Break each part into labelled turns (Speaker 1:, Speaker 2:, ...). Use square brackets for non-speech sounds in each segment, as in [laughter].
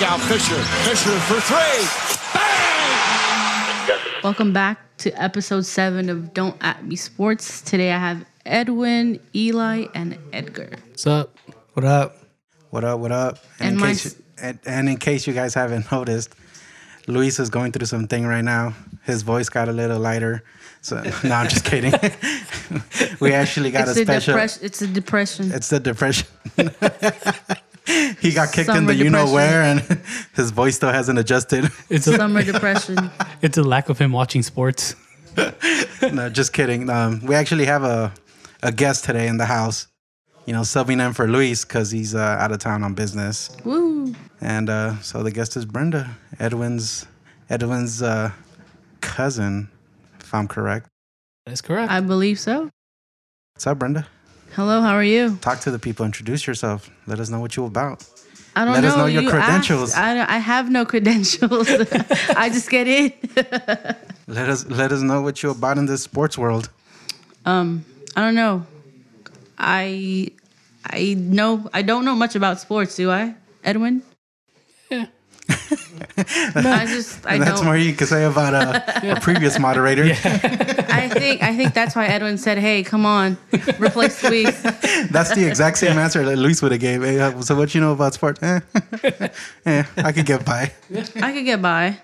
Speaker 1: Now Fisher. Fisher for three. Bang!
Speaker 2: Welcome back to episode seven of Don't At Me Sports. Today I have Edwin, Eli, and Edgar.
Speaker 3: What's up?
Speaker 4: What up? What up? What up?
Speaker 2: And
Speaker 4: in
Speaker 2: mine's-
Speaker 4: case you, and, and in case you guys haven't [laughs] noticed, Luis is going through something right now. His voice got a little lighter. So [laughs] no, I'm just kidding. we actually got
Speaker 2: It's
Speaker 4: a
Speaker 2: a,
Speaker 4: special.
Speaker 2: depression. It's a depression.
Speaker 4: It's the depression. [laughs] he got kicked in
Speaker 2: Summer
Speaker 4: the you know
Speaker 2: depression.
Speaker 4: where, and [laughs] his voice still hasn't adjusted. [laughs]
Speaker 3: It's a,
Speaker 2: Summer depression.
Speaker 3: it's a lack of him watching sports.
Speaker 4: no, just kidding. Um, we actually have a a guest today in the house. You know, subbing in for Luis because he's uh, out of town on business.
Speaker 2: Woo!
Speaker 4: And uh, so the guest is Brenda, Edwin's Edwin's uh, cousin, if I'm correct.
Speaker 3: That's correct.
Speaker 2: I believe so.
Speaker 4: What's up, Brenda?
Speaker 2: Hello, how are you?
Speaker 4: Talk to the people. Introduce yourself. Let us know what you're about.
Speaker 2: I don't
Speaker 4: Let
Speaker 2: know.
Speaker 4: us know your
Speaker 2: you
Speaker 4: credentials.
Speaker 2: asked. I, don't- I have no credentials. [laughs] I just get in.
Speaker 4: Let us let us know what you're about in this sports world.
Speaker 2: Um, I don't know. I I know I don't know much about sports, do I, Edwin? Yeah. [laughs] I just I
Speaker 4: And that's
Speaker 2: don't.
Speaker 4: more you can say about uh,
Speaker 2: [laughs]
Speaker 4: a, a previous moderator.
Speaker 2: I think I think that's why Edwin said, "Hey, come on, replace Luis."
Speaker 4: That's the exact same answer that Luis would have gave. Hey, uh, so what you know about sports?
Speaker 2: [laughs]
Speaker 4: Eh, eh, I could get by.
Speaker 2: I could get by.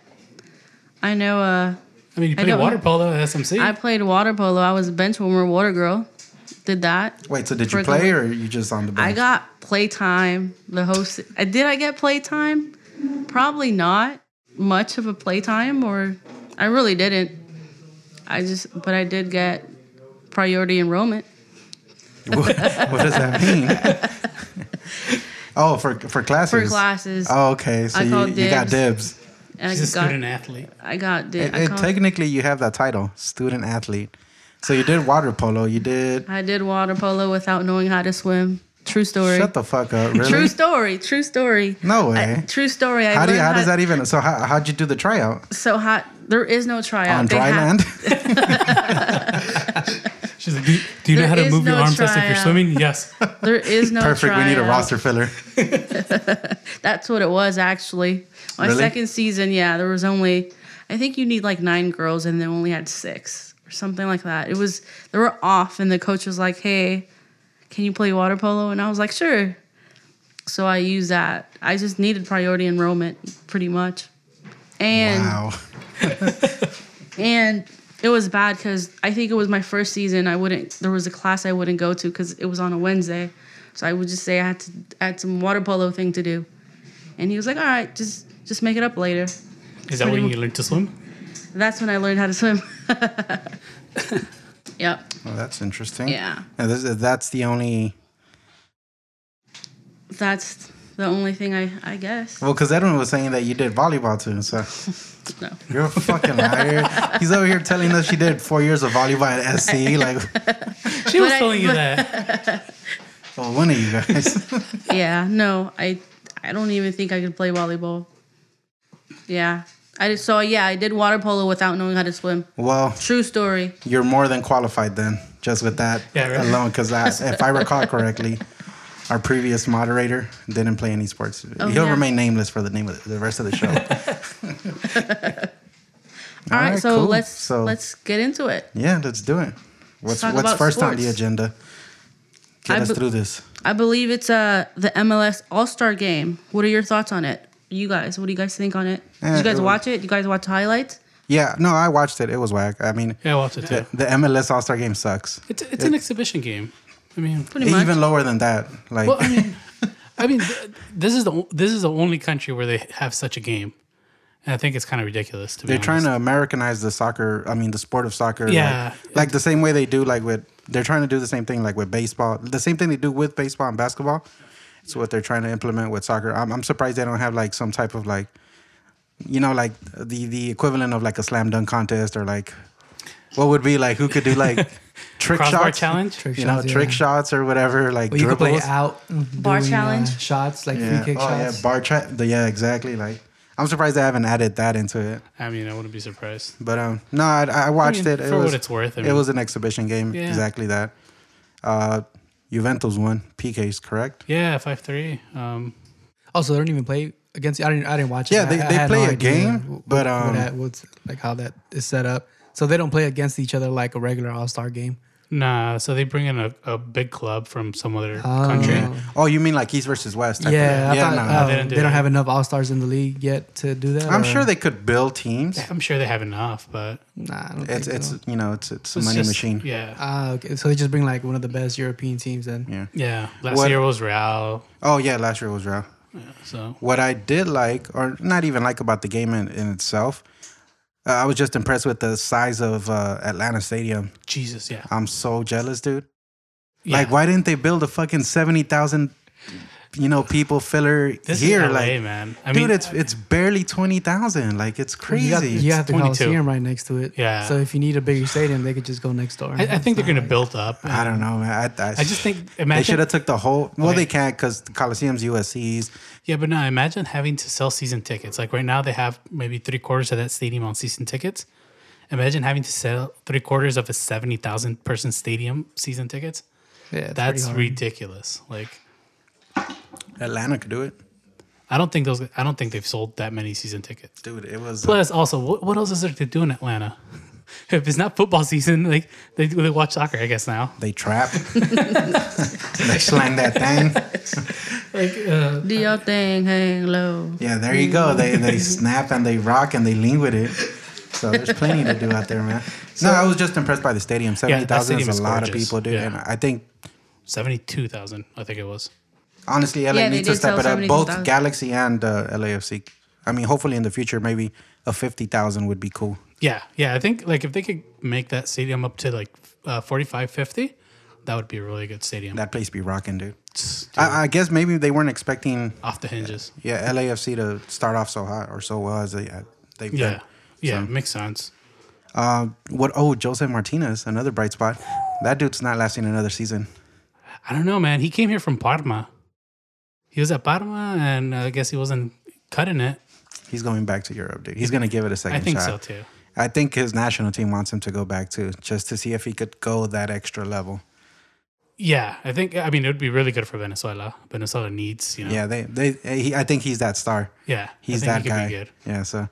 Speaker 2: I know. Uh,
Speaker 3: I mean, you played
Speaker 2: got
Speaker 3: water
Speaker 2: one.
Speaker 3: polo at SMC.
Speaker 2: I played water polo. I was a bench warmer, water girl. Did that.
Speaker 4: Wait, so did you
Speaker 2: Freaking-
Speaker 4: play or you just on the bench?
Speaker 2: I got playtime. The host. I Did I get playtime? Probably not much of a playtime, or I really didn't. I just, but I did get priority enrollment.
Speaker 4: what does that mean?
Speaker 2: [laughs]
Speaker 4: oh, for for classes.
Speaker 2: For classes.
Speaker 4: Oh, okay. So
Speaker 2: I
Speaker 4: you,
Speaker 2: called
Speaker 4: you got
Speaker 2: dibs.
Speaker 4: dibs.
Speaker 2: And I
Speaker 3: He's a
Speaker 2: got,
Speaker 3: student
Speaker 2: [laughs]
Speaker 3: athlete.
Speaker 2: I got. Did,
Speaker 4: And,
Speaker 2: I,
Speaker 4: and
Speaker 2: called,
Speaker 4: technically, you have that title, student athlete. So you did water polo. You did.
Speaker 2: I did water polo without knowing how to swim. True story.
Speaker 4: Shut the fuck up. Really?
Speaker 2: True story. True story.
Speaker 4: No way.
Speaker 2: I- true story. I
Speaker 4: how do you,
Speaker 2: learned
Speaker 4: how does that even? So how how'd you do the tryout
Speaker 2: So hot. There is no tryout.
Speaker 4: on
Speaker 2: They
Speaker 4: dry
Speaker 2: have-
Speaker 4: land? [laughs]
Speaker 3: She's like, do, do you know how
Speaker 2: There
Speaker 3: to
Speaker 2: is
Speaker 3: move
Speaker 2: no
Speaker 3: your arms as if you're
Speaker 2: tryout.
Speaker 3: swimming?
Speaker 2: [laughs]
Speaker 3: Yes.
Speaker 2: There
Speaker 4: [laughs]
Speaker 2: is no
Speaker 4: Perfect. We need a
Speaker 2: tryout.
Speaker 4: roster filler.
Speaker 2: That's what it was actually. My
Speaker 4: Really?
Speaker 2: second season, yeah, there was only I think you need like nine girls and they only had six or something like that. It was they were off and the coach was like, Hey, can you play water polo? And I was like, Sure. So I used that. I just needed priority enrollment pretty much. And
Speaker 4: Wow.
Speaker 2: and it was bad because I think it was my first season. I wouldn't. There was a class I wouldn't go to because it was on a Wednesday, so I would just say I had to I had some water polo thing to do, and he was like, "All right, just just make it up later."
Speaker 3: Is that when you learned to swim?
Speaker 2: That's when I learned how to swim. [laughs] yep.
Speaker 4: Well, that's interesting.
Speaker 2: Yeah.
Speaker 4: And this, that's the only.
Speaker 2: That's the only thing I I guess.
Speaker 4: Well, because Edwin was saying that you did volleyball too. So
Speaker 2: [laughs] No.
Speaker 4: you're a fucking liar. He's over here telling us she did four years of volleyball
Speaker 2: [laughs]
Speaker 4: at SC. Like,
Speaker 3: She was
Speaker 2: I-
Speaker 3: telling you
Speaker 2: [laughs]
Speaker 3: that.
Speaker 4: well, one of you guys.
Speaker 2: Yeah. No. I I don't even think I could play volleyball. Yeah. I just, so yeah, I did water polo without knowing how to swim.
Speaker 4: Well,
Speaker 2: True story.
Speaker 4: you're more than qualified then, just with that
Speaker 3: Yeah, right.
Speaker 4: alone. Because
Speaker 3: [laughs]
Speaker 4: if I recall correctly, our previous moderator didn't play any sports. He'll
Speaker 2: Oh, yeah.
Speaker 4: remain nameless for the name of the, the rest of the show.
Speaker 2: [laughs] All right, so
Speaker 4: cool.
Speaker 2: let's
Speaker 4: So-
Speaker 2: let's get into it.
Speaker 4: yeah, let's do it. What's
Speaker 2: talk
Speaker 4: what's
Speaker 2: about
Speaker 4: first on the
Speaker 2: sports.
Speaker 4: agenda? Get
Speaker 2: I
Speaker 4: us
Speaker 2: be-
Speaker 4: through this.
Speaker 2: I believe it's uh the MLS All Star Game. What are your thoughts on it? You guys, what do you guys think on it? Did
Speaker 4: Eh,
Speaker 2: you guys
Speaker 4: it was-
Speaker 2: watch it? Did you guys watch highlights?
Speaker 4: Yeah, no, I watched it. It was whack. I mean,
Speaker 3: Yeah, I watched it too.
Speaker 4: the, the MLS All Star Game sucks.
Speaker 3: It's, it's an exhibition game. I mean,
Speaker 2: Pretty much.
Speaker 4: Even lower than that. Like,
Speaker 3: well, I mean, I mean, th- this is the o- this is the only country where they have such a game, and I think it's kind of ridiculous. To be
Speaker 4: They're trying
Speaker 3: honest.
Speaker 4: to Americanize the soccer. I mean, the sport of soccer. like-
Speaker 3: Yeah.
Speaker 4: Like, the same way they do, like with they're trying to do the same thing, like with baseball. The same thing they do with baseball and basketball. It's what they're trying to implement with soccer. I'm, I'm surprised they don't have like some type of like, you know, like the the equivalent of like a slam dunk contest or like, what would be like who could
Speaker 5: [laughs]
Speaker 4: do like trick
Speaker 3: crossbar
Speaker 4: shots,
Speaker 3: challenge.
Speaker 5: Trick
Speaker 4: you know,
Speaker 5: shots,
Speaker 4: trick
Speaker 5: yeah.
Speaker 4: shots or whatever, like
Speaker 5: Well, you could play
Speaker 4: dribbles.
Speaker 5: out
Speaker 2: Bar
Speaker 5: doing, uh,
Speaker 2: challenge.
Speaker 5: shots, like
Speaker 4: yeah.
Speaker 5: free kick
Speaker 4: oh
Speaker 5: shots.
Speaker 4: yeah, bar trap. Yeah, exactly. Like, I'm surprised they haven't added that into it.
Speaker 3: I mean, I wouldn't be surprised.
Speaker 4: But um, no, I, I watched
Speaker 3: mean,
Speaker 4: it. It
Speaker 3: for what
Speaker 4: was,
Speaker 3: it's worth, I
Speaker 4: it
Speaker 3: mean.
Speaker 4: was an exhibition game,
Speaker 3: Yeah.
Speaker 4: exactly that. Uh, Juventus won PKs, correct?
Speaker 3: Yeah, five three. Um,
Speaker 5: also, they don't even play against. I didn't. I didn't watch it.
Speaker 4: Yeah, they-
Speaker 5: I- I
Speaker 4: they
Speaker 5: had
Speaker 4: play a
Speaker 5: idea
Speaker 4: game,
Speaker 5: what-
Speaker 4: but,
Speaker 5: what
Speaker 4: um,
Speaker 5: that- what's like how that is set up. So they don't play against each other like a regular All Star game.
Speaker 3: Nah, so they bring in a, a big club from some other
Speaker 5: Oh.
Speaker 3: country.
Speaker 5: Yeah.
Speaker 4: Oh, you mean like East versus West? type of-
Speaker 5: Yeah, I thought,
Speaker 4: no.
Speaker 5: uh,
Speaker 3: They
Speaker 5: they,
Speaker 3: didn't
Speaker 5: don't
Speaker 3: do that.
Speaker 5: have enough All Stars in the league yet to do that.
Speaker 4: I'm
Speaker 5: or-
Speaker 4: sure they could build teams.
Speaker 3: I'm sure they have enough, but
Speaker 5: Nah, I don't
Speaker 4: It's
Speaker 5: think
Speaker 4: it's
Speaker 5: so.
Speaker 4: you know it's it's a
Speaker 3: it's
Speaker 4: money
Speaker 3: just-
Speaker 4: machine. Uh,
Speaker 3: Yeah,
Speaker 5: Ah, okay. So they just bring like one of the best European teams then.
Speaker 4: Yeah.
Speaker 3: yeah. Last
Speaker 4: What-
Speaker 3: year was Real,
Speaker 4: Oh yeah, last year was Real.
Speaker 3: so
Speaker 4: What I did like, or not even like about the game in, in itself, uh, I was just impressed with the size of uh, Atlanta Stadium.
Speaker 3: Jesus, yeah.
Speaker 4: I'm so jealous, dude.
Speaker 3: yeah.
Speaker 4: Uh, Like, why didn't they build a fucking seventy thousand, you know, people filler
Speaker 3: This
Speaker 4: here?
Speaker 3: is LA,
Speaker 4: like,
Speaker 3: man. I
Speaker 4: dude,
Speaker 3: mean,
Speaker 4: it's it's barely twenty thousand. Like, it's crazy.
Speaker 5: You got, you got the
Speaker 3: 22.
Speaker 5: Coliseum right next to it.
Speaker 3: Yeah.
Speaker 5: So if you need a bigger stadium, they could just go next door.
Speaker 3: I, I think they're
Speaker 5: It's
Speaker 3: gonna
Speaker 5: not
Speaker 3: build up.
Speaker 4: I don't know, man. I, I,
Speaker 3: I just think
Speaker 4: they
Speaker 3: imagine
Speaker 4: should have took the whole. Well,
Speaker 3: Okay.
Speaker 4: they can't because the Coliseum's USC's.
Speaker 3: Yeah, but no, imagine having to sell season tickets. Like right now, they have maybe three quarters of that stadium on season tickets. Imagine having to sell three quarters of a 70,000 person stadium season tickets.
Speaker 5: like- Yeah, it's
Speaker 3: That's
Speaker 5: pretty hard.
Speaker 3: ridiculous. Like,
Speaker 4: Atlanta could do it,
Speaker 3: I don't think those, I don't think they've sold that many season tickets.
Speaker 4: dude. It was.
Speaker 3: Plus, also, what, what else is there to do in Atlanta? [laughs] if it's not football [laughs] season, like they, they watch soccer, I guess, now.
Speaker 4: They trap. [laughs] they slang that thing. uh,
Speaker 2: Do your thing, hang low.
Speaker 4: Yeah, there you go. They they snap and they rock and they lean with it. So there's plenty to do out there, man. no, I was just impressed by the stadium. Seventy thousand
Speaker 3: stadium
Speaker 4: is
Speaker 3: is
Speaker 4: a lot of
Speaker 3: gorgeous.
Speaker 4: people, dude.
Speaker 3: Yeah.
Speaker 4: And I think
Speaker 3: 72,000, I think it was.
Speaker 4: honestly, LA
Speaker 2: Yeah, they
Speaker 4: needs to
Speaker 2: did
Speaker 4: step
Speaker 2: sell
Speaker 4: it up. Both
Speaker 2: 72,000.
Speaker 4: Galaxy and uh, LAFC. I mean, hopefully in the future, maybe a fifty thousand would be cool.
Speaker 3: Yeah. Yeah. I think, like, if they could make that stadium up to like uh, 45, 50, that would be a really good stadium.
Speaker 4: That place be rocking, dude.
Speaker 3: That's
Speaker 4: I, I guess maybe they weren't expecting
Speaker 3: off the hinges.
Speaker 4: yeah LAFC to start off so hot or so well as they uh, they've
Speaker 3: Yeah.
Speaker 4: done.
Speaker 3: Yeah,
Speaker 4: So-
Speaker 3: makes sense.
Speaker 4: What? Oh, Jose Martinez, another bright spot. That dude's not lasting another season.
Speaker 3: I don't know, man. He came here from Parma. He was at Parma, and I guess he wasn't cutting it.
Speaker 4: He's going back to Europe, dude. He's going to give it a second
Speaker 3: I think
Speaker 4: shot.
Speaker 3: so too.
Speaker 4: I think his national team wants him to go back too, just to see if he could go that extra level.
Speaker 3: Yeah, I think. I mean, it would be really good for Venezuela. Venezuela needs, you know.
Speaker 4: Yeah, they they. He, I think he's that star.
Speaker 3: yeah.
Speaker 4: He's
Speaker 3: I think
Speaker 4: that
Speaker 3: he
Speaker 4: guy.
Speaker 3: could be good. Um,
Speaker 4: Yeah. So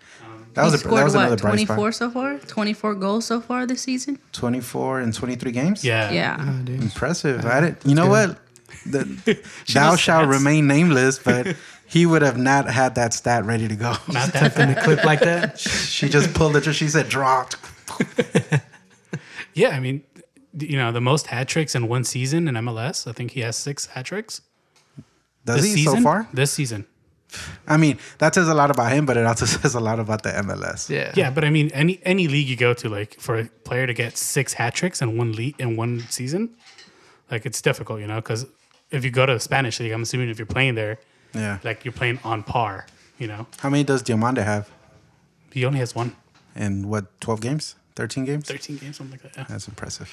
Speaker 4: that was
Speaker 2: he
Speaker 4: a, that was another bright spot.
Speaker 2: 24 so far? 24 goals so far this season?
Speaker 4: Twenty four and twenty three games.
Speaker 3: Yeah.
Speaker 2: Yeah.
Speaker 5: Ah, dude.
Speaker 4: Impressive. I didn't, you know what?
Speaker 3: [laughs]
Speaker 4: The, thou
Speaker 3: knows
Speaker 4: shalt
Speaker 3: stats.
Speaker 4: remain nameless,
Speaker 3: [laughs]
Speaker 4: but he would have not had that stat ready to go.
Speaker 3: Not that bad.
Speaker 5: In a clip
Speaker 3: [laughs]
Speaker 5: like that,
Speaker 4: [laughs] she just pulled it. She said, "Dropped."
Speaker 3: yeah, I mean, d- you know, the most hat tricks in one season in MLS. I think he has six hat tricks
Speaker 4: Does
Speaker 3: this
Speaker 4: he
Speaker 3: season.
Speaker 4: so far?
Speaker 3: This season.
Speaker 4: I mean, that says a lot about him, but it also [laughs] says a lot about the MLS.
Speaker 5: yeah,
Speaker 3: Yeah, but I mean, any any league you go to, like for a player to get six hat tricks in one league in one season, like it's difficult, you know, because if you go to the Spanish league, I'm assuming if you're playing there,
Speaker 4: Yeah.
Speaker 3: like you're playing on par, you know.
Speaker 4: How many does Diamante have?
Speaker 3: He only has one,
Speaker 4: In what, 12 games? 13 games?
Speaker 3: 13 games, something like that.
Speaker 4: That's impressive.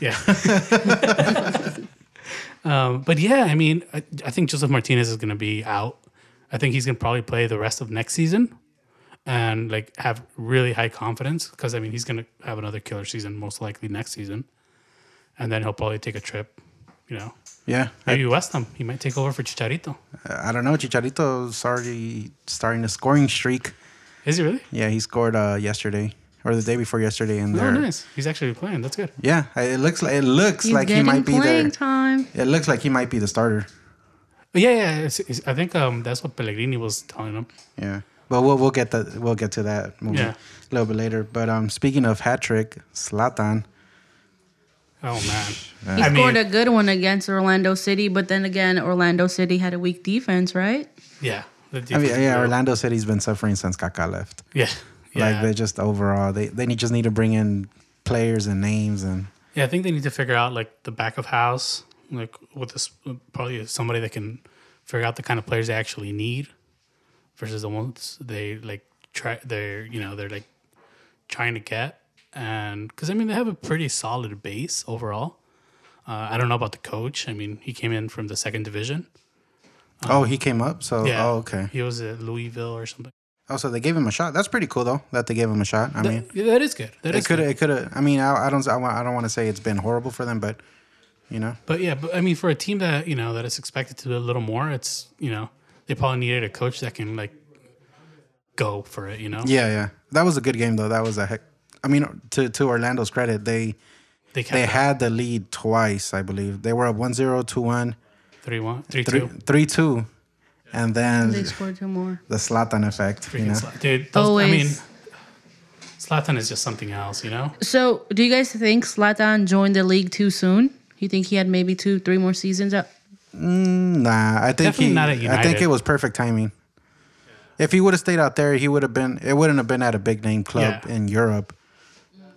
Speaker 3: Yeah. [laughs] yeah. um, but yeah, I mean, I, I think Joseph Martinez is going to be out. I think he's going to probably play the rest of next season and like have really high confidence because I mean, he's going to have another killer season most likely next season. And then he'll probably take a trip, you know.
Speaker 4: Yeah. I,
Speaker 3: Maybe West Ham. He might take over for Chicharito.
Speaker 4: I don't know. Chicharito's already starting a scoring streak.
Speaker 3: Is he really?
Speaker 4: Yeah, he scored uh, yesterday or the day before yesterday in
Speaker 3: Oh,
Speaker 4: there.
Speaker 3: nice. He's actually playing. That's good.
Speaker 4: Yeah, I- it looks like it looks
Speaker 2: He's
Speaker 4: like he
Speaker 2: getting
Speaker 4: might be
Speaker 2: playing
Speaker 4: there.
Speaker 2: time.
Speaker 4: It looks like he might be the starter.
Speaker 3: But yeah, yeah. it's- it's- I think um, that's what Pellegrini was telling him.
Speaker 4: Yeah. But we'll we'll get the we'll get to that movie
Speaker 3: Yeah.
Speaker 4: a little bit later. But um, speaking of hat trick, Slatan.
Speaker 3: Oh man,
Speaker 2: He
Speaker 3: I
Speaker 2: scored
Speaker 3: mean,
Speaker 2: a good one against Orlando City, but then again, Orlando City had a weak defense, right?
Speaker 4: Mm-hmm.
Speaker 3: yeah, the
Speaker 4: I mean,
Speaker 3: defense-
Speaker 4: yeah, Orlando City's been suffering since Kaká left.
Speaker 3: Yeah, yeah.
Speaker 4: Like they just overall, they they need, just need to bring in players and names and
Speaker 3: Yeah, I think they need to figure out like the back of house, like with this probably somebody that can figure out the kind of players they actually need versus the ones they like try they're you know they're like trying to get and because I mean they have a pretty solid base overall. Uh, I don't know about the coach. I mean, he came in from the second division.
Speaker 4: oh, he came up. So
Speaker 3: Yeah.
Speaker 4: oh, okay.
Speaker 3: He was at Louisville or something.
Speaker 4: Oh, so they gave him a shot. That's pretty cool though that they gave him a shot. I mean,
Speaker 3: That- yeah, that is good. That
Speaker 4: it
Speaker 3: is
Speaker 4: could
Speaker 3: good.
Speaker 4: it could have. I mean, I, I don't I, wa- I don't want to say it's been horrible for them, but you know,
Speaker 3: But yeah, but I mean, for a team that you know that is expected to do a little more, it's you know they they probably needed a coach that can like go for it. You know,
Speaker 4: Yeah, yeah. That was a good game though. That was a heck. I mean, to to Orlando's credit, they
Speaker 3: they kept
Speaker 4: they had the lead twice, I believe. They were up 1-0, 2-1,
Speaker 3: three one, three
Speaker 4: 3-
Speaker 3: two.
Speaker 4: 3-2. And
Speaker 2: They
Speaker 4: then
Speaker 2: scored two more.
Speaker 4: the Slatan effect, you
Speaker 3: Freaking
Speaker 4: know.
Speaker 3: Sla- dude. Those, I mean,
Speaker 2: Always.
Speaker 3: Slatan is just something else. You know,
Speaker 2: So, do you guys think Zlatan joined the league too soon? You think he had maybe two, three more seasons up?
Speaker 4: Nah, I think
Speaker 3: Definitely
Speaker 4: he,
Speaker 3: not at
Speaker 4: I think
Speaker 3: United.
Speaker 4: it was perfect timing. If he would have stayed out there, he would have been. It wouldn't have been at a big name club
Speaker 3: Yeah.
Speaker 4: in Europe,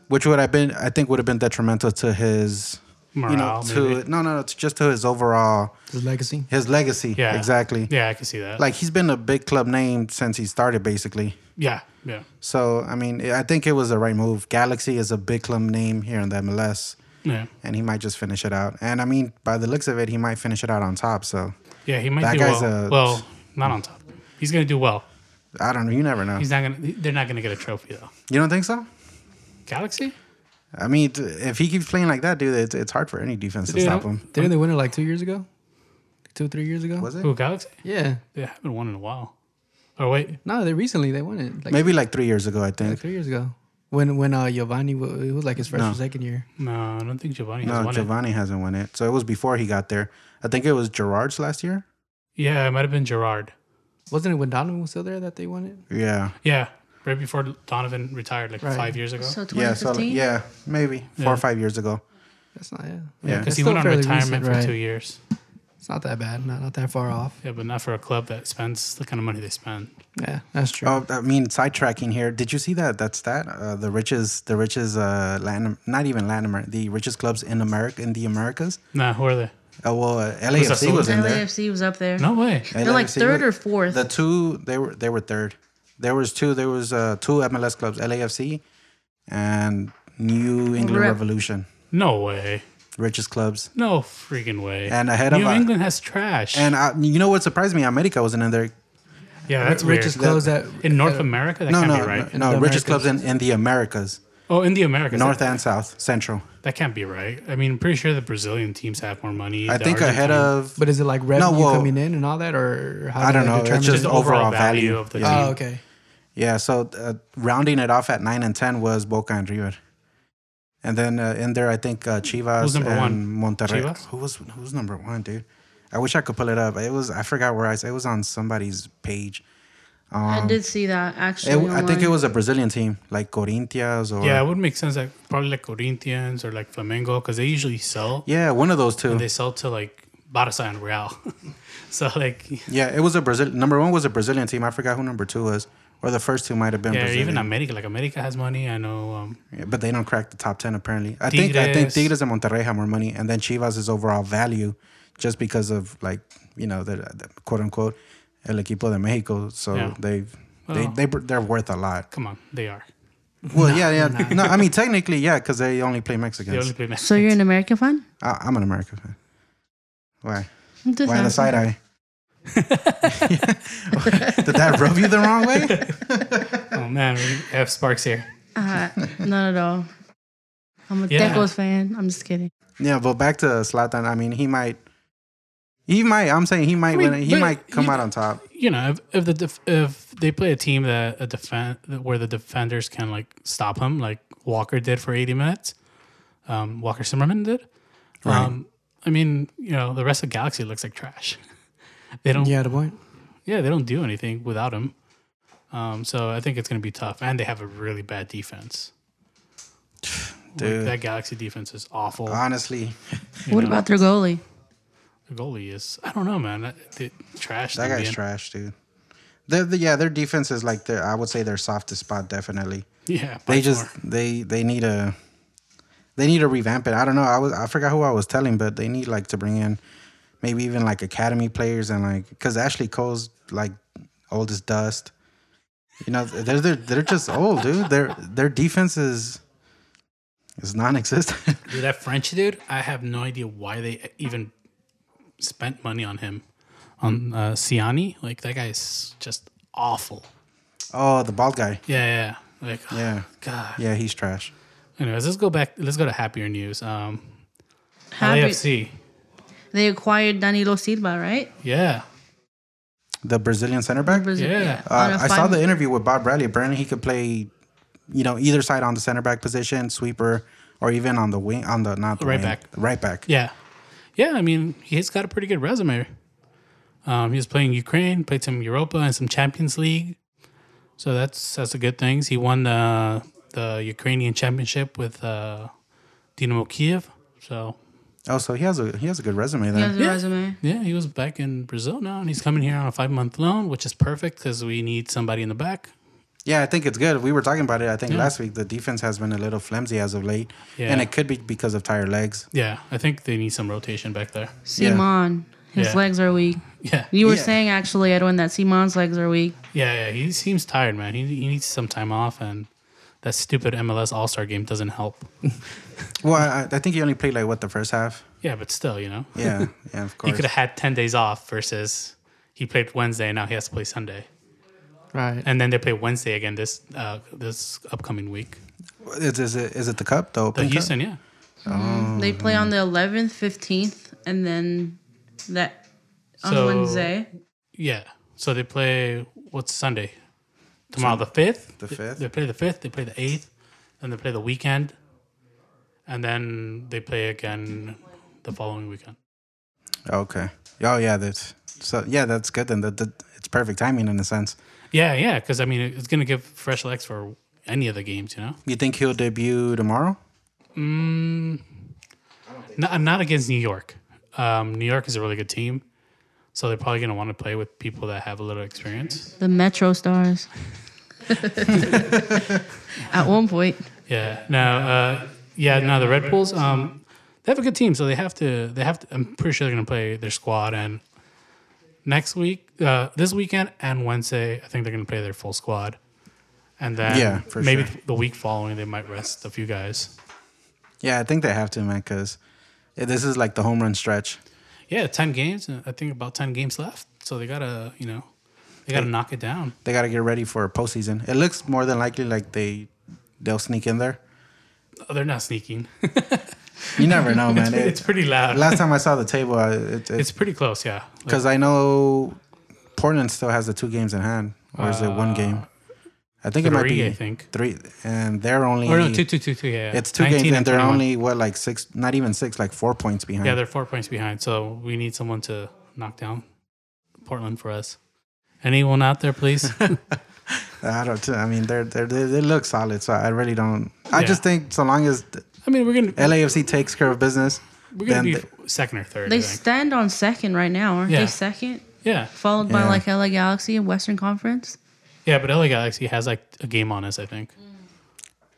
Speaker 4: which would have been. I think would have been detrimental to his.
Speaker 3: morale.
Speaker 4: you know, to
Speaker 3: maybe.
Speaker 4: no, no, no, to just to his overall
Speaker 5: His legacy.
Speaker 4: his legacy.
Speaker 3: yeah,
Speaker 4: exactly.
Speaker 3: Yeah, I can see that. Like,
Speaker 4: Like he's been a big club name since he started, basically.
Speaker 3: yeah, yeah.
Speaker 4: So I mean, I think it was the right move. Galaxy is a big club name here in the MLS,
Speaker 3: Yeah,
Speaker 4: and he might just finish it out. And I mean, by the looks of it, he might finish it out on top. So
Speaker 3: yeah. He might
Speaker 4: That
Speaker 3: do
Speaker 4: guy's
Speaker 3: well.
Speaker 4: a-
Speaker 3: well, not on top. He's gonna do well.
Speaker 4: I don't know. You never know.
Speaker 3: He's not gonna. They're not gonna get a trophy though.
Speaker 4: You don't think so?
Speaker 3: Galaxy.
Speaker 4: I mean, t- if he keeps playing like that, dude, it's, it's hard for any defense to
Speaker 3: Dude,
Speaker 4: stop
Speaker 3: I'm-
Speaker 4: him.
Speaker 5: Didn't they win it like two years ago? Two, three years ago?
Speaker 4: Was it?
Speaker 3: Who Galaxy?
Speaker 5: Yeah.
Speaker 3: They haven't won in a while. Or wait,
Speaker 5: No, they recently they won it. Like,
Speaker 4: Maybe like three years ago, I
Speaker 5: like
Speaker 4: think.
Speaker 5: three years ago. When when uh Giovanni wa- it was like his first
Speaker 4: No.
Speaker 5: or second year.
Speaker 3: no, I don't think Giovanni has
Speaker 4: No,
Speaker 3: won
Speaker 4: Giovanni hasn't won it. So it was before he got there. I think it was Gerard's last year.
Speaker 3: it. Yeah, it might have been Gerard.
Speaker 5: Wasn't it when Donovan was still there that they won it?
Speaker 4: Yeah.
Speaker 3: Yeah, right before Donovan retired, like five years ago.
Speaker 2: So
Speaker 4: Yeah. So like,
Speaker 2: 2015.
Speaker 4: yeah, maybe four
Speaker 3: Yeah.
Speaker 4: or five years ago.
Speaker 5: That's not yeah.
Speaker 4: Yeah.
Speaker 5: It's
Speaker 3: Because he
Speaker 5: still
Speaker 3: went on
Speaker 5: fairly
Speaker 3: retirement
Speaker 5: recent,
Speaker 3: for
Speaker 5: right.
Speaker 3: two years.
Speaker 5: It's not that bad. Not not that far
Speaker 4: Mm-hmm.
Speaker 5: off.
Speaker 3: Yeah, but not for a club that spends the kind of money they spend.
Speaker 5: Yeah, that's true.
Speaker 4: Oh, I mean, sidetracking here. Did you see that? That stat. Uh, the richest, the richest uh, Latin, not even Latin Amer- the richest clubs in America, in the Americas.
Speaker 3: Nah, who are they?
Speaker 4: Uh, well, uh, LAFC
Speaker 3: Azul?
Speaker 4: was in there.
Speaker 2: LAFC was up there.
Speaker 3: No way.
Speaker 2: They're like
Speaker 4: LAFC
Speaker 2: third
Speaker 4: was-
Speaker 2: or fourth.
Speaker 4: The two they were they were third. There was two. There was uh, two MLS clubs, LAFC and New England
Speaker 2: Rep.
Speaker 4: Revolution,
Speaker 3: No way.
Speaker 4: richest clubs.
Speaker 3: No freaking way.
Speaker 4: And ahead of
Speaker 3: New
Speaker 4: our-
Speaker 3: England has trash.
Speaker 4: And I, you know what surprised me? America wasn't in there.
Speaker 3: yeah, that's weird.
Speaker 5: richest clothes that
Speaker 3: in North
Speaker 5: uh,
Speaker 3: America, that
Speaker 4: No,
Speaker 3: can't
Speaker 4: no,
Speaker 3: be right.
Speaker 4: no,
Speaker 5: In
Speaker 4: no
Speaker 5: the
Speaker 4: richest
Speaker 5: Americas.
Speaker 4: clubs in, in the Americas,
Speaker 3: Oh, in the Americas,
Speaker 4: North
Speaker 3: that,
Speaker 4: and South, Central.
Speaker 3: that can't be right. I mean, I'm pretty sure the Brazilian teams have more money.
Speaker 4: I
Speaker 3: the
Speaker 4: think ahead
Speaker 3: Argentine-
Speaker 4: of.
Speaker 5: But is it like revenue
Speaker 4: well,
Speaker 5: coming in and all that, or how
Speaker 4: I
Speaker 5: do
Speaker 4: don't
Speaker 5: they
Speaker 4: know, it's
Speaker 5: determine
Speaker 3: just
Speaker 4: just
Speaker 3: the
Speaker 5: it?
Speaker 3: overall,
Speaker 4: overall
Speaker 3: value,
Speaker 4: value.
Speaker 3: of the team.
Speaker 4: Yeah.
Speaker 5: oh, okay.
Speaker 4: Yeah, so uh, rounding it off at nine and ten was Boca and River, and then uh, in there I think uh, Chivas
Speaker 3: Who's number
Speaker 4: and
Speaker 3: one?
Speaker 4: Monterrey.
Speaker 3: Chivas?
Speaker 4: Who was who's number one, dude? I wish I could pull it up. It was I forgot where I it was on somebody's page.
Speaker 2: I did see that actually.
Speaker 4: um, It, I think it
Speaker 2: online.
Speaker 4: was a Brazilian team like Corinthians or
Speaker 3: Yeah, it
Speaker 4: yeah,
Speaker 3: would make sense. Like probably like Corinthians or like Flamengo, because they usually sell.
Speaker 4: one of those two.
Speaker 3: They sell to like Barca and Real. [laughs] so like, yeah,
Speaker 4: Yeah, it was a Brazil. Number one was a Brazilian team. I forgot who number two was, or the first two might have been. Brazilian.
Speaker 3: even America. Like America has money. I know. Um,
Speaker 4: Yeah, but they don't crack the top ten apparently. I think I think
Speaker 3: Tigres.
Speaker 4: Tigres and Monterrey have more money, and then Chivas is overall value, just because of like you know the, the quote unquote el equipo de Mexico. So
Speaker 3: Yeah.
Speaker 4: they've
Speaker 3: Well.
Speaker 4: they they they're worth a
Speaker 3: [laughs]
Speaker 4: lot.
Speaker 3: come on, they are.
Speaker 4: Well, yeah, yeah. No, I mean technically, yeah, because they only play
Speaker 3: They
Speaker 4: Mexicans.
Speaker 3: only play
Speaker 2: So
Speaker 3: [laughs]
Speaker 2: you're an American fan?
Speaker 4: I, I'm an American fan. Why?
Speaker 2: I'm just
Speaker 4: Why
Speaker 2: [laughs]
Speaker 4: the
Speaker 2: asking.
Speaker 4: side
Speaker 3: [laughs]
Speaker 4: eye? [laughs] Did that rub you the wrong way?
Speaker 3: Oh man, we have sparks here.
Speaker 2: Uh, not at all. I'm a
Speaker 3: Yeah.
Speaker 2: Tecos fan. I'm just kidding.
Speaker 4: Yeah, but back to Slatan. I mean, he might. He might. I'm saying he might
Speaker 3: mean,
Speaker 4: win. it. He
Speaker 3: but
Speaker 4: might come
Speaker 3: you-
Speaker 4: out on top.
Speaker 3: You know, if, if the def- if they play a team that a defend where the defenders can like stop him, like Walker did for 80 minutes, um, Walker Zimmerman did. Um, I mean, you know, the rest of Galaxy looks like trash. [laughs] They don't.
Speaker 5: Yeah, the point.
Speaker 3: yeah, they don't do anything without him. Um, so I think it's going to be tough, and they have a really bad defense. Like,
Speaker 4: Dude.
Speaker 3: that Galaxy defense is awful.
Speaker 4: Honestly,
Speaker 2: what about their goalie?
Speaker 3: the goalie is. I don't know, man. That- they- trash.
Speaker 4: That
Speaker 3: them,
Speaker 4: guy's
Speaker 3: man.
Speaker 4: trash, dude. Their the, yeah, their defense is like their I would say their softest spot definitely.
Speaker 3: Yeah,
Speaker 4: They
Speaker 3: by
Speaker 4: just
Speaker 3: far.
Speaker 4: they they need a they need to revamp it. I don't know. I was I forgot who I was telling, but they need like to bring in maybe even like academy players and like because Ashley Cole's like old as dust. You know they're they're they're just old, dude. Their their defense is is non-existent. [laughs]
Speaker 3: Dude, that French dude. I have no idea why they even spent money on him on uh, Siani. Like that guy's just awful.
Speaker 4: oh, the bald guy.
Speaker 3: Yeah, yeah. yeah. Like
Speaker 4: Yeah,
Speaker 3: God.
Speaker 4: yeah, he's trash.
Speaker 3: Anyways, let's go back. Let's go to happier news. Um,
Speaker 2: Happy-
Speaker 3: LAFC.
Speaker 2: They acquired Danilo Silva, right?
Speaker 3: Yeah.
Speaker 4: the Brazilian center back.
Speaker 2: Brazil-
Speaker 3: Yeah.
Speaker 2: On a
Speaker 4: Uh, I saw
Speaker 2: fine-
Speaker 4: the interview with Bob Bradley. Apparently, he could play, you know, either side on the center back position, sweeper, or even on the wing, on the not the
Speaker 3: Right
Speaker 4: wing,
Speaker 3: back.
Speaker 4: right back.
Speaker 3: Yeah, yeah. I mean, he's got a pretty good resume. Um, he was playing Ukraine, played some Europa and some Champions League, so that's that's a good things. He won the the Ukrainian championship with uh, Dinamo Kiev. So
Speaker 4: Oh, so he has a he has a good resume
Speaker 2: He
Speaker 4: there.
Speaker 2: has a resume.
Speaker 3: yeah, he was back in Brazil now, and he's coming here on a five month loan, which is perfect because we need somebody in the back.
Speaker 4: Yeah, I think it's good. We were talking about it. I think last week the defense has been a little flimsy as of late,
Speaker 3: Yeah.
Speaker 4: and it could be because of tired legs.
Speaker 3: Yeah, I think they need some rotation back there.
Speaker 2: Simon. His
Speaker 3: Yeah.
Speaker 2: legs are weak.
Speaker 3: Yeah,
Speaker 2: You were
Speaker 4: Yeah.
Speaker 2: saying actually, Edwin, that Simon's legs are weak.
Speaker 3: yeah, yeah. He seems tired, man. He, he needs some time off, and that stupid MLS All Star game doesn't help.
Speaker 4: Well, I, I think he only played like what the first half.
Speaker 3: [laughs] Yeah, but still, you know.
Speaker 4: Yeah, yeah, of
Speaker 3: He
Speaker 4: course.
Speaker 3: could have had 10 days off versus he played Wednesday and now he has to play Sunday.
Speaker 5: Right.
Speaker 3: And then they play Wednesday again this uh, this upcoming week.
Speaker 4: Is, is it is it the cup though?
Speaker 3: The Houston, yeah.
Speaker 2: They play
Speaker 4: Mm-hmm.
Speaker 2: on the 11th, 15th, and then that on
Speaker 3: So-
Speaker 2: Wednesday.
Speaker 3: Yeah. So they play what's Sunday? Tomorrow the 5th?
Speaker 4: The
Speaker 3: They-
Speaker 4: 5th.
Speaker 3: They play the 5th, they play the 8th, then they play the weekend. And then they play again the following weekend.
Speaker 4: Okay. Oh yeah, that's so yeah, that's good. Then that, that it's perfect timing in a sense.
Speaker 3: Yeah, yeah, cuz I mean it's going to give fresh legs for any of the games, you know.
Speaker 4: You think he'll debut tomorrow?
Speaker 3: No, I'm Mm, not against New York. Um, New York is a really good team, so they're probably going to want to play with people that have a little experience.
Speaker 2: The Metro Stars. At one point,
Speaker 3: Yeah. No. Uh, yeah. No. The Red Bulls. Um, they have a good team, so they have to. They have to. I'm pretty sure they're going to play their squad and next week, uh, this weekend and Wednesday. I think they're going to play their full squad, and then
Speaker 4: Yeah, for
Speaker 3: maybe
Speaker 4: sure.
Speaker 3: the week following they might rest a few guys.
Speaker 4: Yeah, I think they have to, man, because this is like the home run stretch.
Speaker 3: Yeah, ten games. uh, I think about ten games left, so they gotta you know they gotta knock it down.
Speaker 4: They got to get ready for postseason. It looks more than likely like they they'll sneak in there.
Speaker 3: Oh, they're not sneaking. [laughs]
Speaker 4: You never know, man. It-
Speaker 3: it's pretty loud.
Speaker 4: last time I saw the table, I- it,
Speaker 3: It's
Speaker 4: it's
Speaker 3: pretty close, yeah. Like,
Speaker 4: because I know Portland still has the two games in hand, or is it one game? I think it might
Speaker 3: Uh, three,
Speaker 4: be
Speaker 3: I think.
Speaker 4: three, and they're only
Speaker 3: or no, two, two, two, two. Yeah, yeah.
Speaker 4: It's two
Speaker 3: 19
Speaker 4: games, and they're
Speaker 3: 21.
Speaker 4: only uh, what like six, not even six, like four points behind.
Speaker 3: yeah, they're four points behind. So we need someone to knock down Portland for us. Anyone out there,
Speaker 4: [laughs]
Speaker 3: please?
Speaker 4: I don't. I mean, they're, they're they they look solid. So I really don't. I
Speaker 3: Yeah.
Speaker 4: just think so long as
Speaker 3: I mean, we're gonna
Speaker 4: LAFC takes care of business,
Speaker 3: we're gonna
Speaker 4: then
Speaker 3: be
Speaker 4: they-
Speaker 3: second or third. I
Speaker 2: they
Speaker 3: think.
Speaker 2: stand on second right now, aren't
Speaker 3: Yeah.
Speaker 2: they? Second,
Speaker 3: yeah,
Speaker 2: followed by
Speaker 4: Yeah.
Speaker 2: like LA Galaxy and Western Conference.
Speaker 3: yeah. But LA Galaxy has like a game on us. I think.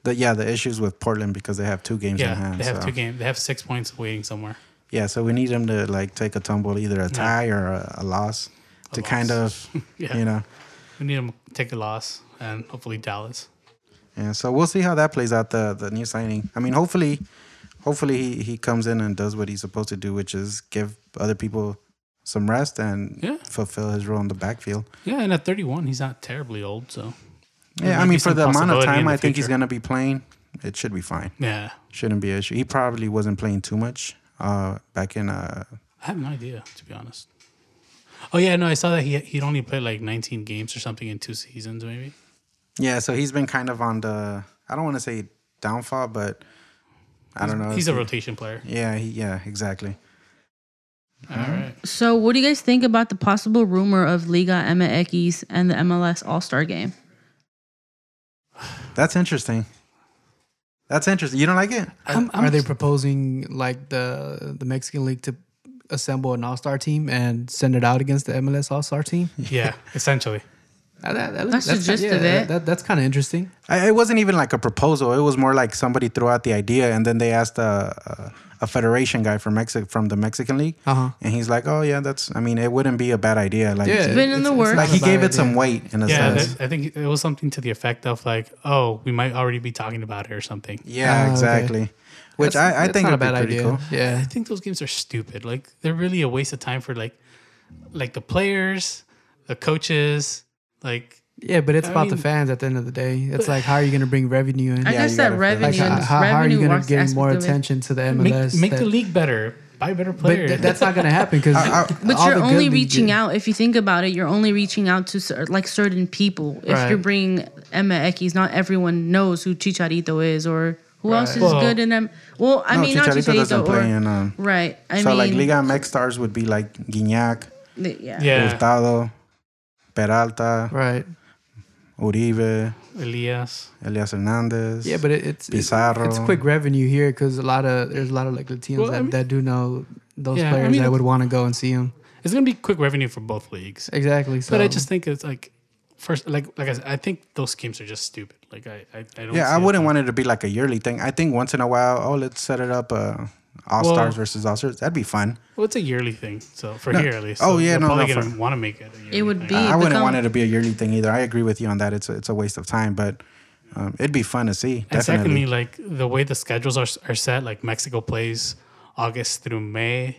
Speaker 4: the yeah the issues with Portland because they have two games in
Speaker 3: Yeah,
Speaker 4: hand.
Speaker 3: they have
Speaker 4: so.
Speaker 3: two games. They have six points waiting somewhere.
Speaker 4: Yeah, so we need them to like take a tumble, either a tie or a, a loss, to kind of
Speaker 3: [laughs] Yeah.
Speaker 4: you know.
Speaker 3: We need them to take a loss and hopefully Dallas.
Speaker 4: Yeah, so we'll see how that plays out. The the new signing. I mean, hopefully, hopefully he he comes in and does what he's supposed to do, which is give other people some rest and
Speaker 3: Yeah.
Speaker 4: fulfill his role in the backfield.
Speaker 3: Yeah, and at 31, he's not terribly old. So There
Speaker 4: Yeah,
Speaker 3: might
Speaker 4: I
Speaker 3: be
Speaker 4: mean, for
Speaker 3: some
Speaker 4: the amount of
Speaker 3: possibility in
Speaker 4: time
Speaker 3: the
Speaker 4: I think he's
Speaker 3: future.
Speaker 4: gonna be playing, it should be fine.
Speaker 3: yeah,
Speaker 4: Shouldn't be an issue. He probably wasn't playing too much uh, back in. Uh,
Speaker 3: I have no idea, to be honest. Oh yeah, no, I saw that he he'd only played like 19 games or something in two seasons, maybe.
Speaker 4: yeah, so he's been kind of on the. I don't want to say downfall, but I don't know.
Speaker 3: He's a rotation player.
Speaker 4: Yeah, he, yeah, exactly.
Speaker 3: All right.
Speaker 2: So, what do you guys think about the possible rumor of Liga Emma Ekis and the MLS All Star Game?
Speaker 4: That's interesting. That's interesting. You don't like it?
Speaker 5: Are, are they proposing like the the Mexican league to assemble an all star team and send it out against the MLS all star team?
Speaker 3: [laughs] Yeah,
Speaker 5: [laughs]
Speaker 3: essentially.
Speaker 5: Uh, that- that-
Speaker 2: That's the gist
Speaker 5: yeah,
Speaker 2: of it.
Speaker 5: That, that's kind of interesting.
Speaker 4: I, it wasn't even like a proposal. It was more like somebody threw out the idea, and then they asked a a, a federation guy from Mexico from the Mexican league,
Speaker 5: Uh-huh.
Speaker 4: and he's like, "Oh yeah, that's. I mean, it wouldn't be a bad idea. Like,
Speaker 5: Yeah,
Speaker 2: been in the works.
Speaker 5: not
Speaker 4: like he
Speaker 5: a bad
Speaker 4: gave it some
Speaker 5: idea.
Speaker 4: weight in a
Speaker 3: Yeah,
Speaker 4: sense.
Speaker 3: that- I think it was something to the effect of like, oh, we might already be talking about it or something.
Speaker 4: yeah,
Speaker 5: Ah, okay.
Speaker 4: exactly. Which
Speaker 5: That's-
Speaker 4: I, I
Speaker 5: that's
Speaker 4: think
Speaker 5: not a
Speaker 4: would be
Speaker 5: bad
Speaker 4: pretty
Speaker 5: idea.
Speaker 4: cool.
Speaker 3: I
Speaker 5: Yeah,
Speaker 3: think those games are stupid. Like they're really a waste of time for like, like the players, the coaches, like
Speaker 5: yeah, but it's
Speaker 3: I
Speaker 5: about the
Speaker 3: mean-
Speaker 5: fans at the end of the day. It's like how are you going to bring revenue in?
Speaker 2: I
Speaker 4: Yeah,
Speaker 2: guess
Speaker 4: you
Speaker 2: that
Speaker 4: gotta feel it.
Speaker 2: revenue,
Speaker 5: Like
Speaker 4: mean,
Speaker 5: how, how, how are you
Speaker 2: revenue
Speaker 5: going
Speaker 2: works
Speaker 5: to gain
Speaker 2: aspect
Speaker 5: more
Speaker 2: of it.
Speaker 5: attention to the MLS?
Speaker 3: make, make the
Speaker 5: that-
Speaker 3: league better. Buy better
Speaker 5: But
Speaker 3: players.
Speaker 5: th- that's not gonna happen [laughs] because
Speaker 2: But you're only reaching out if you think about it. You're only reaching out to cer- like certain people. If
Speaker 5: Right.
Speaker 2: you're bringing Emma Eckes, not everyone knows who Chicharito is or who else
Speaker 5: Right.
Speaker 2: is
Speaker 3: Well-
Speaker 2: good in them. Well, I
Speaker 4: No,
Speaker 2: mean, not
Speaker 4: Chicharito
Speaker 2: Chicharito
Speaker 4: doesn't
Speaker 2: or,
Speaker 4: play in, um,
Speaker 2: right. I
Speaker 4: so
Speaker 2: mean,
Speaker 4: like Liga MX stars would be like Guignac,
Speaker 2: th- yeah.
Speaker 3: [laughs] yeah,
Speaker 5: [laughs]
Speaker 4: Hurtado, Peralta,
Speaker 5: Right.
Speaker 4: Uribe,
Speaker 3: Elias.
Speaker 4: Elias Hernandez.
Speaker 5: Yeah, but it, it's it's-
Speaker 4: Pizarro.
Speaker 5: It's quick revenue here because a lot of there's a lot of like Latinos
Speaker 3: Well, I
Speaker 5: that,
Speaker 3: mean-
Speaker 5: that do know those
Speaker 3: Yeah, I
Speaker 5: players
Speaker 3: mean,
Speaker 5: that would want to go and see him.
Speaker 3: It's gonna be quick revenue for both leagues.
Speaker 5: Exactly. So.
Speaker 3: But I just think it's like first, like like I said, I think those schemes are just stupid. Like I, I, I don't.
Speaker 4: Yeah, I
Speaker 3: see it.
Speaker 4: wouldn't want it to be like a yearly thing. I think once in a while, oh, let's set it up uh, All
Speaker 3: Well-
Speaker 4: Stars versus All Stars. That'd be fun.
Speaker 3: Well, it's a yearly thing, so for
Speaker 4: No.
Speaker 3: here at least. so
Speaker 4: Oh, yeah,
Speaker 3: they're
Speaker 4: no,
Speaker 3: probably
Speaker 4: no,
Speaker 3: gonna
Speaker 4: for-
Speaker 3: want to make it. a yearly
Speaker 2: would
Speaker 3: thing.
Speaker 2: be-
Speaker 4: I- I wouldn't
Speaker 2: become-
Speaker 4: want it to be a yearly thing either. I agree with you on that. It's a, it's a waste of time, but um, it'd be fun to see.
Speaker 3: And secondly,
Speaker 4: Definitely.
Speaker 3: like the way the schedules are are set, like Mexico plays August through May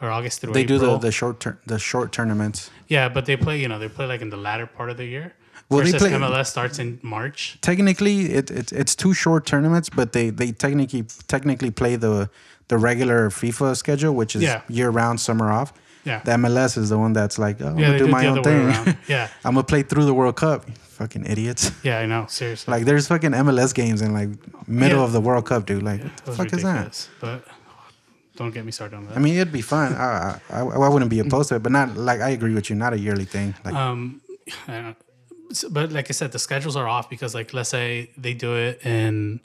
Speaker 3: or August through
Speaker 4: They do
Speaker 3: April.
Speaker 4: the, the short tur- the short tournaments.
Speaker 3: yeah, but they play you know they play like in the latter part of the year.
Speaker 4: Well, they
Speaker 3: versus
Speaker 4: play-
Speaker 3: MLS starts in March.
Speaker 4: Technically, it, it it's two short tournaments, but they, they technically technically play the the regular FIFA schedule, which is
Speaker 3: Yeah.
Speaker 4: year round, summer off.
Speaker 3: Yeah.
Speaker 4: The MLS is the one that's like, oh, I'm
Speaker 3: Yeah,
Speaker 4: gonna
Speaker 3: they
Speaker 4: do
Speaker 3: do it
Speaker 4: my
Speaker 3: the
Speaker 4: own
Speaker 3: other way
Speaker 4: thing. [laughs]
Speaker 3: around. Yeah.
Speaker 4: I'm gonna play through the World Cup. Fucking idiots. [laughs]
Speaker 3: Yeah, I know. Seriously,
Speaker 4: Like there's fucking MLS games in like middle
Speaker 3: Yeah.
Speaker 4: of the World Cup, dude. Like what
Speaker 3: That
Speaker 4: the
Speaker 3: was
Speaker 4: fuck is
Speaker 3: ridiculous, But don't get me started on that.
Speaker 4: that? I mean, it'd be
Speaker 3: [laughs]
Speaker 4: fun. I, I I wouldn't be opposed to it, but not like I agree with you. Not a yearly thing. Like
Speaker 3: Um, I don't- s- but like I said, the schedules are off because, like, let's say they do it in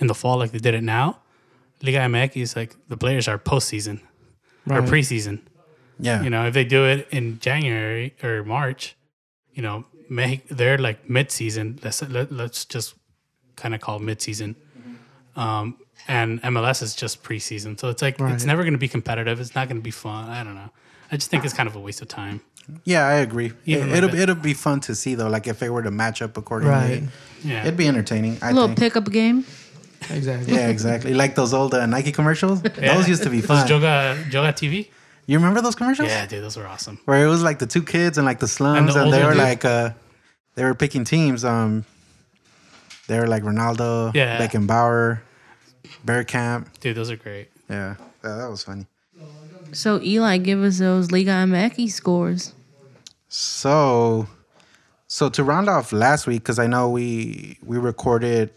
Speaker 3: in the fall, like they did it now. Liga MX is like the players are postseason or
Speaker 5: Right.
Speaker 3: preseason.
Speaker 4: yeah,
Speaker 3: You know, if they do it in January or March, you know, make they're like midseason. Let's let, let's just kind of call midseason. Um, and MLS is just preseason, so it's like
Speaker 5: Right.
Speaker 3: it's never going to be competitive. It's not going to be fun. I don't know. I just think it's kind of a waste of time.
Speaker 4: yeah, I agree.
Speaker 3: Even
Speaker 4: It,
Speaker 3: like
Speaker 4: it'll
Speaker 3: that.
Speaker 4: it'll be fun to see though. Like if they were to match up accordingly,
Speaker 5: Right.
Speaker 3: Yeah,
Speaker 4: it'd be entertaining. I
Speaker 2: A little
Speaker 4: think.
Speaker 2: pickup game.
Speaker 5: exactly.
Speaker 4: Yeah, exactly. Like those old uh, Nike
Speaker 3: [laughs]
Speaker 4: commercials. Those used to be
Speaker 3: Those
Speaker 4: fun.
Speaker 3: Joga Joga TV.
Speaker 4: you remember those commercials?
Speaker 3: Yeah, dude, those were awesome.
Speaker 4: Where it was like the two kids and like the slums, and,
Speaker 3: the
Speaker 4: they
Speaker 3: older
Speaker 4: were
Speaker 3: dude.
Speaker 4: like uh, they were picking teams. Um, they were like Ronaldo,
Speaker 3: Yeah.
Speaker 4: Beckenbauer, Bergkamp.
Speaker 3: Dude, those are great.
Speaker 4: Yeah, that, that was funny.
Speaker 2: So Eli, give us those Liga MX scores.
Speaker 4: So, so to round off last week, because I know we we recorded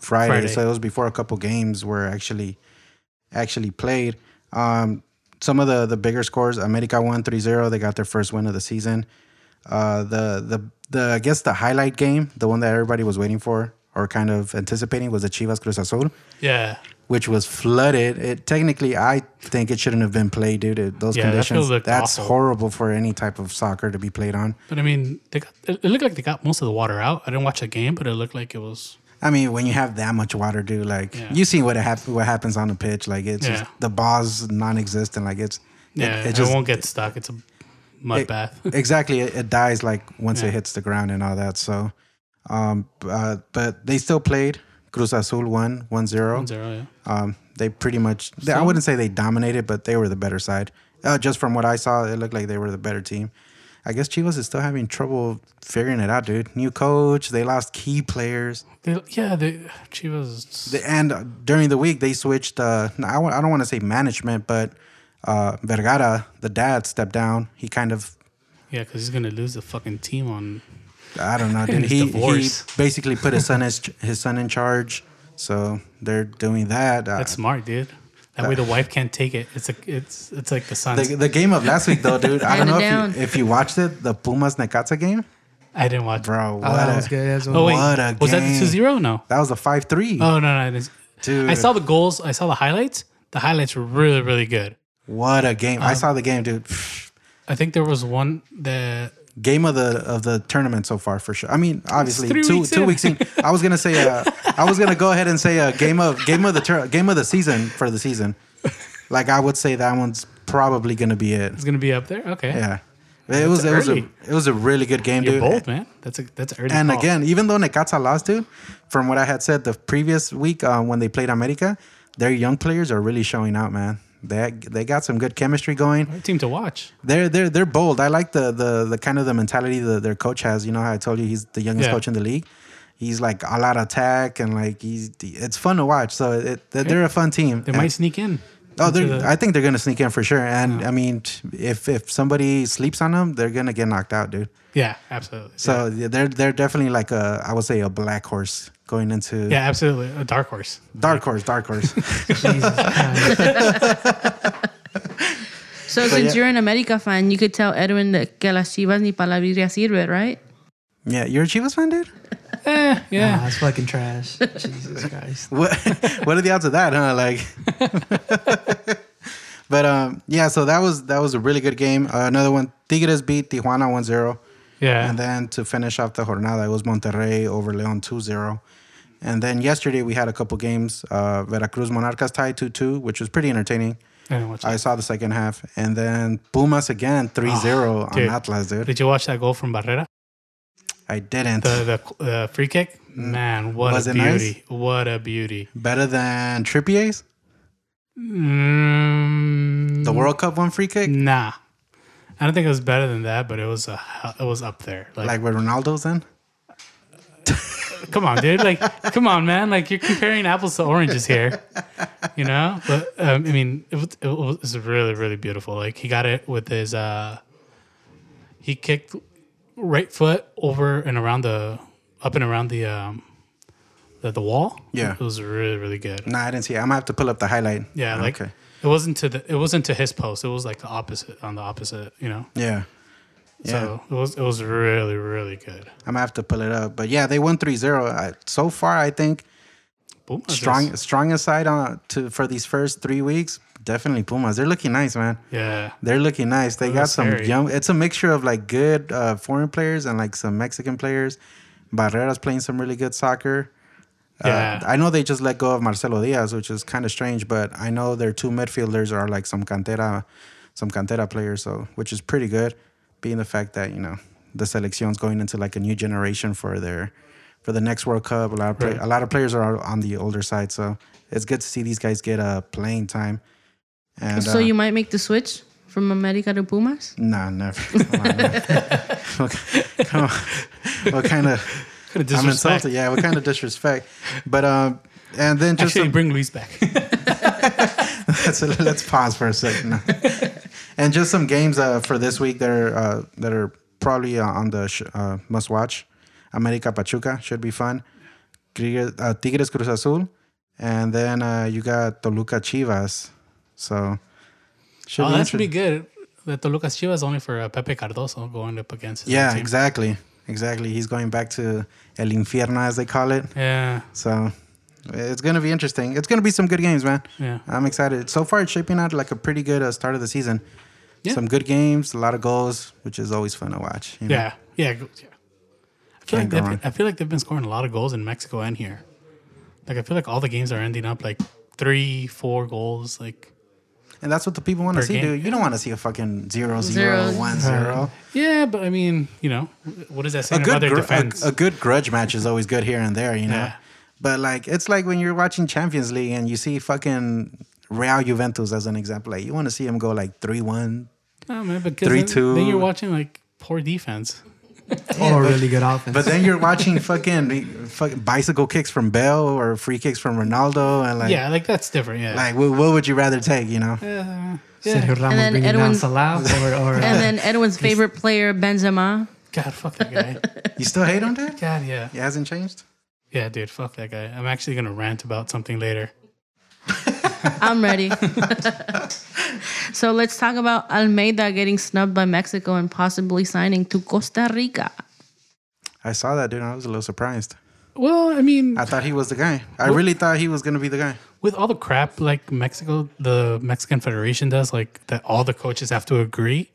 Speaker 4: Friday,
Speaker 3: Friday.
Speaker 4: so it was before a couple games were actually actually played. Um, some of the the bigger scores: America won 3-0. They got their first win of the season. Uh, the the the I guess the highlight game, the one that everybody was waiting for or kind of anticipating, was the Chivas Cruz Azul
Speaker 3: Yeah,
Speaker 4: which was flooded. It technically, I think it shouldn't have been played due to those
Speaker 3: Yeah, that
Speaker 4: conditions.
Speaker 3: field looked
Speaker 4: That's
Speaker 3: awful.
Speaker 4: horrible for any type of soccer to be played on.
Speaker 3: but I mean, they got it it looked like they got most of the water out. I didn't watch the game, but it looked like it was.
Speaker 4: I mean, when you have that much water, dude, like
Speaker 3: Yeah.
Speaker 4: you see what hap- what happens on the pitch. Like it's
Speaker 3: Yeah.
Speaker 4: just, the ball's non-existent. Like it's it-
Speaker 3: Yeah,
Speaker 4: it,
Speaker 3: it,
Speaker 4: just
Speaker 3: won't get stuck. It's a mud
Speaker 4: it-
Speaker 3: [laughs] bath.
Speaker 4: exactly it, it dies like once
Speaker 3: Yeah.
Speaker 4: it hits the ground and all that. So, um, b- uh, but they still played. Cruz Azul won 1-0.
Speaker 3: Zero, yeah.
Speaker 4: Um, they pretty much, they, I wouldn't say they dominated, but they were the better side. Uh, just from what I saw, it looked like they were the better team. I guess Chivas is still having trouble figuring it out, dude. New coach, they lost key players.
Speaker 3: They, yeah, they, Chivas.
Speaker 4: The- And uh, during the week, they switched, uh, no, I w- I don't want to say management, but uh, Vergara, the dad, stepped down. He kind of,
Speaker 3: yeah, because he's gonna lose the fucking team on.
Speaker 4: I don't
Speaker 5: [laughs]
Speaker 4: know, dude.
Speaker 3: His
Speaker 4: He, he
Speaker 3: divorce.
Speaker 4: basically put his son, as, his son in charge. So they're doing that. Uh,
Speaker 3: That's smart, dude. That way the wife can't take it. It's a, it's it's like the Suns.
Speaker 4: The, the game of last week, though, dude. I don't
Speaker 2: Hand it
Speaker 4: know if
Speaker 2: down.
Speaker 4: you, if you watched it, the Pumas Necaxa game,
Speaker 3: I didn't watch.
Speaker 4: bro. What
Speaker 5: Oh, that
Speaker 4: a-
Speaker 5: was good. That's
Speaker 3: Oh wait,
Speaker 4: What a
Speaker 3: was that
Speaker 4: game.
Speaker 3: the two zero? No.
Speaker 4: That was a five three.
Speaker 3: Oh no, no, I didn't-
Speaker 4: Dude.
Speaker 3: I saw the goals. I saw the highlights. The highlights were really, really good.
Speaker 4: What a game!
Speaker 5: Um,
Speaker 4: I saw the game, dude.
Speaker 3: I think there was one that
Speaker 4: Game of the of the tournament so far for sure. I mean, obviously
Speaker 3: three
Speaker 4: two
Speaker 3: weeks
Speaker 4: two
Speaker 3: in. [laughs]
Speaker 4: weeks in. I was gonna say uh, I was gonna go ahead and say uh, game of game of the tur- game of the season for the season. Like I would say that one's probably gonna be it.
Speaker 3: was gonna be up there. Okay.
Speaker 4: Yeah, it was it was a,
Speaker 3: early.
Speaker 4: it was a really good game,
Speaker 3: You're
Speaker 4: dude.
Speaker 3: bold, man. That's a that's an early.
Speaker 4: And
Speaker 3: call.
Speaker 4: again, even though Necaxa lost, dude, from what I had said the previous week uh, when they played America, their young players are really showing out, man. They they got some good chemistry going.
Speaker 3: Hard team to watch.
Speaker 4: They're they're they're bold. I like the the the kind of the mentality that their coach has. You know how I told you he's the youngest
Speaker 3: Yeah.
Speaker 4: coach in the league. He's like all out attack and like he's it's fun to watch. So it, they're a fun team.
Speaker 3: They might sneak in.
Speaker 4: Oh,
Speaker 3: into
Speaker 4: they're,
Speaker 3: the-
Speaker 4: I think they're gonna sneak in for sure. And I mean, t- if if somebody sleeps on them, they're gonna get knocked out, dude.
Speaker 3: yeah, absolutely.
Speaker 4: So yeah, they're they're definitely like a I would say a black horse going into
Speaker 3: yeah, absolutely. A dark horse.
Speaker 4: dark horse, dark
Speaker 3: [laughs]
Speaker 4: horse.
Speaker 5: Jesus Christ.
Speaker 2: So, since you're an America fan, you could tell Edwin that que las chivas ni para la vidria sirve, right?
Speaker 4: yeah, you're a Chivas fan, dude.
Speaker 5: Nah, that's Oh, fucking
Speaker 3: [laughs]
Speaker 5: trash. Jesus Christ.
Speaker 4: What [laughs] what are the odds of that, huh? Like, [laughs] but um, yeah. So that was that was a really good game. Uh, another one, Tigres beat Tijuana 1-0.
Speaker 3: Yeah.
Speaker 4: And then to finish off the jornada, it was Monterrey over León 2 0. And then yesterday we had a couple games. Uh, Veracruz Monarcas tied 2 2, which was pretty entertaining.
Speaker 3: I didn't watch
Speaker 4: I
Speaker 3: that.
Speaker 4: saw the second half. And then Pumas again 3 0 on
Speaker 3: Ah, dude.
Speaker 4: Atlas, dude.
Speaker 3: Did you watch that goal from Barrera?
Speaker 4: I didn't.
Speaker 3: The the the free kick? Man, what
Speaker 4: Mm. Was
Speaker 3: a
Speaker 4: it nice?
Speaker 3: beauty. What a beauty.
Speaker 4: Better than Trippier's?
Speaker 3: Mm,
Speaker 4: The World Cup one free kick?
Speaker 3: Nah. I don't think it was better than that, but it was a, it was up there. Like,
Speaker 4: Like with Ronaldo's in?
Speaker 3: come on, dude. Like, come on, man. Like, you're comparing apples to oranges here. You know, but um, I mean, it was, it was it was really, really beautiful. Like, he got it with his uh, he kicked right foot over and around the up and around the um, the, the wall.
Speaker 4: Yeah.
Speaker 3: it was really, really good.
Speaker 4: Nah, I didn't see it. I'm going to have to pull up the highlight. Ah,
Speaker 3: Yeah, like
Speaker 4: Oh, Okay.
Speaker 3: it wasn't to the it wasn't to his post. It was like the opposite on the opposite. You know,
Speaker 4: Yeah.
Speaker 3: so it was it was really, really good.
Speaker 4: I'm going to have to pull it up. But yeah, they won 3 0. So far, I think
Speaker 3: Pumas is-
Speaker 4: strong strongest side on to for these first three weeks. Definitely Pumas. They're looking nice, man.
Speaker 3: Yeah,
Speaker 4: They're looking nice. They got
Speaker 3: Oh, That's
Speaker 4: some
Speaker 3: scary.
Speaker 4: young. It's a mixture of like good uh, foreign players and like some Mexican players. Barrera's playing some really good soccer.
Speaker 3: yeah.
Speaker 4: Uh, I know they just let go of Marcelo Diaz, which is kind of strange, but I know their two midfielders are like some cantera, some cantera players, so which is pretty good, being the fact that you know the seleccion's going into like a new generation for their for the next World Cup. A lot of play,
Speaker 3: Right.
Speaker 4: a lot of players are on the older side, so it's good to see these guys get uh, playing time. And
Speaker 2: so,
Speaker 4: uh,
Speaker 2: you might make the switch from America to Pumas?
Speaker 4: Nah, never. Come on, man.
Speaker 3: [laughs]
Speaker 4: Come on. What kind
Speaker 3: Kinda
Speaker 4: of I'm
Speaker 3: disrespect.
Speaker 4: insulted. Yeah, what kind of disrespect? But um, and then just
Speaker 3: Actually,
Speaker 4: some-
Speaker 3: bring Luis back.
Speaker 4: so [laughs] let's pause for a
Speaker 3: [laughs]
Speaker 4: second. and just some games uh, for this week that are uh, that are probably uh, on the sh- uh, must watch. America Pachuca should be fun. Tigres, uh, Tigres Cruz Azul, and then uh, you got Toluca Chivas. So should
Speaker 3: Oh, that's
Speaker 4: interesting.
Speaker 3: pretty good. The Toluca Chivas only for uh, Pepe Cardoso going up against. His own
Speaker 4: Yeah,
Speaker 3: team.
Speaker 4: exactly, exactly. He's going back to El Infierno as they call it.
Speaker 3: Yeah,
Speaker 4: So it's gonna be interesting. It's gonna be some good games, man.
Speaker 3: yeah.
Speaker 4: I'm excited. So far, it's shaping out like a pretty good uh, start of the season.
Speaker 3: Yeah.
Speaker 4: Some good games, a lot of goals, which is always fun to watch. you know?
Speaker 3: Yeah, yeah, go- yeah. I feel,
Speaker 4: Can't
Speaker 3: like
Speaker 4: go wrong.
Speaker 3: they've, I feel like they've been scoring a lot of goals in Mexico and here. Like I feel like all the games are ending up like three, four goals. Like
Speaker 4: And that's what the people want to
Speaker 3: Per
Speaker 4: see,
Speaker 3: game.
Speaker 4: dude. You don't want to see a fucking zero, zero,
Speaker 2: Zero.
Speaker 4: one, zero.
Speaker 3: yeah, but I mean, you know, what does that say
Speaker 4: A
Speaker 3: about
Speaker 4: good,
Speaker 3: their
Speaker 4: gr- a,
Speaker 3: defense?
Speaker 4: a good grudge match is always good here and there, you know.
Speaker 3: Yeah.
Speaker 4: But like, it's like when you're watching Champions League and you see fucking Real Juventus as an example. Like, you want to see them go like three one.
Speaker 3: No, Oh, man, because
Speaker 4: three,
Speaker 3: then,
Speaker 4: two.
Speaker 3: then you're watching like poor defense.
Speaker 5: Or really good offense.
Speaker 4: But then you're
Speaker 3: [laughs]
Speaker 4: watching fucking, fucking bicycle kicks from Bell or free kicks from Ronaldo, and like,
Speaker 3: yeah, like that's different. Yeah,
Speaker 4: like what, what would you rather take? You know,
Speaker 3: yeah.
Speaker 5: Sergio Ramos
Speaker 2: then
Speaker 5: bringing down
Speaker 2: Edwin-
Speaker 4: [laughs]
Speaker 5: Salah or, or
Speaker 2: And then Edwin's favorite player, Benzema.
Speaker 3: God, fuck that
Speaker 4: [laughs]
Speaker 3: guy.
Speaker 4: you still hate him, dude?
Speaker 3: God, yeah.
Speaker 4: It hasn't changed.
Speaker 3: Yeah, dude, fuck that guy. I'm actually gonna rant about something later.
Speaker 2: I'm
Speaker 4: [laughs]
Speaker 2: ready. so, let's talk about Almeida getting snubbed by Mexico and possibly signing to Costa Rica.
Speaker 4: I saw that dude. and I was a little surprised.
Speaker 3: Well, I mean,
Speaker 4: I thought he was the guy. I really thought he was gonna be the guy.
Speaker 3: with all the crap like Mexico, the Mexican Federation does, like that all the coaches have to agree,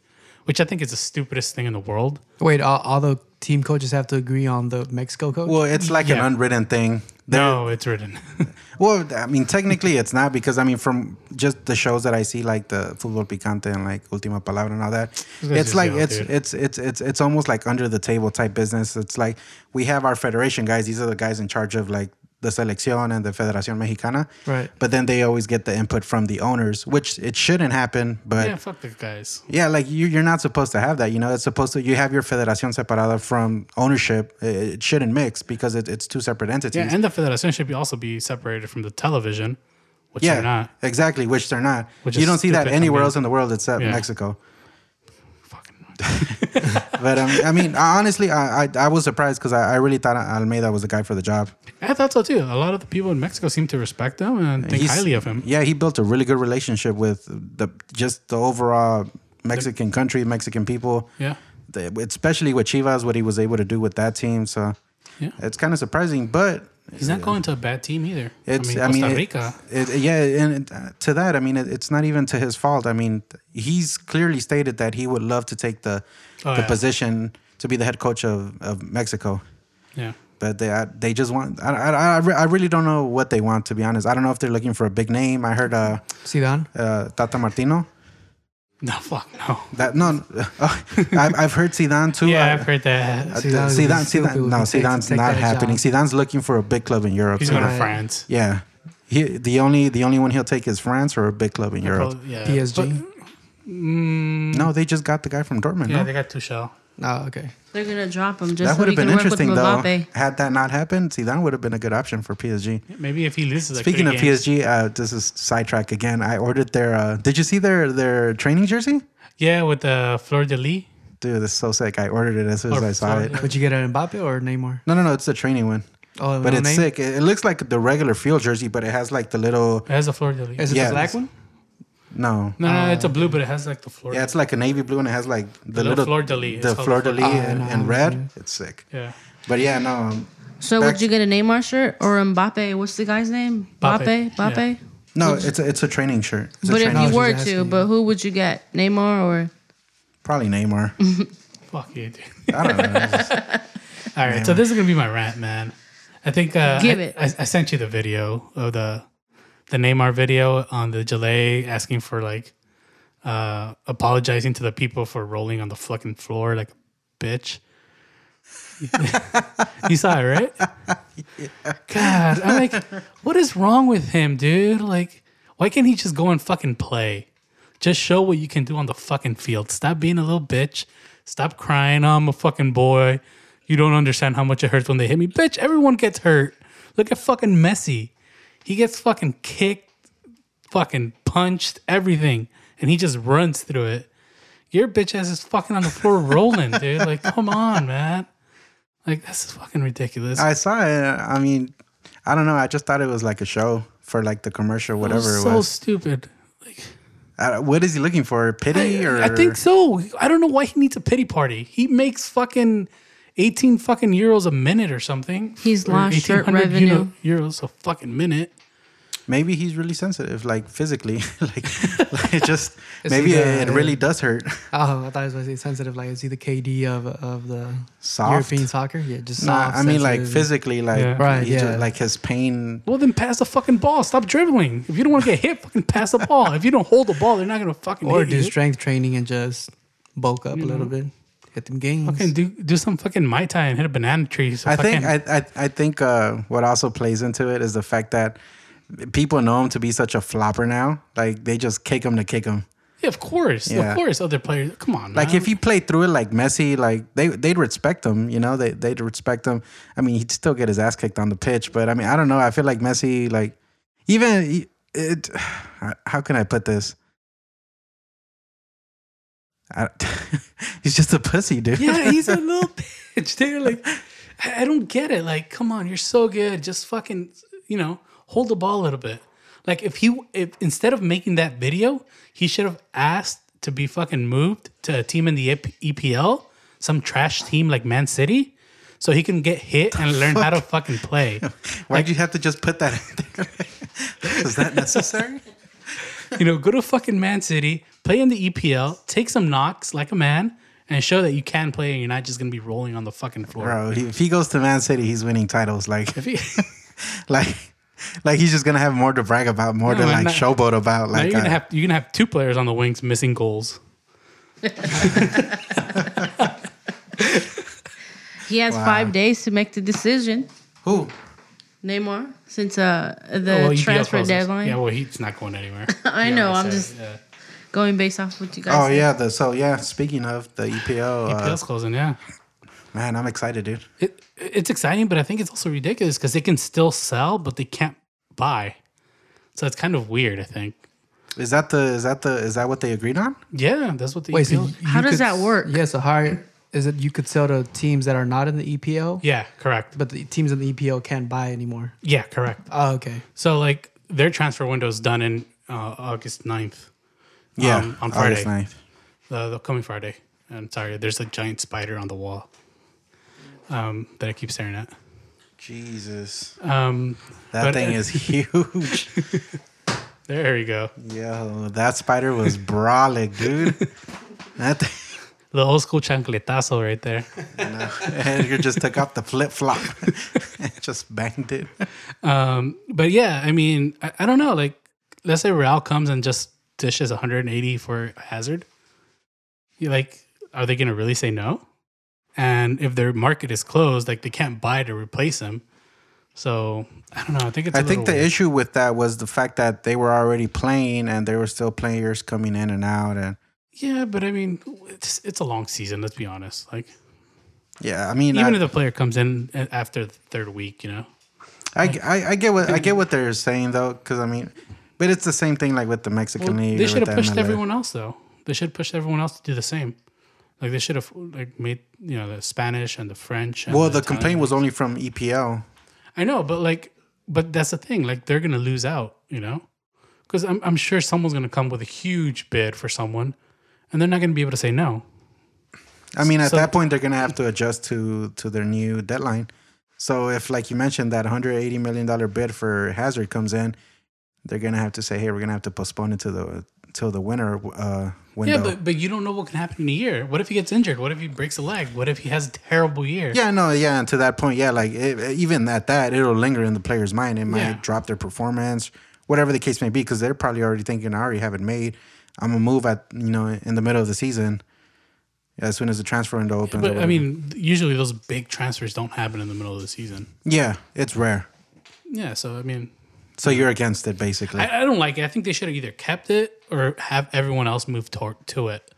Speaker 3: which I think is the stupidest thing in the world.
Speaker 5: wait, all, all the team coaches have to agree on the Mexico coach.
Speaker 4: Well, it's like an
Speaker 3: Yeah.
Speaker 4: unwritten thing.
Speaker 3: No, Oh, it's written. [laughs]
Speaker 4: Well, I mean, technically it's not because I mean, from just the shows that I see, like the Football Picante and like Ultima Palabra and all that,
Speaker 3: That's
Speaker 4: it's
Speaker 3: just
Speaker 4: like
Speaker 3: yellow,
Speaker 4: it's,
Speaker 3: dude.
Speaker 4: it's it's it's it's almost like under the table type business. It's like we have our federation guys; these are the guys in charge of like the selección and the Federación Mexicana.
Speaker 5: Right.
Speaker 4: But then they always get the input from the owners, which it shouldn't happen. But
Speaker 3: yeah, fuck the guys.
Speaker 4: Yeah, like you, you're not supposed to have that. You know, it's supposed to. You have your federación separada from ownership. It, it shouldn't mix because it, it's two separate entities.
Speaker 3: Yeah, and the Federation should be also be separated from the television, which
Speaker 4: yeah,
Speaker 3: they're not.
Speaker 4: exactly. Which they're not.
Speaker 3: Which
Speaker 4: you
Speaker 3: is
Speaker 4: don't see that
Speaker 3: stupid, I
Speaker 4: anywhere
Speaker 3: mean.
Speaker 4: else in the world except
Speaker 3: Yeah.
Speaker 4: Mexico.
Speaker 3: Fucking [laughs]
Speaker 4: But um, I mean, I, honestly, I, I I was surprised because I, I really thought Almeida was the guy for the job.
Speaker 3: I thought so too. A lot of the people in Mexico seem to respect him and think
Speaker 4: He's-
Speaker 3: highly of him.
Speaker 4: Yeah, he built a really good relationship with the just the overall Mexican country, Mexican people.
Speaker 3: Yeah.
Speaker 4: The- especially with Chivas, what he was able to do with that team. So
Speaker 3: Yeah.
Speaker 4: it's kind of surprising, but
Speaker 3: He's not going to a bad team either.
Speaker 4: It's,
Speaker 3: I mean, Costa
Speaker 4: it-
Speaker 3: Rica.
Speaker 4: It, yeah, and uh, to that, I mean, it, it's not even to his fault. I mean, he's clearly stated that he would love to take the
Speaker 3: Oh,
Speaker 4: the
Speaker 3: yeah.
Speaker 4: position to be the head coach of, of Mexico,
Speaker 3: yeah. [laughs]
Speaker 4: but they I, they just want. I, I, I, re- I really don't know what they want to be honest. I don't know if they're looking for a big name. I heard uh,
Speaker 5: Zidane.
Speaker 4: uh, Tata Martino.
Speaker 3: No, fuck no.
Speaker 4: That no, [laughs] oh, I've, I've heard Zidane too.
Speaker 3: Yeah,
Speaker 4: I-
Speaker 3: I've heard that.
Speaker 4: uh,
Speaker 5: Zidane would be
Speaker 4: Zidane,
Speaker 5: stupid
Speaker 4: Zidane,
Speaker 5: if
Speaker 4: no,
Speaker 5: he takes-
Speaker 4: Zidane's
Speaker 5: take
Speaker 4: not
Speaker 5: that job.
Speaker 4: happening. Zidane's looking for a big club in Europe.
Speaker 3: He's
Speaker 4: so-
Speaker 3: going to
Speaker 5: Right.
Speaker 3: France.
Speaker 4: yeah, he, the only the only one he'll take is France or a big club in Europe.
Speaker 3: Probably- yeah.
Speaker 5: PSG.
Speaker 3: Mm,
Speaker 4: No, they just got the guy from Dortmund.
Speaker 3: yeah,
Speaker 4: no?
Speaker 3: they got Tuchel.
Speaker 5: Oh, okay.
Speaker 2: They're gonna drop him just
Speaker 4: that
Speaker 2: so
Speaker 4: would
Speaker 2: he
Speaker 4: have
Speaker 2: can
Speaker 4: been
Speaker 2: work with
Speaker 4: interesting though.
Speaker 2: Mbappe.
Speaker 4: Had that not happened, see, that would have been a good option for PSG.
Speaker 3: Maybe if he loses, like
Speaker 4: Speaking of
Speaker 3: three games.
Speaker 4: PSG, uh, this is sidetrack again. I ordered their. Uh, did you see their their training jersey?
Speaker 3: yeah, with uh, Fleur de Lis.
Speaker 4: Dude, this is so sick. I ordered it as soon as
Speaker 3: Or
Speaker 4: I saw it.
Speaker 3: Florida.
Speaker 5: Would you get an Mbappe or Neymar?
Speaker 4: No, no, no. It's the training one,
Speaker 5: Oh,
Speaker 4: but
Speaker 5: no
Speaker 4: it's
Speaker 5: name?
Speaker 4: sick. It, it looks like the regular field jersey, but it has like the little
Speaker 3: It has a Fleur de Lis.
Speaker 5: Is it
Speaker 4: Yeah.
Speaker 5: the black one?
Speaker 4: no.
Speaker 3: no, no, it's a blue, but it has like the Fleur.
Speaker 4: Oh, Yeah, it's like a navy blue and it has like
Speaker 3: The
Speaker 4: the, little
Speaker 3: fleur de lis.
Speaker 4: the
Speaker 3: It's called
Speaker 4: fleur de lis
Speaker 5: fleur-
Speaker 4: and,
Speaker 5: Ah, no,
Speaker 4: and red.
Speaker 5: okay.
Speaker 4: It's sick.
Speaker 3: yeah.
Speaker 4: But yeah, no, um,
Speaker 2: So
Speaker 4: Back-
Speaker 2: would you get a Neymar shirt or Mbappe? What's the guy's name?
Speaker 3: Mbappe.
Speaker 2: Mbappe. Mbappe.
Speaker 4: no, it's a, it's a training shirt. It's a
Speaker 2: But if
Speaker 4: training
Speaker 5: I was
Speaker 2: you
Speaker 5: just
Speaker 2: were
Speaker 5: asking
Speaker 2: to,
Speaker 5: you.
Speaker 2: but who would you get? Neymar or
Speaker 4: probably Neymar.
Speaker 3: Fuck you, dude.
Speaker 4: I don't know.
Speaker 3: [laughs]
Speaker 4: [laughs]
Speaker 3: All right, so this is gonna be my rant, man. I think uh,
Speaker 2: Give
Speaker 3: I,
Speaker 2: it.
Speaker 3: I, I sent you the video of the the Neymar video on the Jalay asking for like uh, apologizing to the people for rolling on the fucking floor like a bitch. [laughs] you saw it,
Speaker 4: [laughs]
Speaker 3: right? God, I'm like, what is wrong with him, dude? Like, why can't he just go and fucking play? Just show what you can do on the fucking field. Stop being a little bitch. Stop crying. "Oh, I'm a fucking boy. You don't understand how much it hurts when they hit me. Bitch, everyone gets hurt. Look at fucking Messi. He gets fucking kicked, fucking punched, everything. And he just runs through it. Your bitch ass is fucking on the floor rolling, dude. Like, come on, man. Like, this is fucking ridiculous.
Speaker 4: I saw it. I mean, I don't know. I just thought it was like a show for like the commercial, whatever it was.
Speaker 3: so stupid. Like,
Speaker 4: Uh, what is he looking for? Pity or
Speaker 3: I think so. I don't know why he needs a pity party. He makes fucking eighteen fucking euros a minute or something.
Speaker 2: He's
Speaker 3: Or
Speaker 2: lost shirt
Speaker 3: 1800
Speaker 2: revenue.
Speaker 3: euro- euros a fucking minute.
Speaker 4: maybe he's really sensitive, like physically, [laughs] like, like it just
Speaker 5: Is
Speaker 4: maybe
Speaker 5: he
Speaker 4: it,
Speaker 5: the-
Speaker 4: it really does hurt.
Speaker 5: Oh, I thought it was going to say sensitive. Like, is he the KD of of the
Speaker 4: Soft?
Speaker 5: European soccer? Yeah, just
Speaker 4: Nah,
Speaker 5: soft.
Speaker 4: I mean, like
Speaker 5: Oh, sensitive.
Speaker 4: physically, like
Speaker 3: Yeah.
Speaker 5: Right,
Speaker 4: he
Speaker 5: yeah.
Speaker 4: just, like his pain.
Speaker 3: Well, then pass the fucking ball. Stop dribbling. If you don't want to get hit, fucking pass the ball. If you don't hold the ball, they're not gonna fucking
Speaker 5: Or
Speaker 3: hit
Speaker 5: do
Speaker 3: you.
Speaker 5: strength training and just bulk up a little
Speaker 2: Mm-hmm.
Speaker 5: bit. Hit them gains.
Speaker 3: Fucking do do some fucking mai tai and hit a banana tree. So
Speaker 4: I think
Speaker 3: fucking-
Speaker 4: I, I I think uh, what also plays into it is the fact that people know him to be such a flopper now. Like they just kick him to kick him.
Speaker 3: yeah, of course,
Speaker 4: Yeah.
Speaker 3: of course. Other players, come on.
Speaker 4: Like
Speaker 3: man.
Speaker 4: if he played through it like Messi, like they they'd respect him, you know, they they'd respect him. I mean, he'd still get his ass kicked on the pitch, but I mean, I don't know. I feel like Messi, like even e, it. [sighs] How can I put this? I, [laughs] he's just a pussy, dude.
Speaker 3: Yeah, he's a little bitch. They're like, I I don't get it. Like, come on, you're so good. Just fucking, you know, hold the ball a little bit. Like, if he, if instead of making that video, he should have asked to be fucking moved to a team in the E EP- EPL, some trash team like Man City, so he can get hit and learn how to fucking play.
Speaker 4: [laughs] Why'd you have to just put that? in
Speaker 3: [laughs]
Speaker 4: there? Is that necessary?
Speaker 3: you know, go to fucking Man City, play in the EPL, take some knocks like a man, and show that you can play and you're not just gonna be rolling on the fucking floor.
Speaker 4: Bro, he- if he goes to Man City, he's winning titles. Like,
Speaker 3: If he-
Speaker 4: [laughs] like, like he's just gonna have more to brag about, more
Speaker 3: No,
Speaker 4: to
Speaker 3: man,
Speaker 4: like
Speaker 3: not-
Speaker 4: showboat about.
Speaker 3: Now
Speaker 4: Like,
Speaker 3: you're gonna
Speaker 4: uh,
Speaker 3: have you're gonna have two players on the wings missing goals.
Speaker 2: he has five days to make the decision.
Speaker 4: who?
Speaker 2: Neymar, since uh
Speaker 3: Oh,
Speaker 2: the
Speaker 3: well, EPL
Speaker 2: transfer
Speaker 3: closes.
Speaker 2: deadline.
Speaker 3: Yeah, well, he's not going
Speaker 2: [laughs]
Speaker 3: anywhere.
Speaker 2: I know. I'm just
Speaker 3: Yeah.
Speaker 2: going based off what you guys.
Speaker 4: Oh
Speaker 2: said.
Speaker 4: yeah, the so yeah. Speaking of the EPL, uh,
Speaker 3: EPL's E closing. Yeah,
Speaker 4: man, I'm excited, dude.
Speaker 3: it, it's exciting, but I think it's also ridiculous because they can still sell, but they can't buy. So it's kind of weird, I think.
Speaker 4: Is that the is that the is that what they agreed
Speaker 3: Um,
Speaker 4: on?
Speaker 3: Yeah, that's what the E
Speaker 5: Wait, so
Speaker 3: EPL
Speaker 5: you
Speaker 2: E How does
Speaker 5: could-
Speaker 2: that work?
Speaker 5: Yeah, so how is it? You could sell to teams that are not in the EPL,
Speaker 3: Yeah, correct.
Speaker 5: but the teams in the EPL can't buy anymore.
Speaker 3: Yeah, correct.
Speaker 5: Oh, okay.
Speaker 3: So like their transfer window is done in uh, August 9th. um, on Friday.
Speaker 4: August 9th.
Speaker 3: uh, the, the coming Friday. I'm sorry, there's a giant spider on the wall um, that I keep staring at.
Speaker 4: Jesus,
Speaker 3: Um,
Speaker 4: that
Speaker 3: But-
Speaker 4: thing is huge.
Speaker 3: there you go.
Speaker 4: Yo, that spider
Speaker 3: [laughs]
Speaker 4: was brolic, dude. That thing,
Speaker 3: The old school chancletazo right there.
Speaker 4: Edgar just took off the flip flop, [laughs] just banged it.
Speaker 3: Um, but yeah, I mean, I, I don't know. Like, let's say Real comes and just dishes 180 for Hazard. You like, are they going to really say no? And if their market is closed, like they can't buy to replace him. So I don't know. I think it's. I
Speaker 4: I think the issue with that was the fact that they were already playing and there were still players coming in and out and
Speaker 3: Yeah, but I mean, it's it's a long season. Let's be honest. Like,
Speaker 4: yeah, I mean,
Speaker 3: even
Speaker 4: I,
Speaker 3: if the player comes in a- after the third week, you know.
Speaker 4: I, I, I get what I get what they're saying though, because I mean, but it's the same thing like with the Mexican
Speaker 3: Well,
Speaker 4: league.
Speaker 3: they
Speaker 4: or
Speaker 3: should
Speaker 4: with
Speaker 3: have
Speaker 4: the
Speaker 3: pushed
Speaker 4: MLS.
Speaker 3: everyone else though. They should have pushed everyone else to do the same. Like they should have like made you know the Spanish and the French. And
Speaker 4: Well, the
Speaker 3: Italian.
Speaker 4: complaint was only from E EPL.
Speaker 3: I know, but like, but that's the thing. Like they're gonna lose out, you know, because I'm I'm sure someone's gonna come with a huge bid for someone, and they're not gonna be able to say no.
Speaker 4: I mean, at
Speaker 3: So-
Speaker 4: that point, they're gonna have to adjust to to their new deadline. So if, like you mentioned, that 180 million dollar bid for Hazard comes in, they're gonna have to say, "Hey, we're gonna have to postpone it to the till the winter uh, window."
Speaker 3: Yeah, but but you don't know what can happen in a year. What if he gets injured? What if he breaks a leg? What if he has a terrible year?
Speaker 4: Yeah, no, yeah, and to that point, yeah, like it, even at that, it'll linger in the player's mind. It might
Speaker 3: Yeah.
Speaker 4: drop their performance, whatever the case may be, because they're probably already thinking, I already have it made. I'm gonna move at you know in the middle of the season, as soon as the transfer window opens. or
Speaker 3: But I
Speaker 4: whatever.
Speaker 3: mean, usually those big transfers don't happen in the middle of the season.
Speaker 4: yeah, it's rare.
Speaker 3: Yeah, so I mean,
Speaker 4: So you're against it, basically.
Speaker 3: I, I don't like it. I think they should have either kept it or have everyone else move to, to it.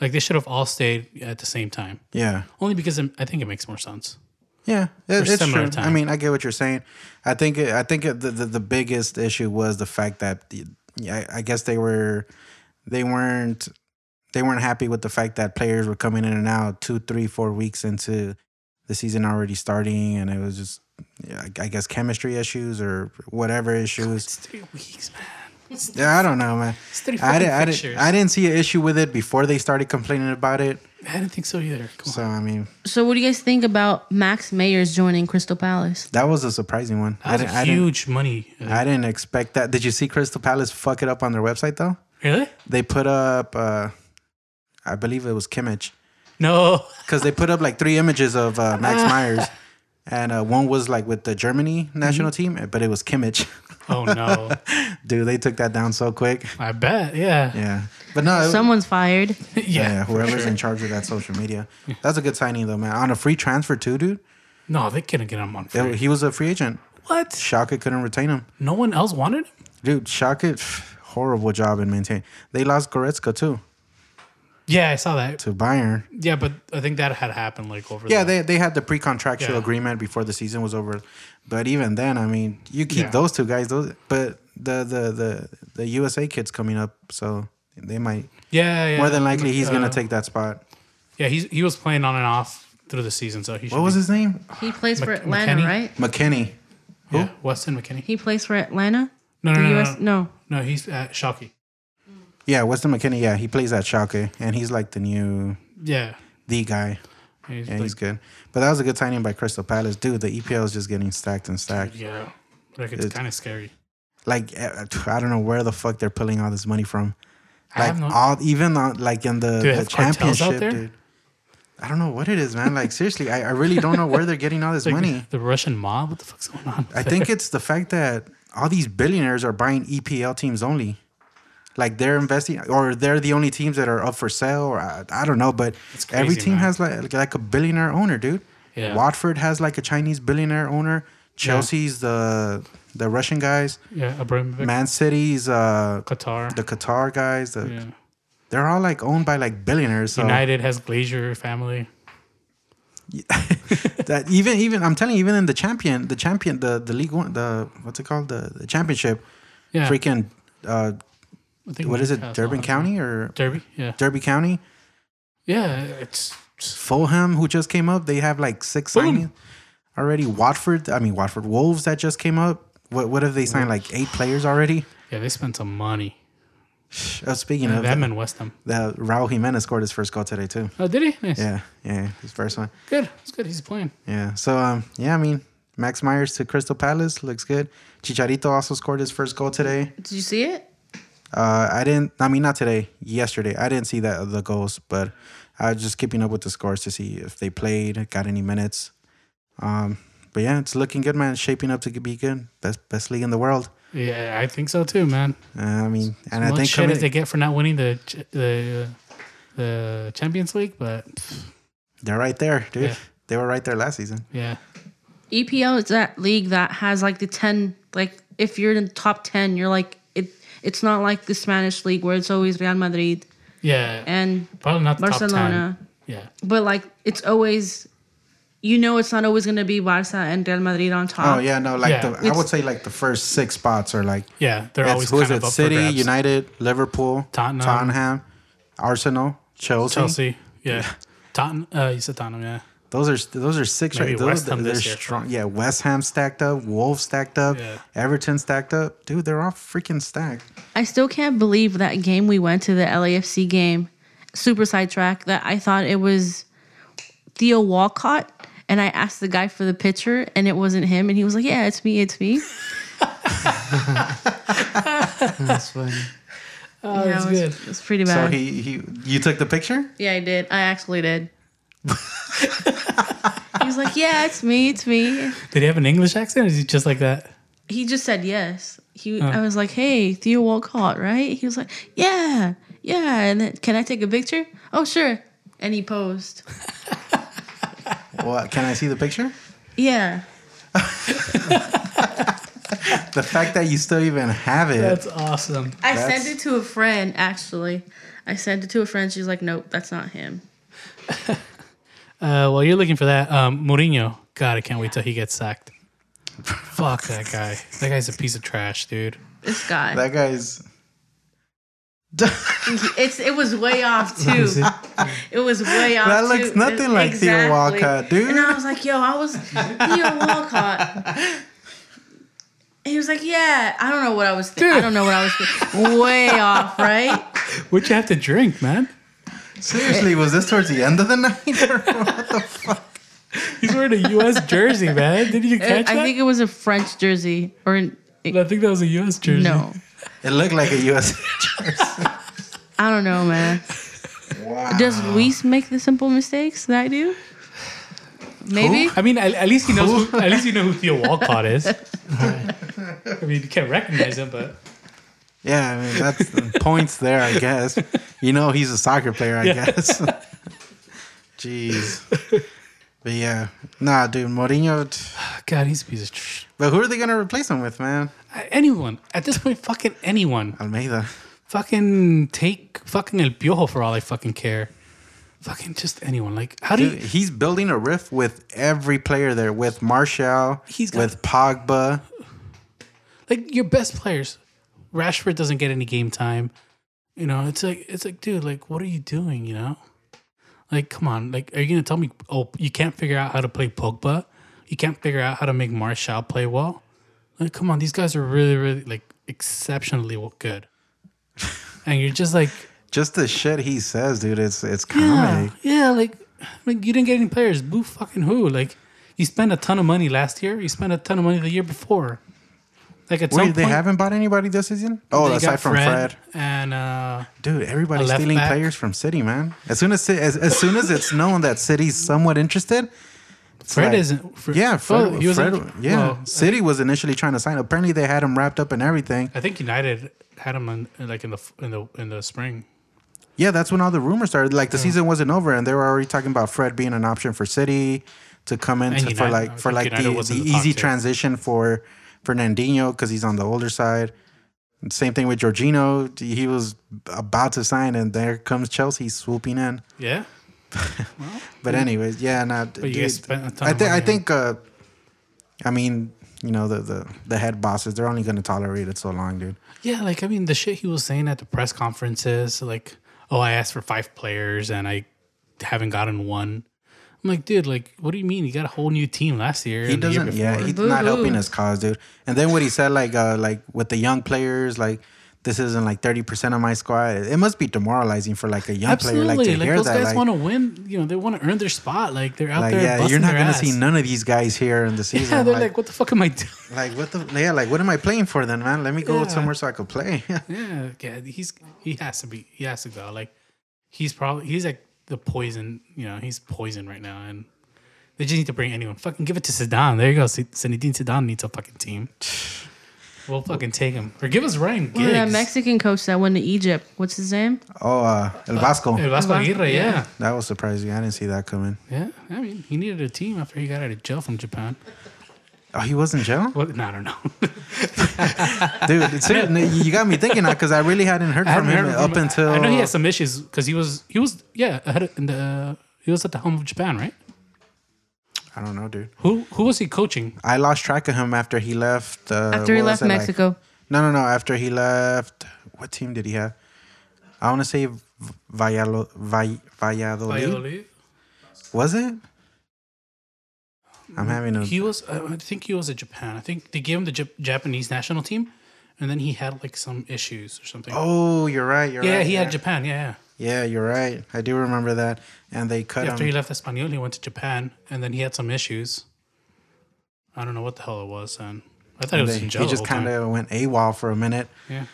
Speaker 3: Like they should have all stayed at the same time.
Speaker 4: yeah,
Speaker 3: Only because I'm- I think it makes more sense.
Speaker 4: yeah, it, it's
Speaker 3: similar
Speaker 4: true. I
Speaker 3: time.
Speaker 4: mean, I get what you're saying. I think it, I think it, the, the the biggest issue was the fact that the- yeah, I I guess they were they weren't they weren't happy with the fact that players were coming in and out two, three, four weeks into the season already starting, and it was just yeah, I- I guess chemistry issues or whatever issues.
Speaker 3: It's three weeks, man.
Speaker 4: Yeah, I don't know, man.
Speaker 3: It's three
Speaker 4: I
Speaker 3: fucking
Speaker 4: didn't, I,
Speaker 3: pictures.
Speaker 4: didn't, I didn't see an issue with it before they started complaining about it.
Speaker 3: I didn't think so either. Come
Speaker 4: So
Speaker 3: on.
Speaker 4: I mean,
Speaker 2: So, what do you guys think about Max Mayer's joining Crystal Palace?
Speaker 4: that was a surprising one. I
Speaker 3: That was
Speaker 4: didn't,
Speaker 3: a
Speaker 4: I didn't-
Speaker 3: huge money. uh,
Speaker 4: I didn't expect that. Did you see Crystal Palace fuck it up on their website though?
Speaker 3: really?
Speaker 4: They put up, uh, I believe it was Kimmich,
Speaker 3: No.
Speaker 4: because they put up like three images of uh,
Speaker 3: [laughs]
Speaker 4: Max Myers, and uh, one was like with the Germany national
Speaker 3: Mm-hmm.
Speaker 4: team, but it was Kimmich. [laughs]
Speaker 3: Oh no.
Speaker 4: Dude, they took that down so quick.
Speaker 3: I bet. Yeah.
Speaker 4: Yeah, but no, it-
Speaker 2: Someone's fired.
Speaker 3: [laughs] Yeah.
Speaker 4: yeah,
Speaker 3: for
Speaker 4: whoever's
Speaker 3: sure.
Speaker 4: in charge of that social media, that's a good signing though, man. On a free transfer too, dude.
Speaker 3: No, they couldn't get him on.
Speaker 4: It-
Speaker 3: Free.
Speaker 4: he was a free agent.
Speaker 3: what?
Speaker 4: Schalke couldn't retain him,
Speaker 3: No one else wanted him.
Speaker 4: dude. Schalke, pff, horrible job in maintaining. They lost Goretzka too
Speaker 3: Yeah, I saw that.
Speaker 4: to Bayern.
Speaker 3: Yeah, but I think that had happened like over.
Speaker 4: Yeah,
Speaker 3: the-
Speaker 4: they, they had the pre contractual
Speaker 3: Yeah.
Speaker 4: agreement before the season was over, but even then, I mean, you keep
Speaker 3: Yeah.
Speaker 4: those two guys. Those, but the the the the USA kids coming up, so they might
Speaker 3: Yeah, yeah.
Speaker 4: more than likely he's
Speaker 3: Uh,
Speaker 4: gonna take that spot.
Speaker 3: Yeah, he's, he was playing on and off through the season, so he. Should
Speaker 4: What was
Speaker 3: be,
Speaker 4: his name?
Speaker 2: He plays for
Speaker 3: Mc-
Speaker 2: Atlanta,
Speaker 3: McKennie?
Speaker 2: right?
Speaker 4: McKinney.
Speaker 3: Yeah, Weston McKinney.
Speaker 2: He plays for Atlanta.
Speaker 3: no, no,
Speaker 2: The
Speaker 3: no, no,
Speaker 2: US?
Speaker 3: no,
Speaker 2: No.
Speaker 3: no. He's at Shockey.
Speaker 4: Yeah, Weston McKinney. Yeah, he plays at Schalke, and he's like the new
Speaker 3: Yeah,
Speaker 4: the guy.
Speaker 3: he's
Speaker 4: Yeah,
Speaker 3: like,
Speaker 4: he's good. But that was a good signing by Crystal Palace, dude. The EPL is just getting stacked and stacked.
Speaker 3: yeah. Like it's
Speaker 4: It's-
Speaker 3: kind of scary.
Speaker 4: Like eh, I don't know where the fuck they're pulling all this money from.
Speaker 3: I
Speaker 4: like
Speaker 3: have no-
Speaker 4: all even on, like in the,
Speaker 3: Do they
Speaker 4: the
Speaker 3: have cartels out
Speaker 4: championship,
Speaker 3: there?
Speaker 4: dude. I don't know what it is, man. Like seriously, I, I really don't know where they're getting all
Speaker 3: [laughs]
Speaker 4: this
Speaker 3: Like,
Speaker 4: money.
Speaker 3: The Russian mob. What the fuck's going on? [laughs]
Speaker 4: I think it's the fact that all these billionaires are buying EPL teams only. Like they're investing, or they're the only teams that are up for sale, or I, I don't know. But
Speaker 3: crazy,
Speaker 4: every team
Speaker 3: man.
Speaker 4: has like, like a billionaire owner, dude.
Speaker 3: Yeah.
Speaker 4: Watford has like a Chinese billionaire owner. Chelsea's the the Russian guys.
Speaker 3: yeah, Abramovich,
Speaker 4: Man City's uh,
Speaker 3: Qatar.
Speaker 4: the Qatar guys. The,
Speaker 3: yeah.
Speaker 4: They're all like owned by like billionaires. So
Speaker 3: United has Glazier family.
Speaker 4: that even even I'm telling you, even in the champion, the champion, the the league one, the what's it called, the, the championship,
Speaker 3: Yeah.
Speaker 4: Freaking uh,
Speaker 3: I think
Speaker 4: what
Speaker 3: we
Speaker 4: is it?
Speaker 3: passed
Speaker 4: Durban
Speaker 3: on.
Speaker 4: County or
Speaker 3: Derby. Yeah.
Speaker 4: Derby County?
Speaker 3: Yeah. It's. it's-
Speaker 4: Fulham, who just came up, they have like six signings already. Watford, I mean Watford Wolves that just came up. What what have they signed like eight players already?
Speaker 3: Yeah, they spent some money.
Speaker 4: Uh, speaking
Speaker 3: Yeah,
Speaker 4: of
Speaker 3: them
Speaker 4: that,
Speaker 3: and West Ham.
Speaker 4: the Raul Jimenez scored his first goal today too.
Speaker 3: Oh, did he? Nice.
Speaker 4: Yeah, yeah, his first one.
Speaker 3: Good. It's good. He's playing.
Speaker 4: Yeah. So um, yeah, I mean Max Myers to Crystal Palace looks good. Chicharito also scored his first goal today.
Speaker 2: Did you see it?
Speaker 4: Uh, I didn't. I mean, not today. Yesterday, I didn't see that the goals, but I was just keeping up with the scores to see if they played, got any minutes. Um, but yeah, it's looking good, man. It's Shaping up to be good. Best best league in the world.
Speaker 3: Yeah, I think so too, man.
Speaker 4: Uh, I mean, and
Speaker 3: As
Speaker 4: I
Speaker 3: much
Speaker 4: think
Speaker 3: shit
Speaker 4: coming,
Speaker 3: as they get for not winning the ch- the the Champions League, but pff,
Speaker 4: they're right there, dude.
Speaker 3: Yeah.
Speaker 4: They were right there last season.
Speaker 3: yeah,
Speaker 2: EPL E is that league that has like the ten like if you're in the top ten, you're like it it's not like the Spanish league where it's always Real Madrid
Speaker 3: yeah,
Speaker 2: and
Speaker 3: probably not the
Speaker 2: Barcelona.
Speaker 3: top ten. Yeah,
Speaker 2: But like it's always you know it's not always gonna be Barca and Real Madrid on top.
Speaker 4: Oh yeah, no, like
Speaker 3: Yeah.
Speaker 4: the I would say like the first six spots are like
Speaker 3: yeah, they're
Speaker 4: it's,
Speaker 3: always
Speaker 4: who is
Speaker 3: kind of
Speaker 4: it?
Speaker 3: up
Speaker 4: City,
Speaker 3: for grabs.
Speaker 4: United, Liverpool,
Speaker 3: Tottenham.
Speaker 4: Tottenham, Arsenal, Chelsea.
Speaker 3: Chelsea, yeah, Tottenham. Uh, you said Tottenham, yeah,
Speaker 4: Those are those are six
Speaker 3: Maybe
Speaker 4: right. Those,
Speaker 3: West Ham
Speaker 4: they're
Speaker 3: this year.
Speaker 4: strong. Yeah, West Ham stacked up, Wolves stacked up,
Speaker 3: Yeah.
Speaker 4: Everton stacked up. Dude, they're all freaking stacked.
Speaker 2: I still can't believe that game we went to the LAFC game, super sidetrack, that I thought it was Theo Walcott. And I asked the guy for the picture and it wasn't him. And he was like, Yeah, it's me, it's me. [laughs]
Speaker 5: That's funny.
Speaker 3: oh,
Speaker 2: yeah, it was, It was pretty bad.
Speaker 4: So he he you took the picture?
Speaker 2: yeah, I did. I actually
Speaker 4: [laughs]
Speaker 2: did. he was like, Yeah, it's me, it's me.
Speaker 3: Did he have an English accent? Or is he just like that?
Speaker 2: He just said yes. He, I was like, Hey, Theo Walcott, right? He was like, Yeah, yeah. And then, can I take a picture? Oh, sure. And he posed.
Speaker 4: What can I see the picture?
Speaker 2: Yeah.
Speaker 4: The fact that you still even have it.
Speaker 3: That's awesome.
Speaker 2: I
Speaker 4: That's-
Speaker 2: sent it to a friend, actually. I sent it to a friend. She's like, nope, that's not him.
Speaker 3: Uh, well, you're looking for that. Um, Mourinho. God, I can't wait till he gets sacked. Fuck that guy. That guy's a piece of trash, dude.
Speaker 2: This guy.
Speaker 4: that guy's
Speaker 2: it's it was way
Speaker 4: [laughs]
Speaker 2: off too. it was way off.
Speaker 4: That looks
Speaker 2: too.
Speaker 4: nothing like Theo Walcott, dude.
Speaker 2: And I was like, yo, I was Theo Walcott. And he was like, yeah, I don't know what I was thinking. I don't know what I was thinking. Way off,
Speaker 4: [laughs]
Speaker 2: right?
Speaker 3: What'd you have to drink, man?
Speaker 4: seriously. Was this towards the end of the night?
Speaker 3: He's wearing a U.S. jersey, man. Did you
Speaker 2: Uh, I
Speaker 3: catch that?
Speaker 2: think it was a French jersey or an,
Speaker 3: I think that was a U.S. jersey.
Speaker 2: no.
Speaker 4: it looked like a U.S.
Speaker 2: I don't know, man.
Speaker 4: [laughs] wow.
Speaker 2: Does Luis make the simple mistakes that I do? Maybe.
Speaker 3: I mean, at, at least he
Speaker 4: [laughs]
Speaker 3: knows. Who, at least you know who Theo Walcott
Speaker 2: [laughs]
Speaker 3: is. I mean, you can't recognize him, but
Speaker 4: Yeah, I mean that's
Speaker 3: [laughs]
Speaker 4: the points there. I guess you know he's a soccer player.
Speaker 3: [laughs]
Speaker 4: I guess. Jeez. But yeah, nah, dude, Mourinho. t-
Speaker 3: God, he's a piece of tr-
Speaker 4: But who are they gonna replace him with, man?
Speaker 3: anyone at this point. Fucking anyone.
Speaker 4: Almeida.
Speaker 3: Fucking take fucking El Piojo for all I fucking care. Fucking just anyone. Like, how do
Speaker 4: Dude,
Speaker 3: you?
Speaker 4: he's building a riff with every player there, with Martial,
Speaker 3: He's got-
Speaker 4: with Pogba.
Speaker 3: like your best players. Rashford doesn't get any game time. You know, it's like it's like, dude, like what are you doing? You know, like come on, like are you gonna tell me? Oh, you can't figure out how to play Pogba. You can't figure out how to make Marshall play well. Like come on, these guys are really, really like exceptionally good. and you're just like,
Speaker 4: Just the shit he says, dude. It's it's
Speaker 3: yeah,
Speaker 4: comedy.
Speaker 3: yeah, like like you didn't get any players. Boo fucking who? Like you spent a ton of money last year. You spent a ton of money the year before. Like at some
Speaker 4: Wait, they
Speaker 3: point,
Speaker 4: haven't bought anybody this season? Oh,
Speaker 3: they
Speaker 4: aside
Speaker 3: got
Speaker 4: from Fred.
Speaker 3: And uh,
Speaker 4: Dude, everybody's
Speaker 3: A left
Speaker 4: stealing
Speaker 3: back.
Speaker 4: players from City, man. As soon as Ci- as, as soon as it's known that City's somewhat interested, it's
Speaker 3: Fred
Speaker 4: like-
Speaker 3: isn't. Fr-
Speaker 4: Yeah, Fred.
Speaker 3: Oh, he was
Speaker 4: Fred-
Speaker 3: in-
Speaker 4: yeah,
Speaker 3: well,
Speaker 4: City was initially trying to sign. Apparently, they had him wrapped up and everything.
Speaker 3: I think United had him in, like in the f- in the in the spring.
Speaker 4: Yeah, that's when all the rumors started. Like the season wasn't over, and they were already talking about Fred being an option for City to come in
Speaker 3: And
Speaker 4: to, for
Speaker 3: United.
Speaker 4: like
Speaker 3: I
Speaker 4: for
Speaker 3: think
Speaker 4: like
Speaker 3: United
Speaker 4: the,
Speaker 3: was
Speaker 4: the
Speaker 3: in the top
Speaker 4: easy
Speaker 3: two.
Speaker 4: transition for Fernandinho because he's on the older side. Same thing with Jorginho. He was about to sign, and there comes Chelsea swooping in.
Speaker 3: Yeah,
Speaker 4: But anyways, yeah, no.
Speaker 3: you guys spent a ton
Speaker 4: I
Speaker 3: of
Speaker 4: think
Speaker 3: money
Speaker 4: I
Speaker 3: on-
Speaker 4: think uh I mean you know the the, the head bosses. They're only going to tolerate it so long, dude.
Speaker 3: Yeah, like I mean, the shit he was saying at the press conferences, like, oh, I asked for five players and I haven't gotten one. I'm like, dude, like, what do you mean? You got a whole new team last year.
Speaker 4: He
Speaker 3: and the year
Speaker 4: doesn't. Yeah,
Speaker 3: before.
Speaker 4: he's
Speaker 2: Boo-hoo.
Speaker 4: not helping his cause, dude. And then what he said, like, uh, like with the young players, like this isn't like thirty percent of my squad. It must be demoralizing for like a young
Speaker 3: Absolutely,
Speaker 4: player, like
Speaker 3: like,
Speaker 4: to hear
Speaker 3: those
Speaker 4: that,
Speaker 3: guys
Speaker 4: like,
Speaker 3: want to win. You know, they want to earn their spot. Like they're out
Speaker 4: like
Speaker 3: there.
Speaker 4: yeah,
Speaker 3: busting
Speaker 4: you're not
Speaker 3: their
Speaker 4: gonna
Speaker 3: ass.
Speaker 4: see none of these guys here in the
Speaker 3: [laughs]
Speaker 4: season.
Speaker 3: Yeah, they're like,
Speaker 4: like,
Speaker 3: what the fuck am I doing? [laughs]
Speaker 4: like, what the yeah, like what am I playing for then, man? Let me go
Speaker 3: Yeah.
Speaker 4: somewhere so I could play. [laughs]
Speaker 3: Yeah, yeah, he's he has to be he has to go. Like he's probably he's like the poison. You know, he's poison right now, and they just need to bring anyone. Fucking give it to Sedan. There you go. Se- Zinedine Sedan needs a fucking team. [sighs] We'll fucking take him or give us Ryan Giggs.
Speaker 2: Well, that Mexican coach that went to Egypt. What's his name?
Speaker 4: oh, uh, El Vasco.
Speaker 3: El Vasco
Speaker 2: Vasco,
Speaker 3: Aguirre, yeah.
Speaker 2: yeah.
Speaker 4: That was surprising. I didn't see that coming.
Speaker 3: yeah, I mean, he needed a team after he got out of jail from Japan.
Speaker 4: Oh, he was in jail,
Speaker 3: What? No, [laughs] I don't know. [laughs]
Speaker 4: dude. Seriously, you got me thinking because I really hadn't heard
Speaker 3: I
Speaker 4: from
Speaker 3: haven't
Speaker 4: him
Speaker 3: heard
Speaker 4: up
Speaker 3: him.
Speaker 4: until
Speaker 3: I know he had some issues because he was he was yeah ahead of, in the he was at the helm of Japan, right?
Speaker 4: I don't know, dude.
Speaker 3: Who who was he coaching?
Speaker 4: I lost track of him after he left. Uh,
Speaker 2: After he
Speaker 4: what
Speaker 2: left
Speaker 4: was it, like-
Speaker 2: Mexico.
Speaker 4: no, no, no. After he left, what team did he have? I want to say V- Vallalo, Vall- Valladolid. Was it? I'm having a.
Speaker 3: He was. Uh, I think he was at Japan. I think they gave him the Jap- Japanese national team, and then he had like some issues or something.
Speaker 4: oh, you're right. You're
Speaker 3: yeah,
Speaker 4: right.
Speaker 3: he
Speaker 4: yeah.
Speaker 3: had Japan. Yeah,
Speaker 4: Yeah, you're right. I do remember that. And they cut
Speaker 3: yeah. After
Speaker 4: him.
Speaker 3: he left Espanol, he went to Japan, and then he had some issues. I don't know what the hell it was, and I thought it was
Speaker 4: They-
Speaker 3: in jail.
Speaker 4: he just kind of went AWOL for a minute. [laughs]
Speaker 3: Yeah.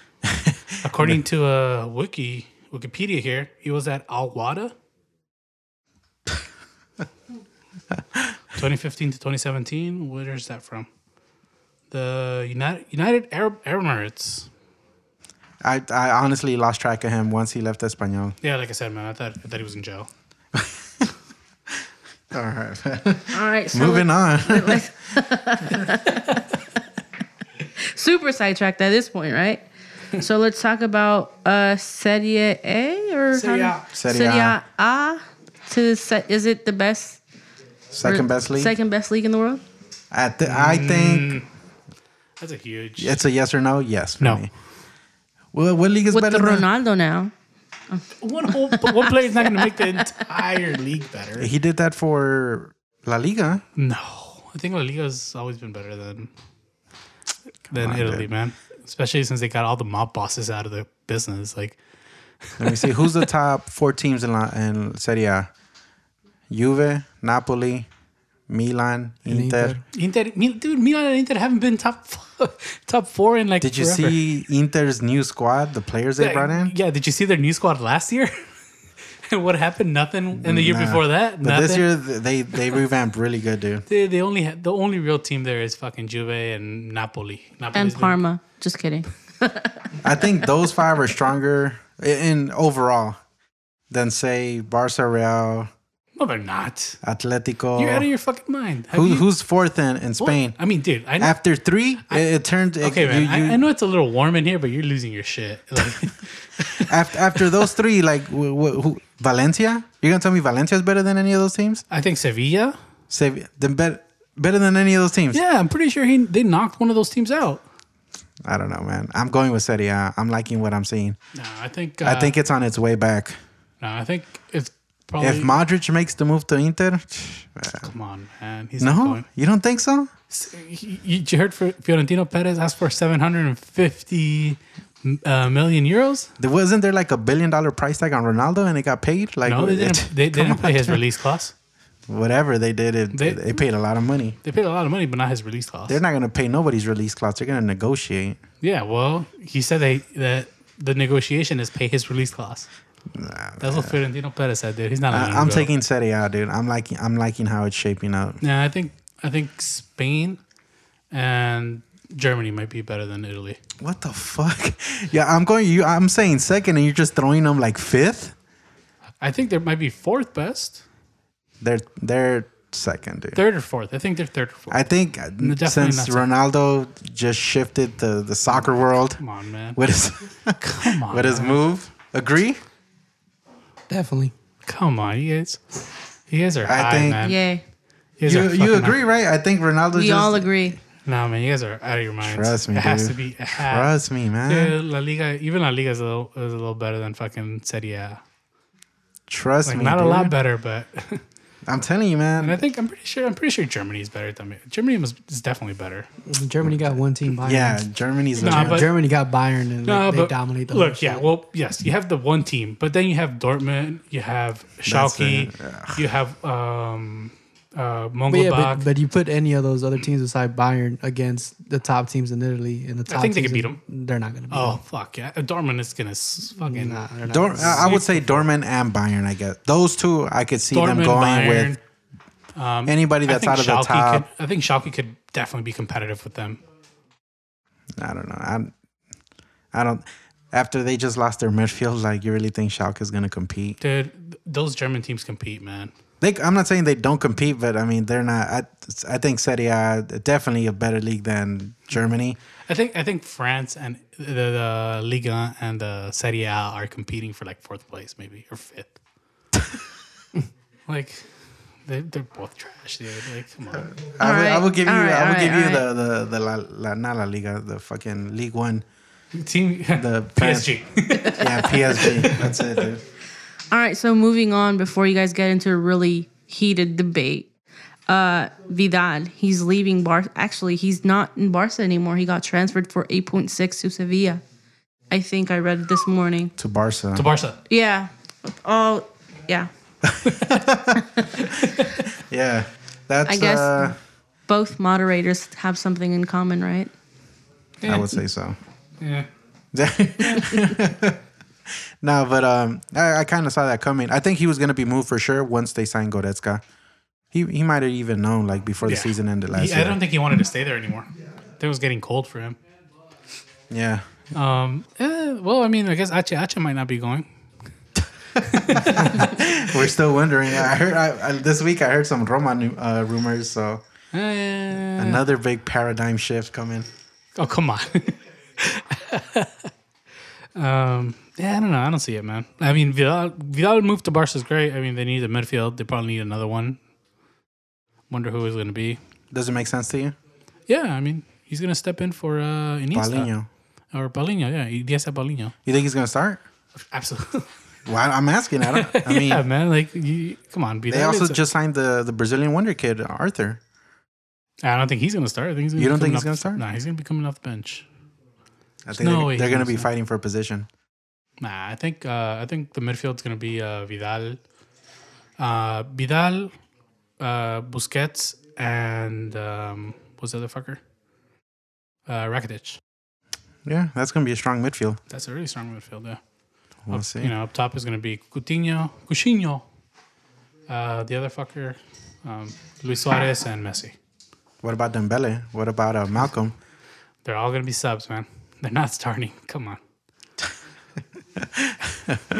Speaker 3: According to uh, Wiki Wikipedia here, he was at
Speaker 4: [laughs]
Speaker 3: Alwada. 2015 to 2017. Where is that from? The United United Arab Emirates.
Speaker 4: I, I honestly lost track of him once he left Espanol.
Speaker 3: Yeah, like I said, man, I thought I thought he was in jail.
Speaker 4: All right.
Speaker 2: All right. So
Speaker 4: [laughs]
Speaker 3: [laughs]
Speaker 4: Moving on.
Speaker 2: Super sidetracked at this point, [laughs] right? so let's talk about uh, Serie A or
Speaker 3: Serie A.
Speaker 2: how-
Speaker 4: Serie
Speaker 2: Serie
Speaker 4: A.
Speaker 2: A. To se- is it the best
Speaker 4: Second best league.
Speaker 2: Second best league in the world.
Speaker 4: I, th- I
Speaker 3: Mm.
Speaker 4: think
Speaker 3: That's a huge.
Speaker 4: it's a yes or no. Yes. For
Speaker 3: No.
Speaker 4: Me. Well, what league is
Speaker 2: With
Speaker 4: better
Speaker 2: the
Speaker 4: than
Speaker 2: Ronaldo now.
Speaker 3: One whole but one player is not going to make
Speaker 4: [laughs]
Speaker 3: the entire league better.
Speaker 4: He did that for La Liga.
Speaker 3: No, I think La Liga's always been better than than
Speaker 4: on,
Speaker 3: Italy,
Speaker 4: dude.
Speaker 3: man. Especially since they got all the mob bosses out of the business. Like
Speaker 4: Let me see who's
Speaker 2: [laughs]
Speaker 4: the top four teams in La, in Serie A: Juve, Napoli, Milan, Inter.
Speaker 5: Inter.
Speaker 3: Inter, Mil- dude, Milan and Inter haven't been top [laughs] top four in like.
Speaker 4: Did you
Speaker 3: forever.
Speaker 4: see Inter's new squad? The players they brought in.
Speaker 3: Yeah, did you see their new squad last year? [laughs] And what happened? Nothing. And the year
Speaker 4: Nah.
Speaker 3: before that,
Speaker 4: but
Speaker 3: nothing.
Speaker 4: this year th- they they revamped really good, dude.
Speaker 3: they, they only had, the only real team there is fucking Juve and Napoli. Napoli's
Speaker 2: And
Speaker 3: been-
Speaker 2: Parma. Just kidding.
Speaker 4: I think those five are stronger i- in overall than say Barca, Real,
Speaker 3: No, they're not.
Speaker 4: Atletico.
Speaker 3: You're out of your fucking mind. Have
Speaker 4: Oh. Who,
Speaker 3: you-
Speaker 4: who's fourth in, in
Speaker 3: What?
Speaker 4: Spain?
Speaker 3: I mean, dude, I know.
Speaker 4: After three, it, it turned. it-
Speaker 3: okay, man,
Speaker 4: you-
Speaker 3: [laughs]
Speaker 4: you-
Speaker 3: I, I know it's a little warm in here, but you're losing your shit. Like,
Speaker 4: [laughs] after, after those three, like wh- wh- who, Valencia, you're gonna tell me Valencia is better than any of those teams?
Speaker 3: I think Sevilla.
Speaker 4: Say then bet, better than any of those teams.
Speaker 3: Yeah, I'm pretty sure he they knocked one of those teams out.
Speaker 4: I don't know, man. I'm going with Serie. A. I'm liking what I'm seeing.
Speaker 3: No, I think. Uh,
Speaker 4: I think it's on its way back.
Speaker 3: No, I think it's probably.
Speaker 4: if Modric makes the move to Inter, [sniffs]
Speaker 3: come on, man, he's not
Speaker 4: no,
Speaker 3: going.
Speaker 4: you don't think so?
Speaker 3: S- You, you heard for Fiorentino Perez asked for 750 uh, million euros.
Speaker 4: There wasn't there like a billion dollar price tag on Ronaldo and it got paid? Like
Speaker 3: No, they
Speaker 4: it-
Speaker 3: didn't. They, they
Speaker 4: come
Speaker 3: didn't pay
Speaker 4: on.
Speaker 3: his release clause.
Speaker 4: [laughs] Whatever they did, it,
Speaker 3: They-
Speaker 4: they, paid a lot of money.
Speaker 3: They paid a lot of money, but not his release clause.
Speaker 4: They're not gonna pay nobody's release clause. They're gonna negotiate.
Speaker 3: Yeah, well, he said they that the negotiation is pay his release clause. That's what Fiorentino Perez said, dude. He's not.
Speaker 4: I,
Speaker 3: letting him
Speaker 4: I'm
Speaker 3: go.
Speaker 4: taking Serie A, dude. I'm liking I'm liking how it's shaping up.
Speaker 3: Yeah, I think I think Spain and Germany might be better than Italy.
Speaker 4: What the fuck? [laughs] Yeah, I'm going. You, I'm saying second, and you're just throwing them like fifth.
Speaker 3: I think there might be fourth best,
Speaker 4: They're they're second, dude.
Speaker 3: third or fourth. I think they're third or fourth.
Speaker 4: I think uh,
Speaker 3: definitely
Speaker 4: since
Speaker 3: not second.
Speaker 4: Ronaldo just shifted the the soccer world
Speaker 3: Come on, man.
Speaker 4: with his
Speaker 3: [laughs] Come on.
Speaker 4: with his move, agree?
Speaker 5: Definitely.
Speaker 3: Come on, you guys. You guys are
Speaker 4: I
Speaker 3: high,
Speaker 4: think-
Speaker 3: man.
Speaker 2: Yay.
Speaker 3: You, guys
Speaker 4: You
Speaker 3: are
Speaker 4: you
Speaker 3: fucking
Speaker 4: agree,
Speaker 3: high.
Speaker 4: right? I think Ronaldo.
Speaker 2: We
Speaker 4: just,
Speaker 2: all agree.
Speaker 3: Nah, man, you guys are out of your minds.
Speaker 4: Trust me,
Speaker 3: It has
Speaker 4: dude.
Speaker 3: to be. It has-
Speaker 4: Trust me, man.
Speaker 3: Dude, La Liga, even La Liga is a little, is a little better than fucking Serie A.
Speaker 4: Trust
Speaker 3: Like,
Speaker 4: me.
Speaker 3: not
Speaker 4: dude.
Speaker 3: a lot better, but [laughs]
Speaker 4: I'm telling you,
Speaker 3: and I
Speaker 4: man.
Speaker 3: think I'm pretty sure I'm pretty sure Germany's better than me. Germany was, is definitely better.
Speaker 5: Germany got one team Bayern.
Speaker 4: Yeah, Germany's.
Speaker 3: Nah,
Speaker 4: a,
Speaker 5: Ger-
Speaker 3: but-
Speaker 5: Germany got Bayern and
Speaker 3: No,
Speaker 5: like, they
Speaker 3: but
Speaker 5: dominate the whole
Speaker 3: look, yeah,
Speaker 5: shit.
Speaker 3: well, yes, you have the one team, but then you have Dortmund, you have Schalke,
Speaker 4: it,
Speaker 3: you have um, uh,
Speaker 5: But,
Speaker 3: Mönchengladbach.
Speaker 5: yeah, but, but you put any of those other teams beside Bayern against the top teams in Italy and the top
Speaker 3: think they
Speaker 5: teams
Speaker 3: could beat
Speaker 5: in- They're not gonna beat
Speaker 3: oh fuck yeah, Dortmund is gonna s- fucking.
Speaker 5: them. Nah, they're not.
Speaker 4: Dor- I I would say Dorman and Bayern. I guess those two, I could see them
Speaker 3: Dortmund,
Speaker 4: going
Speaker 3: Bayern. um,
Speaker 4: with anybody
Speaker 3: I
Speaker 4: that's
Speaker 3: think
Speaker 4: out of the
Speaker 3: Schalke
Speaker 4: top.
Speaker 3: could. I think Schalke could definitely be competitive with them.
Speaker 4: I don't know. I'm, I don't. After they just lost their midfield, like you really think Schalke is gonna compete?
Speaker 3: Dude, th- those German teams compete, man.
Speaker 4: They, I'm not saying they don't compete, but I mean they're not. I, I think Serie A definitely a better league than Germany.
Speaker 3: I think I think France and the, the Liga and the Serie A are competing for like fourth place, maybe or fifth. [laughs] like, they they're both trash, dude. Like, come on.
Speaker 4: I
Speaker 2: All
Speaker 4: would, I
Speaker 2: right,
Speaker 4: would give you.
Speaker 2: all right,
Speaker 4: I would
Speaker 2: all
Speaker 4: give
Speaker 2: right,
Speaker 4: you
Speaker 2: all
Speaker 4: the the the la, la, not La Liga, the fucking League One.
Speaker 3: Team [laughs]
Speaker 4: The
Speaker 3: PSG.
Speaker 2: [laughs]
Speaker 4: Yeah, PSG. That's it, dude.
Speaker 2: All right, so moving on before you guys get into a really heated debate. Uh, Vidal, he's leaving Bar. Actually, he's not in Barca anymore. He got transferred for 8.6 to Sevilla. I think I read it this morning.
Speaker 4: To Barca.
Speaker 3: To Barca.
Speaker 2: Yeah. All, yeah.
Speaker 4: yeah, that's.
Speaker 2: I guess-
Speaker 4: uh,
Speaker 2: Both moderators have something in common, right?
Speaker 4: I would say so. [laughs]
Speaker 3: Yeah.
Speaker 4: no, but um, I, I kind of saw that coming. I think he was going to be moved for sure once they signed Goretzka. He he might have even known like before the
Speaker 3: Yeah.
Speaker 4: season ended
Speaker 3: He-
Speaker 4: last
Speaker 3: I
Speaker 4: year.
Speaker 3: don't think he wanted to stay there anymore. It was getting cold for him.
Speaker 4: yeah,
Speaker 3: Um, eh, well, I mean, I guess Ache Ache might not be going.
Speaker 4: we're still wondering. I heard I, I, this week I heard some Roma nu- uh, rumors, so
Speaker 3: Eh,
Speaker 4: another big paradigm shift coming.
Speaker 3: oh, come on. [laughs] um, yeah, I don't know. I don't see it, man. I mean, Vidal, Vidal moved to Barca is great. I mean, they need a midfield. They probably need another one. Wonder who is going to be.
Speaker 4: Does it make sense to you,
Speaker 3: Yeah, I mean, he's going to step in for uh, Iniesta.
Speaker 4: Paulinho?
Speaker 3: Or Paulinho, yeah. Iniesta Paulinho.
Speaker 4: You think he's going to start?
Speaker 3: Absolutely.
Speaker 4: Well, I- I'm asking. I don't. I mean,
Speaker 3: [laughs] yeah, man. Like, you, come on. Vidal
Speaker 4: they also
Speaker 3: is a-
Speaker 4: just signed the the Brazilian wonder kid Arthur.
Speaker 3: I don't think he's gonna start. I think he's gonna
Speaker 4: You
Speaker 3: be
Speaker 4: don't think
Speaker 3: coming off-
Speaker 4: he's gonna start?
Speaker 3: Nah, he's gonna be coming off the bench.
Speaker 4: I think
Speaker 3: No
Speaker 4: they're-
Speaker 3: way
Speaker 4: they're,
Speaker 3: he's
Speaker 4: going to
Speaker 3: gonna
Speaker 4: be
Speaker 3: start.
Speaker 4: fighting for position.
Speaker 3: Nah, I think uh, I think the midfield's gonna be uh, Vidal, uh, Vidal, uh, Busquets, and um, what's the other fucker? Uh, Rakitic.
Speaker 4: Yeah, that's going to be a strong midfield.
Speaker 3: That's a really strong midfield. Yeah.
Speaker 4: We'll
Speaker 3: up,
Speaker 4: see.
Speaker 3: You know, up top is gonna be Coutinho, Coutinho, uh, the other fucker, um, Luis Suarez, and Messi.
Speaker 4: What about Dembele? What about uh, Malcolm?
Speaker 3: They're all gonna be subs, man. They're not starting. [laughs] Come on.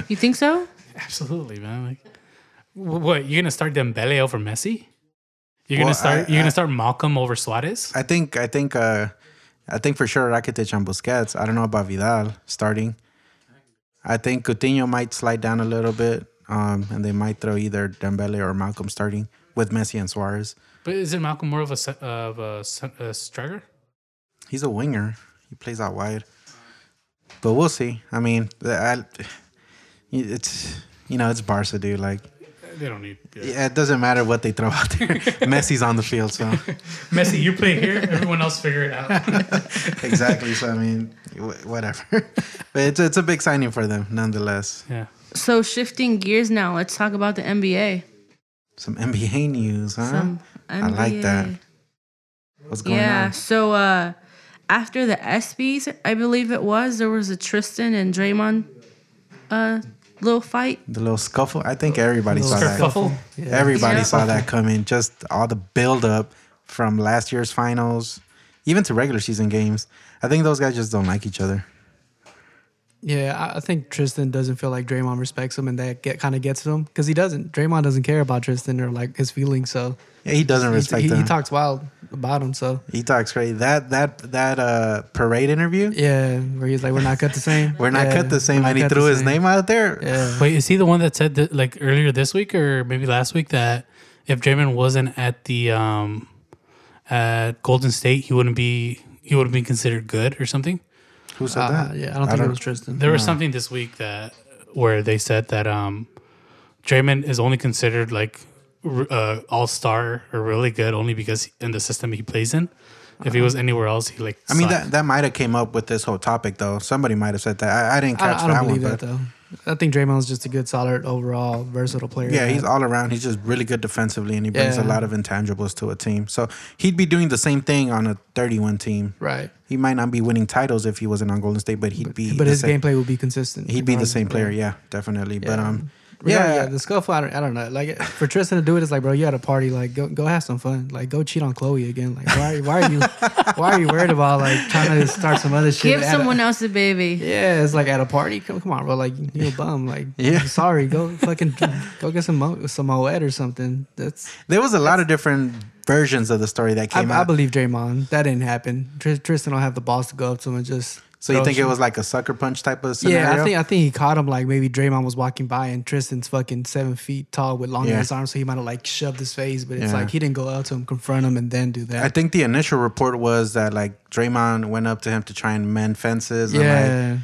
Speaker 2: You think so?
Speaker 3: Absolutely, man. Like, wh- what you're gonna start Dembele over Messi? You're gonna
Speaker 4: Well,
Speaker 3: start
Speaker 4: I-
Speaker 3: you're
Speaker 4: I-
Speaker 3: gonna start Malcolm over Suarez?
Speaker 4: I think I think uh, I think for sure Rakitic and Busquets. I don't know about Vidal starting. I think Coutinho might slide down a little bit, um, and they might throw either Dembele or Malcolm starting with Messi and Suarez.
Speaker 3: But isn't Malcolm more of a se- of a, se- a striker?
Speaker 4: He's a winger. He plays out wide, but we'll see. I mean, I, it's you know it's Barca, dude. Like
Speaker 3: They don't need yeah.
Speaker 4: yeah, it doesn't matter what they throw out there. Messi's on the field, so.
Speaker 3: Messi. You play here. Everyone else figure it out.
Speaker 4: exactly. So I mean, wh- whatever. [laughs] but it's it's a big signing for them, nonetheless.
Speaker 3: yeah.
Speaker 2: So shifting gears now, let's talk about the NBA.
Speaker 4: Some NBA news, huh?
Speaker 2: Some NBA.
Speaker 4: like that. What's going
Speaker 2: yeah.
Speaker 4: on?
Speaker 2: So uh, after the ESPYS, I believe it was, there was a Tristan and Draymond uh, little fight.
Speaker 4: The little scuffle. I think everybody saw
Speaker 5: Little
Speaker 4: that.
Speaker 3: Kerfuffle.
Speaker 4: Everybody
Speaker 2: Yeah.
Speaker 4: saw that coming. Just all the buildup from last year's finals, even to regular season games. I think those guys just don't like each other.
Speaker 5: Yeah, I- I think Tristan doesn't feel like Draymond respects him, and that get kind of gets to him because he doesn't. Draymond doesn't care about Tristan or like his feelings, so
Speaker 4: Yeah, he doesn't
Speaker 5: he-
Speaker 4: respect
Speaker 5: he,
Speaker 4: them.
Speaker 5: he talks wild about him. So
Speaker 4: He talks crazy. That that that uh parade interview.
Speaker 5: yeah, where he's like, "We're not cut the same.
Speaker 4: [laughs] We're not
Speaker 5: Yeah,
Speaker 4: cut the same,
Speaker 5: we're
Speaker 4: and he
Speaker 5: not cut
Speaker 4: threw
Speaker 5: the
Speaker 4: his
Speaker 5: same.
Speaker 4: name out there.
Speaker 5: Yeah,
Speaker 3: Wait, is he the one that said that, like earlier this week or maybe last week that if Draymond wasn't at the um at Golden State, he wouldn't be he would have been considered good or something.
Speaker 4: Who said
Speaker 5: Uh,
Speaker 4: that?
Speaker 5: yeah, I don't think it was Tristan.
Speaker 3: There
Speaker 4: Hmm.
Speaker 3: was something this week that where they said that um, Draymond is only considered like r- uh, all star or really good only because in the system he plays in. If he was anywhere else, he like.
Speaker 4: Uh-huh. I mean
Speaker 3: sucked.
Speaker 4: that that might have came up with this whole topic though. Somebody might have said that. I, I didn't
Speaker 5: I,
Speaker 4: catch
Speaker 5: I
Speaker 4: that
Speaker 5: don't believe
Speaker 4: one,
Speaker 5: that
Speaker 4: but
Speaker 5: though. I think Draymond's just a good, solid, overall, versatile player.
Speaker 4: yeah, he's
Speaker 5: that-
Speaker 4: all around. He's just really good defensively, and he brings a
Speaker 5: Yeah.
Speaker 4: lot of intangibles to a team. So he'd be doing the same thing on a 31 team.
Speaker 5: right.
Speaker 4: He might not be winning titles if he wasn't on Golden State, but he'd be.
Speaker 5: But
Speaker 4: the
Speaker 5: his
Speaker 4: same,
Speaker 5: gameplay would be consistent.
Speaker 4: He'd be the
Speaker 5: regardless.
Speaker 4: same player. Yeah, definitely. But
Speaker 5: Yeah.
Speaker 4: um,
Speaker 5: Regardless,
Speaker 4: yeah,
Speaker 5: the scuffle. I don't, I don't know. Like for Tristan to do it, it's like, bro, you had a party. Like, go go have some fun. Like, go cheat on Chloe again. Like, why why are you [laughs] why are you worried about like trying to start some other shit?
Speaker 2: Give
Speaker 5: at a-
Speaker 2: someone else a baby.
Speaker 5: [laughs] Yeah, it's like at a party. Come, come on, bro. Like you a bum. Like,
Speaker 4: [laughs] Yeah.
Speaker 5: sorry. Go fucking go get some mo- some Moet or something. That's
Speaker 4: there was a lot of different versions of the story that
Speaker 5: I,
Speaker 4: came out.
Speaker 5: I believe Draymond. That didn't happen. Tr- Tristan don't have the balls to go up to him and just.
Speaker 4: so you
Speaker 5: throw
Speaker 4: think it
Speaker 5: shit.
Speaker 4: was like a sucker punch type of scenario?
Speaker 5: Yeah, I think I think he caught him like maybe Draymond was walking by and Tristan's fucking seven feet tall with long
Speaker 4: Yeah.
Speaker 5: ass arms, so he might have like shoved his face, but it's
Speaker 4: Yeah.
Speaker 5: like he didn't go out to him, confront him, and then do that.
Speaker 4: I think the initial report was that like Draymond went up to him to try and mend fences. And, like,
Speaker 5: yeah,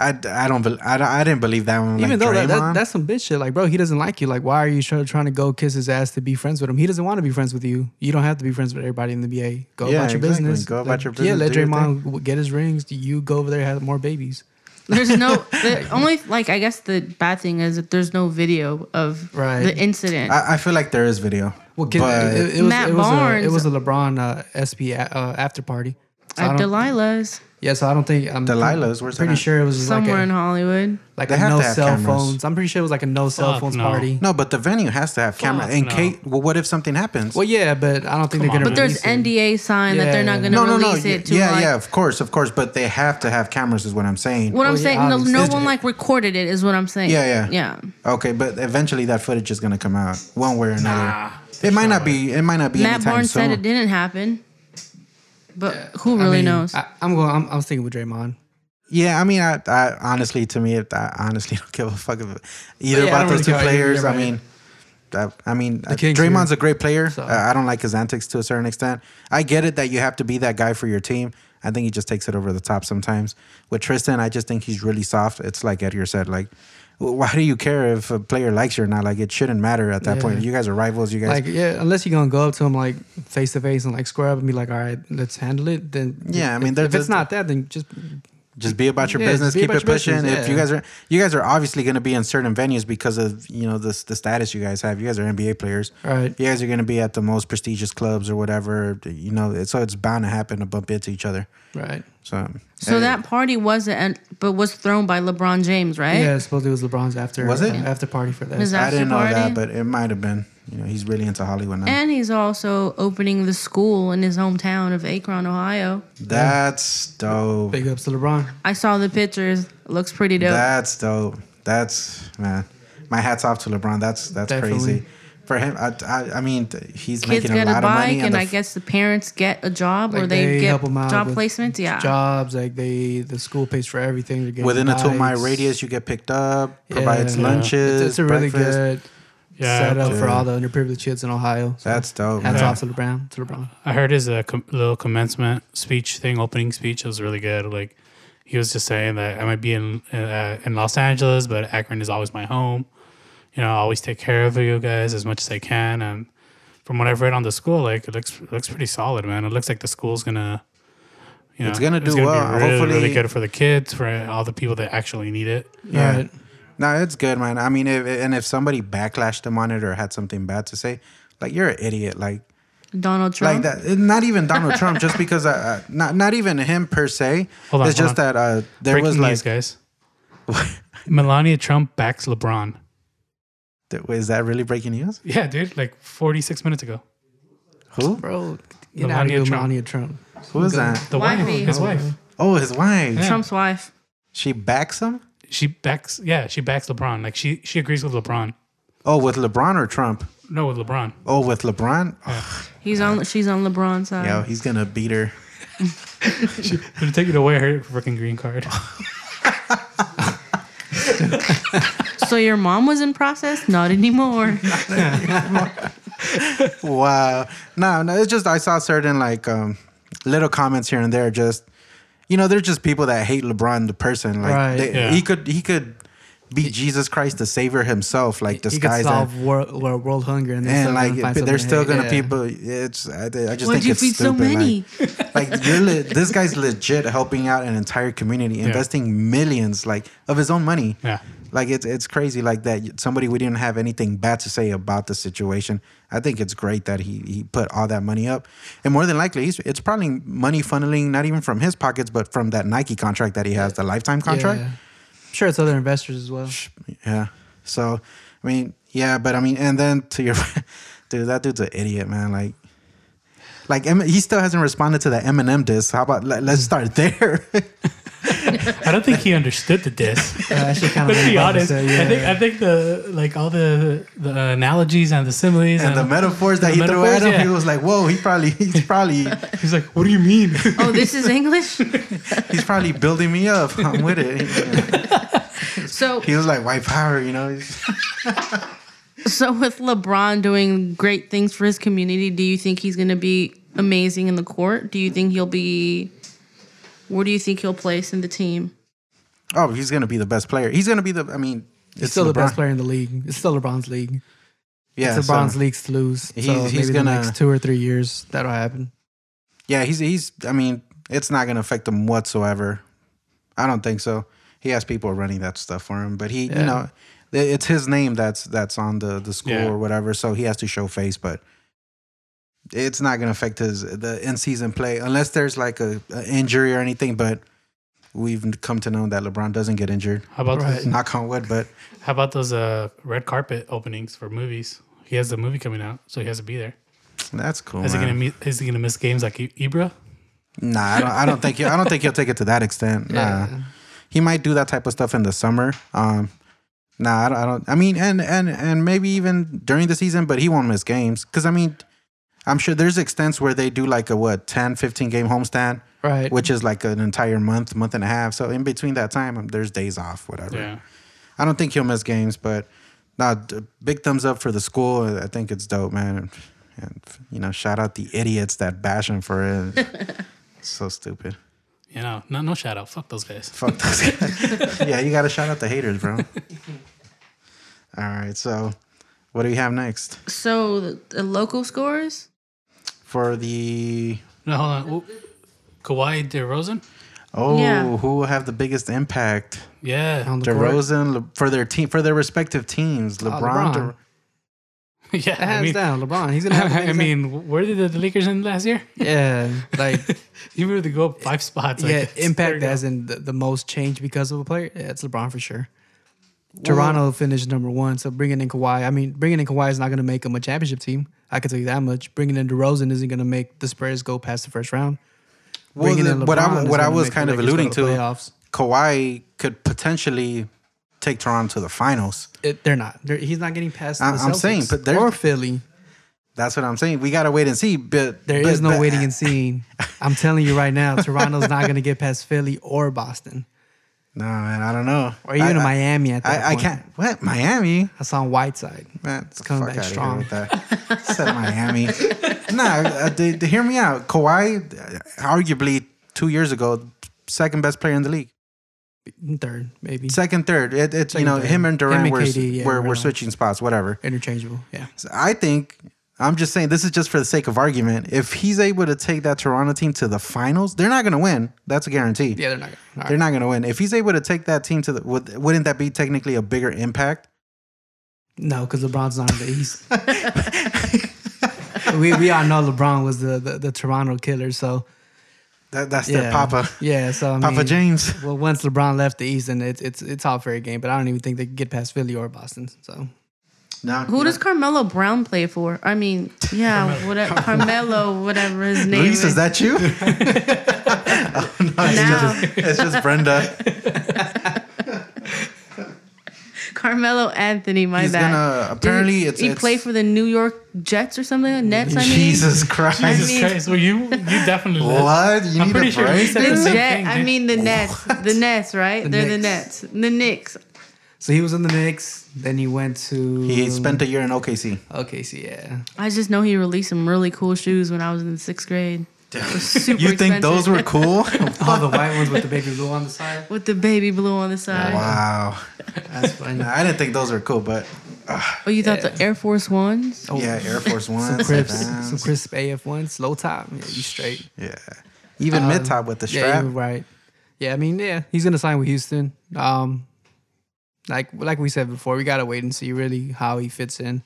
Speaker 4: I, I don't bel I, don't- I didn't believe that one.
Speaker 5: even
Speaker 4: like,
Speaker 5: though
Speaker 4: Draymond,
Speaker 5: that, that, that's some bitch shit. Like, bro, he doesn't like you. Like, why are you try- trying to go kiss his ass to be friends with him? He doesn't want to be friends with you. You don't have to be friends with everybody in the NBA. Go
Speaker 4: Yeah,
Speaker 5: about your
Speaker 4: exactly.
Speaker 5: business.
Speaker 4: Go about
Speaker 5: Like,
Speaker 4: your
Speaker 5: Yeah,
Speaker 4: business,
Speaker 5: let
Speaker 4: do your thing.
Speaker 5: Draymond w- get his rings. You go over there, have more babies.
Speaker 2: There's no the only like I guess the bad thing is that there's no video of
Speaker 5: Right.
Speaker 2: the incident.
Speaker 4: I, I feel like there is video.
Speaker 5: Well, uh,
Speaker 4: but
Speaker 5: kid, it, it was,
Speaker 2: Matt
Speaker 5: it was
Speaker 2: Barnes-
Speaker 5: A, it was a LeBron uh, SP a- uh, after party. So I
Speaker 2: at
Speaker 5: don't-
Speaker 2: Delilah's
Speaker 5: Yeah, so I don't think I'm
Speaker 4: Delilah's, where's that
Speaker 5: pretty
Speaker 4: at?
Speaker 5: sure it was just
Speaker 2: somewhere
Speaker 5: like a,
Speaker 2: in Hollywood.
Speaker 5: like
Speaker 4: They
Speaker 5: a
Speaker 4: have
Speaker 5: no
Speaker 4: to have
Speaker 5: cell
Speaker 4: cameras.
Speaker 5: phones. I'm pretty sure it was like a no cell
Speaker 3: Fuck
Speaker 5: phones
Speaker 3: no.
Speaker 5: party.
Speaker 4: no, but the venue has to have camera.
Speaker 3: Fuck
Speaker 4: And
Speaker 3: no.
Speaker 4: Kate, well, what if something happens?
Speaker 5: Well, yeah, but I don't think they're
Speaker 3: Come on, man.
Speaker 5: gonna.
Speaker 2: But there's
Speaker 5: release it.
Speaker 2: NDA sign that they're not
Speaker 5: Yeah.
Speaker 2: going to
Speaker 4: no, no, no.
Speaker 2: release
Speaker 4: y-
Speaker 2: it. To
Speaker 4: yeah,
Speaker 2: like,
Speaker 4: yeah, of course, of course. But they have to have cameras, is what I'm saying.
Speaker 2: What I'm
Speaker 5: yeah,
Speaker 2: saying, no, no
Speaker 5: obviously.
Speaker 2: one like recorded it. Is what I'm saying.
Speaker 4: Yeah, yeah.
Speaker 2: yeah.
Speaker 4: Okay, but eventually that footage is gonna come out one way or another. it might not be. It might not be
Speaker 2: Matt
Speaker 4: anytime
Speaker 2: Barnes
Speaker 4: soon.
Speaker 2: said it didn't happen, but who
Speaker 5: I
Speaker 2: really
Speaker 5: mean,
Speaker 2: knows?
Speaker 5: I, I'm going. I'm, I'm sticking with Draymond.
Speaker 4: Yeah, I mean, I, I honestly, to me, it- I honestly [laughs] don't give a fuck about
Speaker 5: yeah,
Speaker 4: either
Speaker 5: I
Speaker 4: about
Speaker 5: don't
Speaker 4: those
Speaker 5: really
Speaker 4: two
Speaker 5: care. You're-
Speaker 4: players.
Speaker 5: you're
Speaker 4: I
Speaker 5: right.
Speaker 4: mean, I, I mean, uh,
Speaker 5: Kings
Speaker 4: Draymond's
Speaker 5: here,
Speaker 4: a great player.
Speaker 5: so.
Speaker 4: Uh, I don't like his antics to a certain extent. I get it that you have to be that guy for your team. I think he just takes it over the top sometimes. With Tristan, I just think he's really soft. It's like Edgar said, like. w- Why do you care if a player likes you or not? Like it shouldn't matter at that
Speaker 5: Yeah.
Speaker 4: point. You guys are rivals. You guys,
Speaker 5: Like, yeah, unless you're gonna go up to him like face to face and like square up and be like, all right, let's handle it. Then
Speaker 4: Yeah, I mean, they're
Speaker 5: if it's
Speaker 4: just-
Speaker 5: not that, then just
Speaker 4: just be about your
Speaker 5: Yeah, just
Speaker 4: business
Speaker 5: be
Speaker 4: keep
Speaker 5: about
Speaker 4: it
Speaker 5: your
Speaker 4: pushing
Speaker 5: business,
Speaker 4: if
Speaker 5: yeah.
Speaker 4: you guys are you guys are obviously going to be in certain venues because of you know the, the status you guys have you guys are nba players
Speaker 5: Right.
Speaker 4: you guys are going to be at the most prestigious clubs or whatever you know it's, so it's bound to happen to bump into each other
Speaker 5: right.
Speaker 4: so
Speaker 2: so
Speaker 4: hey,
Speaker 2: that party wasn't, an- but was thrown by LeBron James, right?
Speaker 5: Yeah, supposedly it was LeBron's after
Speaker 4: Was it?
Speaker 5: uh, after party for that.
Speaker 2: Is that-
Speaker 4: i didn't know that
Speaker 2: After party?
Speaker 4: but it might have been you know he's really into hollywood now
Speaker 2: And he's also opening the school in his hometown of Akron, Ohio.
Speaker 4: that's dope
Speaker 5: Big ups to LeBron.
Speaker 2: I saw the pictures. Looks pretty dope.
Speaker 4: That's dope. That's man. My hat's off to LeBron. That's that's
Speaker 5: Definitely.
Speaker 4: crazy. For him, I, I, I mean, th- he's
Speaker 2: Kids
Speaker 4: making a
Speaker 2: get a,
Speaker 4: lot of money.
Speaker 2: bike, and
Speaker 4: the
Speaker 2: I
Speaker 4: f-
Speaker 2: guess the parents get a job or
Speaker 5: Like,
Speaker 2: they, get
Speaker 5: help 'em out
Speaker 2: job
Speaker 5: with
Speaker 2: placements. Yeah.
Speaker 5: jobs like they the school pays for everything. They're getting
Speaker 4: within a two mile
Speaker 5: bikes.
Speaker 4: radius, you get picked up, provides
Speaker 5: Yeah.
Speaker 4: lunches.
Speaker 5: It's, it's a really
Speaker 4: breakfast.
Speaker 5: good
Speaker 3: Yeah,
Speaker 5: setup for
Speaker 4: yeah.
Speaker 5: all the underprivileged kids in Ohio. So
Speaker 4: That's dope.
Speaker 5: hats
Speaker 4: man.
Speaker 5: off to LeBron. To LeBron.
Speaker 3: I heard his uh, com- little commencement speech thing, opening speech. It was really good. Like he was just saying that I might be in uh, in Los Angeles, but Akron is always my home. You know, I always take care of you guys as much as I can. And from what I've read on the school, like it looks it looks pretty solid, man. It looks like the school's gonna, you know,
Speaker 4: It's gonna do well.
Speaker 3: Be really,
Speaker 4: Hopefully-
Speaker 3: really good for the kids, for all the people that actually need it.
Speaker 4: Yeah.
Speaker 5: Right.
Speaker 4: No, it's good, man. I mean, if, and if somebody backlashed him on it or had something bad to say, like you're an idiot. Like
Speaker 2: Donald Trump.
Speaker 4: like that. Not even Donald Trump, just because uh, uh, not not even him per se.
Speaker 3: Hold on,
Speaker 4: it's
Speaker 3: hold
Speaker 4: just
Speaker 3: on.
Speaker 4: that uh, there
Speaker 3: Breaking
Speaker 4: was like
Speaker 3: news, guys.
Speaker 4: [laughs]
Speaker 3: Melania Trump backs LeBron.
Speaker 4: is that really breaking news?
Speaker 3: Yeah, dude, like 46 minutes ago.
Speaker 4: Who?
Speaker 5: Bro, get out of
Speaker 3: Melania
Speaker 5: here,
Speaker 3: Trump.
Speaker 5: Melania Trump.
Speaker 4: Who is that?
Speaker 3: The wife,
Speaker 2: Wifey.
Speaker 3: his wife.
Speaker 4: Oh, his wife.
Speaker 3: Yeah.
Speaker 2: Trump's wife.
Speaker 4: She backs him.
Speaker 3: she backs yeah she backs lebron like she she agrees with lebron
Speaker 4: Oh, with LeBron or Trump?
Speaker 3: no with lebron
Speaker 4: Oh, with LeBron.
Speaker 2: He's on. She's on LeBron's side.
Speaker 4: Yo, he's gonna beat her.
Speaker 3: i'm gonna take it away her freaking green card
Speaker 4: [laughs]
Speaker 2: So your mom was in process? Not anymore.
Speaker 4: wow. No, no, it's just I saw certain like um, little comments here and there. Just you know, they're just people that hate LeBron the person. Like
Speaker 5: Right.
Speaker 4: they,
Speaker 3: Yeah.
Speaker 4: he could he could be Jesus Christ the Savior himself. Like
Speaker 5: You could
Speaker 4: disguised
Speaker 5: solve
Speaker 4: and,
Speaker 5: world, world, world hunger and,
Speaker 4: and
Speaker 5: then
Speaker 4: like
Speaker 5: find
Speaker 4: but
Speaker 5: something
Speaker 4: they're
Speaker 5: to
Speaker 4: still
Speaker 5: hate.
Speaker 4: gonna
Speaker 5: Yeah.
Speaker 4: people. It's I, I just
Speaker 2: Why'd
Speaker 4: think
Speaker 2: you
Speaker 4: it's
Speaker 2: feed so
Speaker 4: stupid. like-
Speaker 2: many?
Speaker 4: [laughs] Like, you're le- this guy's legit helping out an entire community, investing millions like of his own money.
Speaker 3: Yeah.
Speaker 4: Like it's it's crazy like that. Somebody we didn't have anything bad to say about the situation. I think it's great that he he put all that money up, and more than likely, he's, it's probably money funneling not even from his pockets, but from that Nike contract that he has, the lifetime contract.
Speaker 5: Yeah. I'm sure it's other investors as well.
Speaker 4: Yeah. So I mean, yeah, but I mean, and then to your [laughs] dude, that dude's an idiot, man. Like. Like Em- he still hasn't responded to the Eminem diss. How about let, let's start there? [laughs]
Speaker 3: I don't think he understood the diss.
Speaker 5: Yeah, that shit
Speaker 3: [laughs]
Speaker 5: kinda
Speaker 3: Let's
Speaker 5: made
Speaker 3: be
Speaker 5: me
Speaker 3: honest.
Speaker 5: upset,
Speaker 3: I think
Speaker 5: yeah.
Speaker 3: I think the like all the the analogies and the similes
Speaker 5: Uh-huh.
Speaker 4: and the metaphors that
Speaker 3: the
Speaker 4: he threw at him,
Speaker 3: metaphors,
Speaker 4: he
Speaker 3: yeah.
Speaker 4: was like, "Whoa, he probably [laughs] he's probably
Speaker 3: He's like, "What do you mean?"
Speaker 2: Oh, this is English.
Speaker 4: he's probably building me up. [laughs] I'm with it." [laughs]
Speaker 2: So,
Speaker 4: He was like white power, you know. [laughs] He's-
Speaker 2: so with LeBron doing great things for his community, do you think he's going to be amazing in the court? Do you think he'll be? Where do you think he'll place in the team?
Speaker 4: Oh, he's gonna be the best player. He's gonna be the. I mean,
Speaker 5: He's still the best player in the league. It's still LeBron's league.
Speaker 4: Yeah,
Speaker 5: it's
Speaker 4: so-
Speaker 5: LeBron's leagues to lose. So
Speaker 4: He's- he's
Speaker 5: maybe
Speaker 4: gonna-
Speaker 5: the next two or three years that'll happen.
Speaker 4: yeah, he's he's. I mean, it's not gonna affect him whatsoever. I don't think so. He has people running that stuff for him, but he, you
Speaker 5: Yeah.
Speaker 4: know, it- it's his name that's that's on the the school
Speaker 3: Yeah.
Speaker 4: or whatever, so he has to show face, but. It's not gonna affect his the in season play unless there's like a, a injury or anything. But we've come to know that LeBron doesn't get injured.
Speaker 3: How about
Speaker 5: Right.
Speaker 3: those,
Speaker 4: Knock on wood, but
Speaker 3: how about those uh, red carpet openings for movies? He has the movie coming out, so he has to be there.
Speaker 4: that's cool.
Speaker 3: Is he
Speaker 4: Oh, man.
Speaker 3: gonna mi- is he gonna miss games like I- Ibra?
Speaker 4: Nah, I don't, I don't think he, I don't think he'll take it to that extent. Nah, he might do that type of stuff in the summer. Um, nah, I don't, I don't. I mean, and and and maybe even during the season, but he won't miss games because I mean, I'm sure there's extents where they do like a what 10, 15 game homestand,
Speaker 5: Right.
Speaker 4: which is like an entire month, month and a half. So in between that time, um, there's days off, whatever.
Speaker 3: Yeah,
Speaker 4: I don't think he'll miss games, but nah, d- big thumbs up for the school. I think it's dope, man. And, and you know, shout out the idiots that bash him for it. so stupid.
Speaker 3: you know, no no shout out. Fuck those guys.
Speaker 4: Fuck those guys. [laughs] yeah, you got to shout out the haters, bro. All right, so what do we have next
Speaker 2: So the, the local scores.
Speaker 4: for the?
Speaker 3: No, hold on. Oop. Kawhi DeRozan.
Speaker 4: Oh,
Speaker 2: Yeah.
Speaker 4: who will have the biggest impact?
Speaker 3: Yeah,
Speaker 5: On the court.
Speaker 4: DeRozan Le, for their team, for their respective teams. LeBron,
Speaker 5: Oh, LeBron.
Speaker 4: De-
Speaker 3: [laughs] yeah.
Speaker 5: Hands
Speaker 3: I mean,
Speaker 5: down, LeBron. He's gonna
Speaker 3: [laughs]
Speaker 5: have. the
Speaker 3: I
Speaker 5: biggest-
Speaker 3: mean, where did the Lakers end last year?
Speaker 5: yeah,
Speaker 3: [laughs]
Speaker 5: like
Speaker 3: You were to go up five spots. I
Speaker 5: yeah,
Speaker 3: guess. There you
Speaker 5: impact
Speaker 3: go.
Speaker 5: as in the, the most change because of a player. Yeah, it's LeBron for sure. Toronto finished number one, so bringing in Kawhi. I mean, bringing in Kawhi is not going to make them a championship team. I can tell you that much. Bringing in DeRozan isn't going to make the Spurs go past the first round.
Speaker 4: Well,
Speaker 5: Bringing in
Speaker 4: the- what I
Speaker 5: LeBron is
Speaker 4: wa- what I
Speaker 5: gonna
Speaker 4: was
Speaker 5: make the
Speaker 4: kind of
Speaker 5: Lakers go
Speaker 4: alluding
Speaker 5: the
Speaker 4: to-
Speaker 5: playoffs.
Speaker 4: Kawhi could potentially take Toronto to the finals.
Speaker 5: It- they're not. They're, he's not getting past.
Speaker 4: I-
Speaker 5: the
Speaker 4: I'm saying,
Speaker 5: Celtics
Speaker 4: but there's-
Speaker 5: or Philly.
Speaker 4: That's what I'm saying. We gotta wait and see. But
Speaker 5: There is
Speaker 4: but-
Speaker 5: no
Speaker 4: but-
Speaker 5: waiting and seeing. I'm telling you right now, Toronto's not going to get past Philly or Boston
Speaker 4: No, man, I don't know.
Speaker 5: or even
Speaker 4: I,
Speaker 5: Miami. At that
Speaker 4: I, I
Speaker 5: point.
Speaker 4: can't. What Miami?
Speaker 5: That's on Whiteside.
Speaker 4: Man, it's
Speaker 5: coming back strong.
Speaker 4: With that. Said Miami. [laughs] nah, uh, they, they hear me out. Kawhi, uh, arguably two years ago, second best player in the league.
Speaker 5: Third, maybe
Speaker 4: Second, third. It, it's you
Speaker 5: Second,
Speaker 4: know
Speaker 5: third.
Speaker 4: him and Durant
Speaker 5: Him and
Speaker 4: were,
Speaker 5: KD, yeah,
Speaker 4: were,
Speaker 5: right on.
Speaker 4: were switching spots. Whatever.
Speaker 5: interchangeable. Yeah.
Speaker 4: So I think I'm just saying this is just for the sake of argument. If he's able to take that Toronto team to the finals, they're not going to win. That's a guarantee.
Speaker 5: Yeah, they're not. All right.
Speaker 4: They're not going to win. If he's able to take that team to the, would, wouldn't that be technically a bigger impact?
Speaker 5: No, because LeBron's not in the East. [laughs] we we all know LeBron was the the, the Toronto killer. So
Speaker 4: That, that's
Speaker 5: yeah,
Speaker 4: their papa,
Speaker 5: Yeah, so I
Speaker 4: Papa
Speaker 5: mean,
Speaker 4: James.
Speaker 5: Well, once LeBron left the East, and it's it's it's all fair game. But I don't even think they could get past Philly or Boston. So
Speaker 4: No,
Speaker 2: Who does Carmelo Brown play for? I mean, yeah, whatever
Speaker 4: [laughs]
Speaker 2: Carmelo, whatever his name
Speaker 4: Luis, is
Speaker 2: is.
Speaker 5: [laughs]
Speaker 4: that you? [laughs] oh, no, it's,
Speaker 2: No.
Speaker 4: Just, it's just Brenda.
Speaker 2: Carmelo Anthony, my
Speaker 4: He's
Speaker 2: bad.
Speaker 4: gonna- apparently
Speaker 2: Did he,
Speaker 4: it's-
Speaker 2: he
Speaker 4: it's-
Speaker 2: played for the New York Jets or something. Nets, I mean.
Speaker 4: Jesus Christ.
Speaker 2: I
Speaker 3: Jesus
Speaker 2: mean-
Speaker 3: Christ. Well, you you definitely lived.
Speaker 4: What? You
Speaker 3: I'm
Speaker 4: need
Speaker 3: pretty
Speaker 4: a
Speaker 3: sure we
Speaker 4: break?
Speaker 3: said
Speaker 2: The
Speaker 3: the same
Speaker 2: Jet,
Speaker 3: thing.
Speaker 2: I
Speaker 3: dude.
Speaker 2: mean the Nets, the Nets, right? They're the Nets, the Knicks.
Speaker 5: So he was in the Knicks. Then he went to
Speaker 4: He spent a year in OKC.
Speaker 5: Okay, so
Speaker 4: [laughs]
Speaker 5: yeah,
Speaker 2: I just know he released some really cool shoes when I was in sixth grade. They were super
Speaker 4: [laughs] You think those
Speaker 2: expensive.
Speaker 4: were cool?
Speaker 5: all the white ones with the baby blue on the side.
Speaker 2: with the baby blue on the side?
Speaker 4: [laughs] wow.
Speaker 5: That's funny.
Speaker 4: I didn't think those were cool, but
Speaker 2: Oh, you thought the Air Force Ones?
Speaker 5: Oh,
Speaker 4: yeah,
Speaker 5: [laughs]
Speaker 4: Air Force One,
Speaker 5: some crisp, some crisp AF ones, low top. Yeah, you straight.
Speaker 4: Yeah. Even
Speaker 5: Um,
Speaker 4: mid top with the
Speaker 5: Yeah,
Speaker 4: strap.
Speaker 5: you're right. Yeah, I mean, yeah, he's gonna sign with Houston. Um, like like we said before, we gotta wait and see really how he fits in.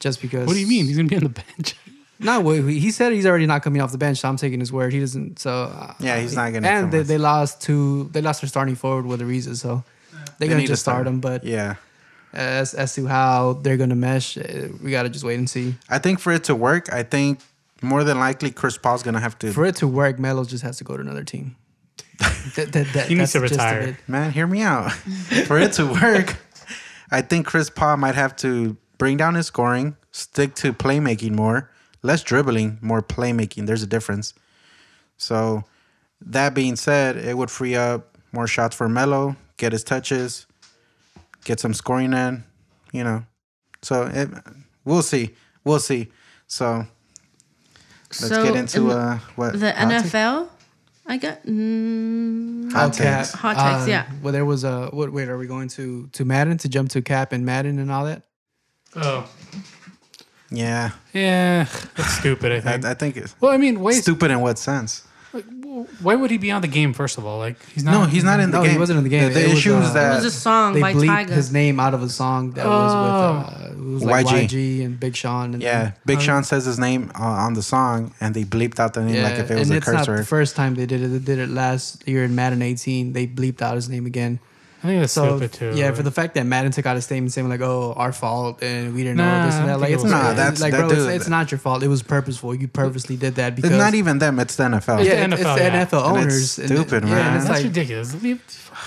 Speaker 5: Just because.
Speaker 3: What do you mean? He's gonna be on the bench.
Speaker 5: Not what he he said. He's already not coming off the bench. So I'm taking his word. He doesn't. So uh,
Speaker 4: Yeah, he's not gonna come
Speaker 5: And they,
Speaker 4: off.
Speaker 5: they lost two. They lost their starting forward with Ariza. So they're
Speaker 4: They
Speaker 5: gonna
Speaker 4: need to
Speaker 5: just start
Speaker 4: start.
Speaker 5: him. But
Speaker 4: yeah.
Speaker 5: as as to how they're gonna mesh, uh, we gotta just wait and see.
Speaker 4: I think for it to work, I think more than likely Chris Paul's gonna have to
Speaker 5: For it to work, Melo just has to go to another
Speaker 4: [laughs]
Speaker 5: team. that, that, that,
Speaker 3: He needs
Speaker 5: that's
Speaker 3: to
Speaker 5: the gist of
Speaker 3: retire.
Speaker 5: it.
Speaker 4: man, hear me
Speaker 2: [laughs]
Speaker 4: out. [laughs] for it to work, I think Chris Paul might have to bring down his scoring, stick to playmaking more, less dribbling, more playmaking. There's a difference. So that being said, it would free up more shots for Melo, get his touches, get some scoring in, you know. So it, we'll see. We'll see. So let's
Speaker 2: so
Speaker 4: get
Speaker 2: in
Speaker 4: into
Speaker 2: the,
Speaker 4: uh, what
Speaker 2: the
Speaker 4: hot takes?
Speaker 2: NFL. I got. Mm,
Speaker 4: Hot
Speaker 5: Okay.
Speaker 4: takes.
Speaker 2: Hot takes, yeah.
Speaker 5: Um, Well, there was a. What, wait, are we going to to Madden to jump to Cap and Madden and all that?
Speaker 3: Oh,
Speaker 4: Yeah,
Speaker 3: yeah, that's stupid. I
Speaker 4: I,
Speaker 3: think.
Speaker 4: I think it's
Speaker 3: well, I mean, why? is-
Speaker 4: stupid in what sense?
Speaker 3: like, w- why would he be on the game? First of all, like he's not.
Speaker 4: No, he's not in the
Speaker 5: No, he
Speaker 4: game.
Speaker 5: wasn't in the game.
Speaker 4: The, the
Speaker 5: It was,
Speaker 4: issue
Speaker 5: uh,
Speaker 4: is
Speaker 5: It
Speaker 2: it
Speaker 4: that
Speaker 2: was a song
Speaker 5: They
Speaker 2: by
Speaker 5: bleeped
Speaker 2: Tyga. Oh.
Speaker 5: his name out of a song that was with uh, it was like
Speaker 4: YG.
Speaker 5: YG. and Big Sean. And
Speaker 4: yeah, Big Sean says his name uh, on the song, and they bleeped out the name like if it was
Speaker 5: and
Speaker 4: a
Speaker 5: it's
Speaker 4: curse
Speaker 5: not the
Speaker 4: word.
Speaker 5: first time they did it. They did it last year in Madden 18. They bleeped out his name again.
Speaker 3: I think that's
Speaker 5: So
Speaker 3: stupid too.
Speaker 5: yeah, for the fact that Madden took out a statement saying like, "Oh, our fault," and we didn't know
Speaker 3: Nah,
Speaker 5: this and
Speaker 3: I
Speaker 5: that.
Speaker 3: think
Speaker 5: Like,
Speaker 3: it
Speaker 5: it's
Speaker 3: was-
Speaker 5: not.
Speaker 3: Nah,
Speaker 4: that's-
Speaker 5: it's like,
Speaker 4: that
Speaker 5: bro, it's,
Speaker 4: dude-
Speaker 5: it's not your fault. It was purposeful. You purposely did that because
Speaker 4: It's not even them; it's the NFL.
Speaker 5: yeah,
Speaker 3: It's the
Speaker 5: it's
Speaker 3: NFL,
Speaker 5: the
Speaker 3: yeah.
Speaker 5: NFL
Speaker 4: And it's
Speaker 5: owners. and-
Speaker 4: stupid,
Speaker 5: yeah,
Speaker 4: man.
Speaker 5: And
Speaker 3: that's
Speaker 5: it's like
Speaker 3: ridiculous. Leave-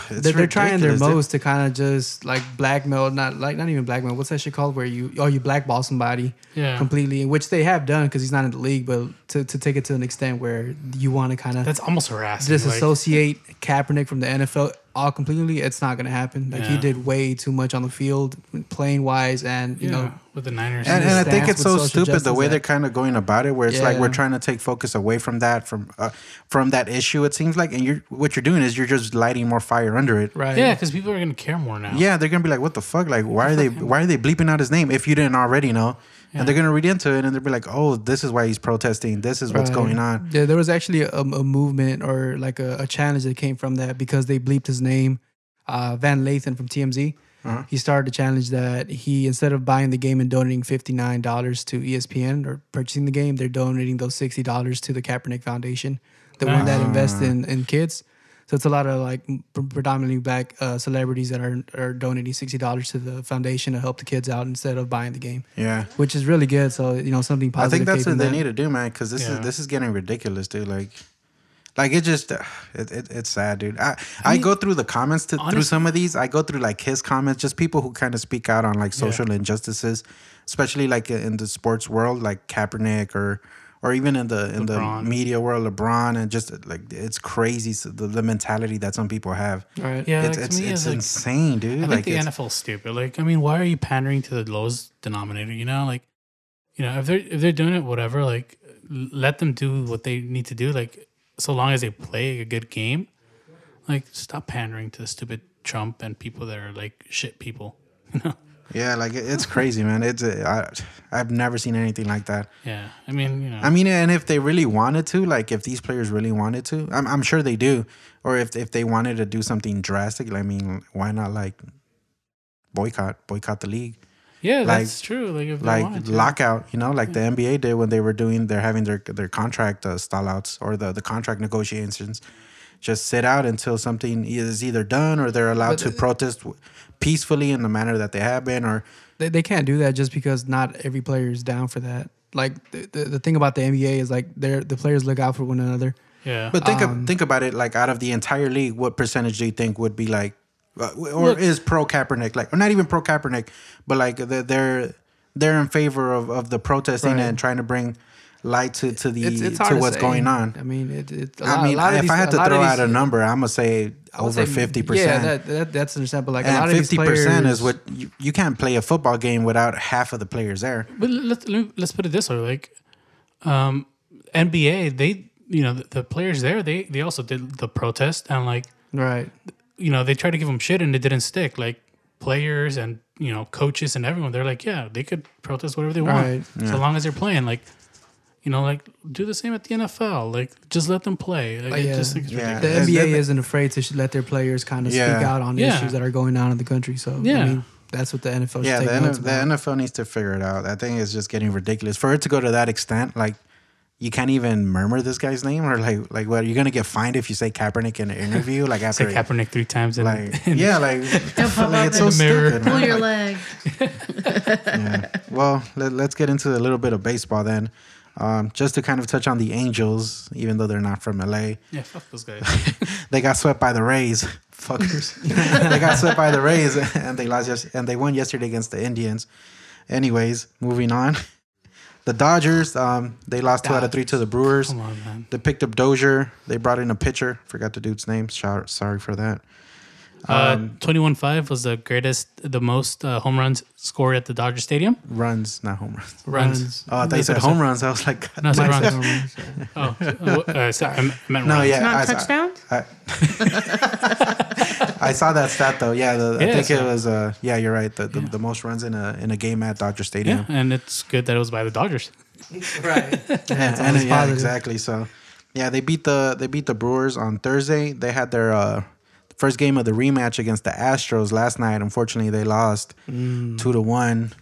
Speaker 4: It's
Speaker 5: they're, they're trying their
Speaker 4: ridiculous, dude.
Speaker 5: most to kind of just like blackmail, not like not even blackmail. What's that shit called? Where you oh you blackball somebody
Speaker 3: Yeah.
Speaker 5: completely, which they have done because he's not in the league. But to, to take it to an extent where you want to kind of
Speaker 3: That's almost harassing. like,
Speaker 5: disassociate Kaepernick from the NFL all completely, it's not going to happen. Like he
Speaker 3: Yeah.
Speaker 5: did way too much on the field, playing wise, and you
Speaker 3: you
Speaker 5: know,
Speaker 3: know, with the Niners.
Speaker 4: And,
Speaker 5: his
Speaker 4: and I think
Speaker 5: stance
Speaker 4: it's
Speaker 5: with
Speaker 4: so
Speaker 5: social
Speaker 4: stupid the
Speaker 5: justice
Speaker 4: way they're
Speaker 5: act.
Speaker 4: kind of going about it, where it's like
Speaker 5: Yeah.
Speaker 4: we're trying to take focus away from that, from uh, from that issue. It seems like, and you're what you're doing is you're just lighting more fire under it.
Speaker 5: right?
Speaker 3: yeah, because people are gonna care more now.
Speaker 4: Yeah, they're gonna be like, "What the fuck? Like, why are they why are they bleeping out his name if you didn't already know?" And they're gonna read into it, and they'll be like, "Oh, this is why he's protesting. This is what's
Speaker 5: Right.
Speaker 4: going on."
Speaker 5: Yeah, there was actually a, a movement or like a, a challenge that came from that because they bleeped his name. Uh, Van Lathan from TMZ,
Speaker 4: Uh-huh.
Speaker 5: he started a challenge that he instead of buying the game and donating fifty nine dollars to E ESPN or purchasing the game, they're donating those sixty dollars to the Kaepernick Foundation, the one that invests in in kids. So it's a lot of like pr- predominantly black uh, celebrities that are are donating sixty dollars to the foundation to help the kids out instead of buying the game,
Speaker 4: Yeah.
Speaker 5: which is really good. So you know something
Speaker 4: I
Speaker 5: positive.
Speaker 4: think
Speaker 5: came
Speaker 4: that's what
Speaker 5: from
Speaker 4: they
Speaker 5: that.
Speaker 4: need to do, man. Because this
Speaker 3: Yeah.
Speaker 4: is this is getting ridiculous, dude. Like, like it just [sighs] uh, it, it, it's sad, dude. I I, go through the comments to, through
Speaker 3: honest-
Speaker 4: some of these. I go through like his comments, just people who kind of speak out on like social injustices, especially like in the sports world, like Kaepernick or or even in the in
Speaker 3: LeBron.
Speaker 4: the media world, LeBron, and just like it's crazy so the, the mentality that some people have.
Speaker 5: Right.
Speaker 3: Yeah,
Speaker 4: It's
Speaker 3: like,
Speaker 4: it's,
Speaker 3: to me,
Speaker 4: it's
Speaker 3: it's like-
Speaker 4: insane, dude.
Speaker 3: I
Speaker 4: like
Speaker 3: think the
Speaker 4: it's,
Speaker 3: NFL's stupid. Like, I mean, why are you pandering to the lowest denominator? You know, like, you know, if they're if they're doing it, whatever. Like, l- let them do what they need to do. Like, so long as they play a good game, like, stop pandering to the stupid Trump and people that are like shit people. [laughs] You know?
Speaker 4: yeah, like it- it's crazy, man. It's uh, I I've never seen anything like that.
Speaker 3: Yeah. I mean, you know,
Speaker 4: I mean, and if they really wanted to, like if these players really wanted to, I'm, I'm sure they do, or if if they wanted to do something drastic, I mean, why not like boycott, boycott the league,
Speaker 3: yeah,
Speaker 4: like-
Speaker 3: that's true. Like, if they wanted
Speaker 4: like
Speaker 3: to.
Speaker 4: lockout, you know, like the NBA did when they were doing, they're having their their contract uh, stallouts or the the contract negotiations, just sit out until something is either done or they're allowed to protest peacefully in the manner that they have been, or
Speaker 5: they, they can't do that just because not every player is down for that. Like the, the, the thing about the NBA is like they're the players look out for one another.
Speaker 3: yeah,
Speaker 4: But think
Speaker 5: Um,
Speaker 4: ab- think about it. Like out of the entire league, what percentage do you think would be like, uh, or is pro Kaepernick like, or not even pro Kaepernick, but like the- they're they're in favor of of the protesting
Speaker 5: Right.
Speaker 4: and trying to bring. light to to the
Speaker 5: It's, it's hard
Speaker 4: to what's
Speaker 5: say.
Speaker 4: going on.
Speaker 5: I mean, it, it's. a
Speaker 4: I
Speaker 5: lot-
Speaker 4: mean,
Speaker 5: a lot of
Speaker 4: if
Speaker 5: these-
Speaker 4: I had to
Speaker 5: lot of
Speaker 4: throw out
Speaker 5: these-
Speaker 4: a number, I'm gonna say
Speaker 5: I would
Speaker 4: over
Speaker 5: say-
Speaker 4: fifty
Speaker 5: Yeah,
Speaker 4: percent.
Speaker 5: that, that that's understandable. Like a lot of
Speaker 4: and fifty
Speaker 5: fifty
Speaker 4: percent is what you, you can't play a football game without half of the players there.
Speaker 3: But let, let, let's put it this way: like um, NBA, they you know the, the players there, they they also did the protest and like
Speaker 5: right.
Speaker 3: you know they tried to give them shit and it didn't stick. Like players and you know coaches and everyone, they're like, yeah, they could protest whatever they want
Speaker 5: Right.
Speaker 3: so long as they're playing. Like you know, like do the same at the NFL. Like just let them play. Like,
Speaker 5: Oh,
Speaker 3: it
Speaker 5: yeah.
Speaker 3: just, like, it's
Speaker 4: Yeah.
Speaker 3: ridiculous.
Speaker 5: The
Speaker 4: And
Speaker 5: NBA
Speaker 4: then-
Speaker 5: isn't afraid to sh- let their players kind of
Speaker 4: Yeah.
Speaker 5: speak out on
Speaker 3: Yeah.
Speaker 5: issues that are going on in the country. So
Speaker 3: Yeah.
Speaker 5: I mean, that's what the NFL should
Speaker 4: Yeah,
Speaker 5: take
Speaker 4: the,
Speaker 5: notes
Speaker 4: N- the
Speaker 5: about.
Speaker 4: NFL needs to figure it out. I think it's just getting ridiculous for it to go to that extent. Like, you can't even murmur this guy's name, or like, like, what? You're gonna get fined if you say Kaepernick in an interview,
Speaker 5: [laughs]
Speaker 4: like
Speaker 3: Say
Speaker 4: after,
Speaker 3: Kaepernick three times and
Speaker 4: like, yeah, like, [laughs]
Speaker 2: pop
Speaker 4: like,
Speaker 2: up
Speaker 4: it's
Speaker 2: in
Speaker 4: so
Speaker 3: the mirror.
Speaker 4: stupid.
Speaker 2: Pull
Speaker 4: man.
Speaker 2: your
Speaker 4: Like, [laughs]
Speaker 2: leg.
Speaker 4: yeah. Well, let, let's get into a little bit of baseball then. Um, just to kind of touch on the Angels, even though they're not from LA,
Speaker 3: [laughs] yeah, fuck those guys.
Speaker 4: they got swept by the Rays. Fuckers. [laughs] they got swept by the Rays, and they lost. Yes- and they won yesterday against the Indians. Anyways, moving on. The Dodgers, um, they lost two out of three to the Brewers.
Speaker 3: Come on, man.
Speaker 4: They picked up Dozier. They brought in a pitcher. Forgot the dude's name. Shou- Sorry for that.
Speaker 3: Uh,
Speaker 4: Um,
Speaker 3: Twenty-one five was the greatest, the most uh, home runs scored at the Dodger Stadium.
Speaker 4: Runs, not home runs.
Speaker 3: Runs.
Speaker 5: Runs.
Speaker 4: Oh, they
Speaker 3: That's
Speaker 4: said
Speaker 3: what I said.
Speaker 4: home runs. I was like, God.
Speaker 3: No, it's like
Speaker 5: Mike's
Speaker 3: runs.
Speaker 5: [laughs]
Speaker 4: [laughs]
Speaker 5: over.
Speaker 3: Oh, uh, sorry, I m- meant
Speaker 4: no,
Speaker 3: runs.
Speaker 4: yeah.
Speaker 2: Not
Speaker 4: I-
Speaker 2: touchdowns?
Speaker 4: I, [laughs] I saw that stat though. Yeah, the, I
Speaker 3: Yeah,
Speaker 4: think it
Speaker 3: so-
Speaker 4: was. Uh, yeah, you're right. The, the, the most runs in a in a game at Dodger Stadium.
Speaker 3: Yeah, and it's good that it was by the Dodgers.
Speaker 4: Yeah,
Speaker 5: always
Speaker 4: and- yeah,
Speaker 5: positive.
Speaker 4: exactly. So, yeah, they beat the they beat the Brewers on Thursday. They had their uh, first game of the rematch against the Astros last night. Unfortunately, they lost
Speaker 5: Mm.
Speaker 4: two to one.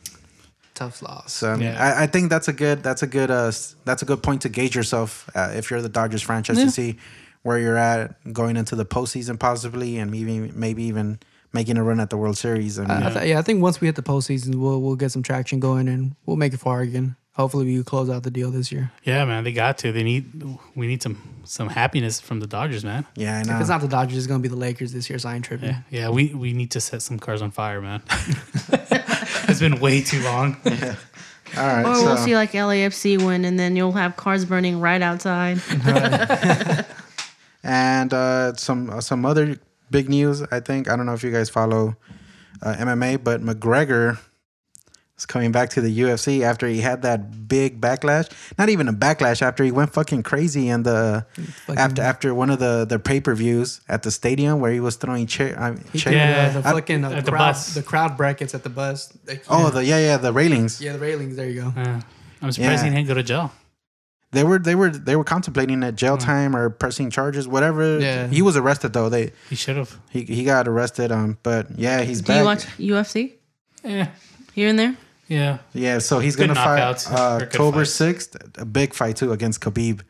Speaker 5: Tough loss.
Speaker 4: So I mean,
Speaker 3: Yeah.
Speaker 4: I, I think that's a good that's a good uh, s- that's a good point to gauge yourself uh, if you're the Dodgers franchise
Speaker 3: Yeah.
Speaker 4: to see where you're at going into the postseason possibly, and maybe maybe even making a run at the World Series. I mean,
Speaker 5: I th- yeah, I think once we hit the postseason, we'll we'll get some traction going and we'll make it far again. Hopefully, we close out the deal this year.
Speaker 3: Yeah, man, they got to. They need. We need some some happiness from the Dodgers, man.
Speaker 4: yeah, I
Speaker 5: If
Speaker 4: know.
Speaker 5: it's not the Dodgers, it's gonna be the Lakers this year. So I ain't tripping.
Speaker 3: Yeah, yeah. We we need to set some cars on fire, man. [laughs] it's been way too long.
Speaker 4: All right,
Speaker 2: Or
Speaker 4: so
Speaker 2: we'll see like LAFC win, and then you'll have cars burning right outside.
Speaker 4: and uh, some uh, some other big news. I think I don't know if you guys follow uh, MMA, but McGregor is coming back to the UFC after he had that big backlash. Not even a backlash after he went fucking crazy in the after after one of the the pay per views at the stadium where he was throwing chair. I mean,
Speaker 5: He
Speaker 4: chair
Speaker 5: threw
Speaker 3: Yeah.
Speaker 5: the, the
Speaker 3: At-
Speaker 5: fucking uh,
Speaker 3: at the
Speaker 5: crowd,
Speaker 3: bus.
Speaker 5: the crowd brackets at the bus. They
Speaker 4: Oh,
Speaker 5: can't-
Speaker 4: the yeah yeah the railings.
Speaker 5: yeah, the railings. There you go.
Speaker 3: Uh, I'm surprised
Speaker 4: Yeah.
Speaker 3: he didn't go to jail.
Speaker 4: They were they were they were contemplating that jail time or pressing charges, whatever.
Speaker 5: Yeah.
Speaker 4: He was arrested though. They
Speaker 3: He should have.
Speaker 4: he, he got arrested. Um, but yeah, he's
Speaker 2: Do
Speaker 4: back.
Speaker 2: you watch UFC
Speaker 3: Yeah,
Speaker 2: here and there?
Speaker 3: yeah.
Speaker 4: Yeah, so he's
Speaker 3: Good
Speaker 4: gonna fight
Speaker 3: knockouts.
Speaker 4: uh,
Speaker 3: They're good
Speaker 4: October
Speaker 3: fights.
Speaker 4: sixth, a big fight too against Khabib.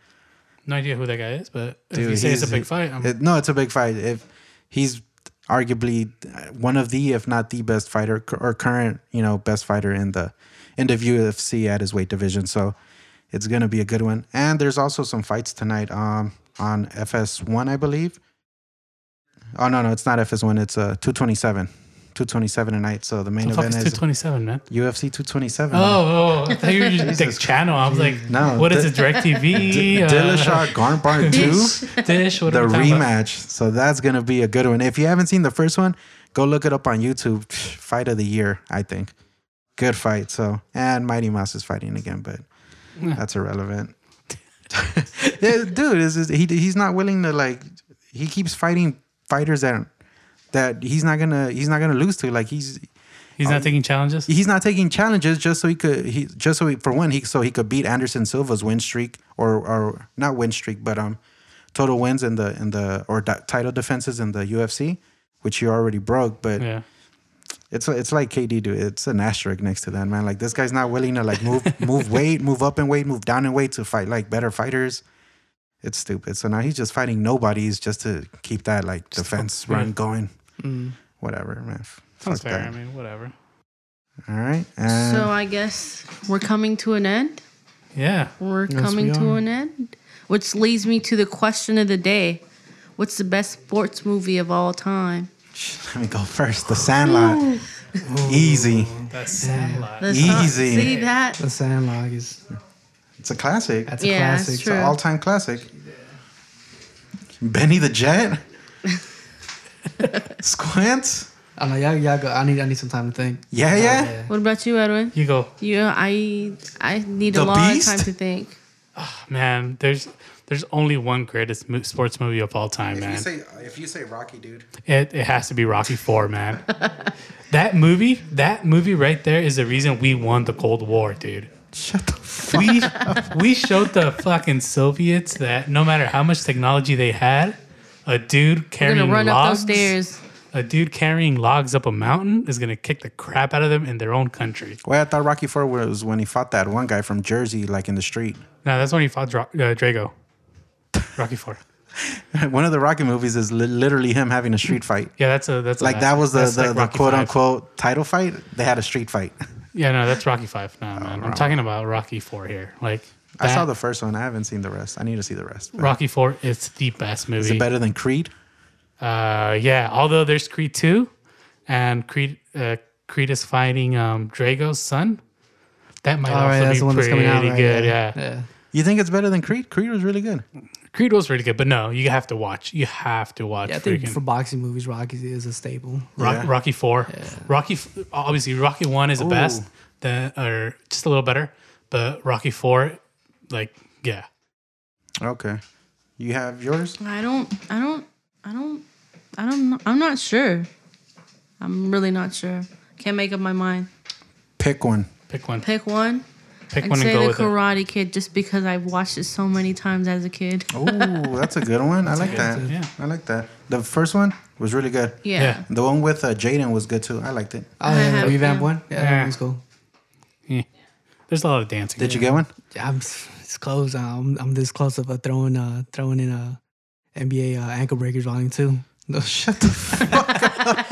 Speaker 3: No idea who that guy is, but
Speaker 4: Dude,
Speaker 3: if you say it's a
Speaker 4: he's-
Speaker 3: big fight, I'm,
Speaker 4: It- no, it's a big fight. If he's arguably one of the, if not the best fighter cur- or current, you know, best fighter in the in the UFC at his weight division, so it's gonna be a good one. And there's also some fights tonight um, on FS1, I believe. Oh no, no, it's not FS1. It's uh, 227, 227 tonight. So the main
Speaker 3: the fuck
Speaker 4: event
Speaker 3: is
Speaker 4: is
Speaker 3: 227, man.
Speaker 4: UFC 227.
Speaker 3: Oh, oh, I thought you were just the channel. I was like,
Speaker 4: No,
Speaker 3: [laughs] what is
Speaker 4: the-
Speaker 3: it? DirecTV,
Speaker 4: [laughs] D-
Speaker 3: uh, [laughs]
Speaker 4: Dillashaw Garnbarn 2.
Speaker 3: Dish,
Speaker 4: the
Speaker 3: whatever. we're talking about.
Speaker 4: rematch. So that's gonna be a good one. If you haven't seen the first one, go look it up on YouTube. Psh, Fight of the year, I think. Good fight. So and Mighty Mouse is fighting
Speaker 3: [laughs]
Speaker 4: again, but that's irrelevant. [laughs] Yeah, Dude, is he? He's not willing to like. He keeps fighting fighters that that he's not gonna he's not gonna lose to. Like he's
Speaker 3: He's not taking challenges.
Speaker 4: he's not taking challenges just so he could he just so he, for one he so he could beat Anderson Silva's win streak or or not win streak but um total wins in the in the or di- title defenses in the UFC which he already broke but
Speaker 3: Yeah.
Speaker 4: it's it's like KD dude it's an asterisk next to that man like this guy's not willing to like move move weight move up in weight move down in weight to fight like better fighters it's stupid so now he's just fighting nobodies just to keep that like defense
Speaker 3: yeah.
Speaker 4: run going
Speaker 5: Mm.
Speaker 4: whatever man F-
Speaker 3: Sounds
Speaker 4: fuck
Speaker 3: fair.
Speaker 4: that.
Speaker 3: I mean, whatever.
Speaker 4: all right and
Speaker 2: So I guess we're coming to an end.
Speaker 3: Yeah.
Speaker 2: We're
Speaker 5: Yes,
Speaker 2: coming
Speaker 5: we
Speaker 2: to
Speaker 5: are.
Speaker 2: an end, which leads me to the question of the day: What's the best sports movie of all time?
Speaker 4: [laughs] Let me go first. The Sandlot. Easy.
Speaker 3: That's Sandlot.
Speaker 2: That's not-
Speaker 4: Easy.
Speaker 2: see that?
Speaker 5: The Sandlot is
Speaker 4: It's a classic.
Speaker 5: That's a
Speaker 2: Yeah, that's
Speaker 5: classic.
Speaker 4: it's an
Speaker 2: true.
Speaker 4: all-time classic. Benny
Speaker 3: [laughs]
Speaker 4: the Jet. Squint.
Speaker 5: I know y'all, y'all go. I need I need some time to
Speaker 3: [laughs]
Speaker 5: think.
Speaker 4: Yeah, yeah.
Speaker 2: What about you, Edwin?
Speaker 3: You go,
Speaker 2: You, I, I need
Speaker 4: The
Speaker 2: a long
Speaker 4: Beast?
Speaker 2: time to think.
Speaker 3: man. There's there's only one greatest mo- sports movie of all time, man.
Speaker 4: if you say Rocky, dude.
Speaker 3: It, it has to be Rocky Four, man.
Speaker 4: [laughs]
Speaker 3: that movie, that movie right there is the reason we won the Cold War, dude.
Speaker 4: Shut the f-
Speaker 3: We we showed the fucking Soviets that no matter how much technology they had, a dude
Speaker 2: We're
Speaker 3: carrying
Speaker 2: gonna run
Speaker 3: logs,
Speaker 2: up those stairs.
Speaker 3: a dude carrying logs up a mountain is gonna kick the crap out of them in their own country.
Speaker 4: Well, I thought Rocky Four was when he fought that one guy from Jersey, like in the street. [laughs]
Speaker 3: No, that's when he fought Dra- uh, Drago, Rocky Four.
Speaker 4: one of the Rocky movies is li- literally him having a street fight.
Speaker 3: Yeah, that's a that's a-
Speaker 4: Like that was the,
Speaker 3: that's
Speaker 4: the,
Speaker 3: like
Speaker 4: the
Speaker 3: Rocky
Speaker 4: quote
Speaker 3: five.
Speaker 4: unquote title fight. They had a street fight.
Speaker 3: Yeah, no, that's Rocky Five. No, man, I'm talking about Rocky Four here. Like
Speaker 4: I saw
Speaker 3: that-
Speaker 4: the first one. I haven't seen the rest. I need to see the rest. But
Speaker 3: Rocky Four is the best movie.
Speaker 4: is it better than Creed?
Speaker 3: Uh, yeah. Although there's Creed two, and Creed uh, Creed is fighting um, Drago's son. That might
Speaker 5: All Oh, right,
Speaker 3: also
Speaker 5: that's
Speaker 3: be
Speaker 5: the one that's
Speaker 3: pretty
Speaker 5: coming out. Right?
Speaker 3: good. Yeah.
Speaker 5: yeah.
Speaker 4: You think it's better than Creed? Creed was really good.
Speaker 3: Creed was really good, but no, you have to watch. You have to watch.
Speaker 5: Yeah, I think
Speaker 3: freaking
Speaker 5: for boxing movies, Rocky is
Speaker 2: [laughs]
Speaker 5: a staple.
Speaker 3: Rock,
Speaker 4: Yeah.
Speaker 3: Rocky Four. Rocky f- obviously Rocky One is the best, the or just a little better, but Rocky Four, like yeah,
Speaker 4: Okay. You have yours?
Speaker 2: I don't, I don't, I don't, I don't. I'm not sure. I'm really not sure. Can't make up my mind.
Speaker 4: Pick one.
Speaker 3: pick one, pick,
Speaker 2: Pick one. I'd
Speaker 3: one and
Speaker 2: say
Speaker 3: go
Speaker 2: the
Speaker 3: with it.
Speaker 2: Karate Kid just because I've watched it so many times as a kid.
Speaker 4: Oh, that's a good one. I like that.
Speaker 3: yeah.
Speaker 4: I like that. The first one was really good.
Speaker 2: Yeah.
Speaker 3: Yeah.
Speaker 4: The one with uh, Jaden was good too. I liked it.
Speaker 5: Oh, yeah,
Speaker 2: have-
Speaker 5: the revamp
Speaker 2: yeah.
Speaker 5: one. Yeah,
Speaker 3: Yeah.
Speaker 5: that one's cool.
Speaker 3: Yeah. There's a lot of dancing.
Speaker 4: Did you get one?
Speaker 5: Yeah, I'm it's close. uh, I'm I'm this close of uh, throwing uh throwing in a NBA uh, ankle breakers volume two. No, [laughs] shut the fuck up.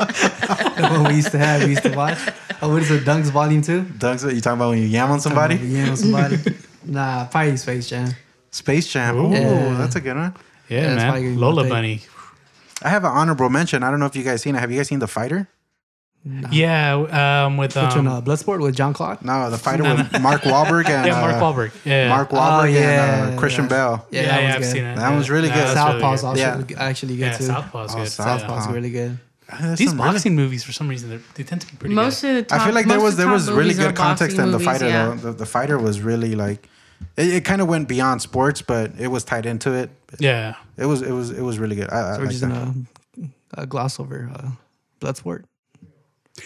Speaker 5: the one we used to have, we used to watch. Oh, what is it? Dunks volume two.
Speaker 4: Doug's what you talking about when you yam on somebody?
Speaker 5: Yeah, with somebody. nah, probably Space Jam.
Speaker 4: Space Jam. Ooh,
Speaker 5: Yeah.
Speaker 4: that's a good one.
Speaker 3: Yeah,
Speaker 5: that's probably gonna
Speaker 3: man.
Speaker 5: be
Speaker 3: Lola
Speaker 5: my pick.
Speaker 3: Bunny.
Speaker 4: I have an honorable mention. I don't know if you guys seen it. Have you guys seen The Fighter?
Speaker 3: Yeah, um, with
Speaker 5: Which one?
Speaker 3: um,
Speaker 5: Uh, Bloodsport with John Claude.
Speaker 4: No, The Fighter with Mark [laughs] Wahlberg and
Speaker 3: yeah, Mark
Speaker 4: uh,
Speaker 3: Wahlberg. Yeah,
Speaker 4: Mark
Speaker 5: Oh,
Speaker 4: Wahlberg and
Speaker 5: yeah,
Speaker 4: uh, Christian
Speaker 5: yeah.
Speaker 4: Bell.
Speaker 3: Yeah, yeah, I've
Speaker 5: good.
Speaker 3: seen it.
Speaker 4: That
Speaker 3: yeah.
Speaker 4: one's really
Speaker 3: Nah,
Speaker 4: good.
Speaker 3: that's really
Speaker 5: Southpaw's also
Speaker 4: Yeah.
Speaker 5: good- actually good
Speaker 3: Yeah,
Speaker 5: too.
Speaker 3: Southpaw's
Speaker 4: Oh,
Speaker 3: good.
Speaker 4: Southpaw's
Speaker 5: Southpaw's
Speaker 4: Uh-huh.
Speaker 5: really good.
Speaker 4: There's
Speaker 3: These
Speaker 4: some really-
Speaker 3: boxing movies, for some reason, they're, they tend to be pretty
Speaker 2: Most
Speaker 3: good.
Speaker 2: of the top,
Speaker 4: I feel like there
Speaker 2: Um, most
Speaker 4: was
Speaker 2: of the
Speaker 4: there
Speaker 2: top
Speaker 4: was really
Speaker 2: movies are
Speaker 4: good context
Speaker 2: boxing
Speaker 4: in the
Speaker 2: movies,
Speaker 4: fighter
Speaker 2: yeah.
Speaker 4: though. The, the fighter was really like it, it kind of went beyond sports, but it was tied into it.
Speaker 3: yeah,
Speaker 4: It was it was it was really good. I, I
Speaker 5: We're
Speaker 4: like
Speaker 5: just
Speaker 4: that.
Speaker 5: gonna uh, gloss over uh, Bloodsport.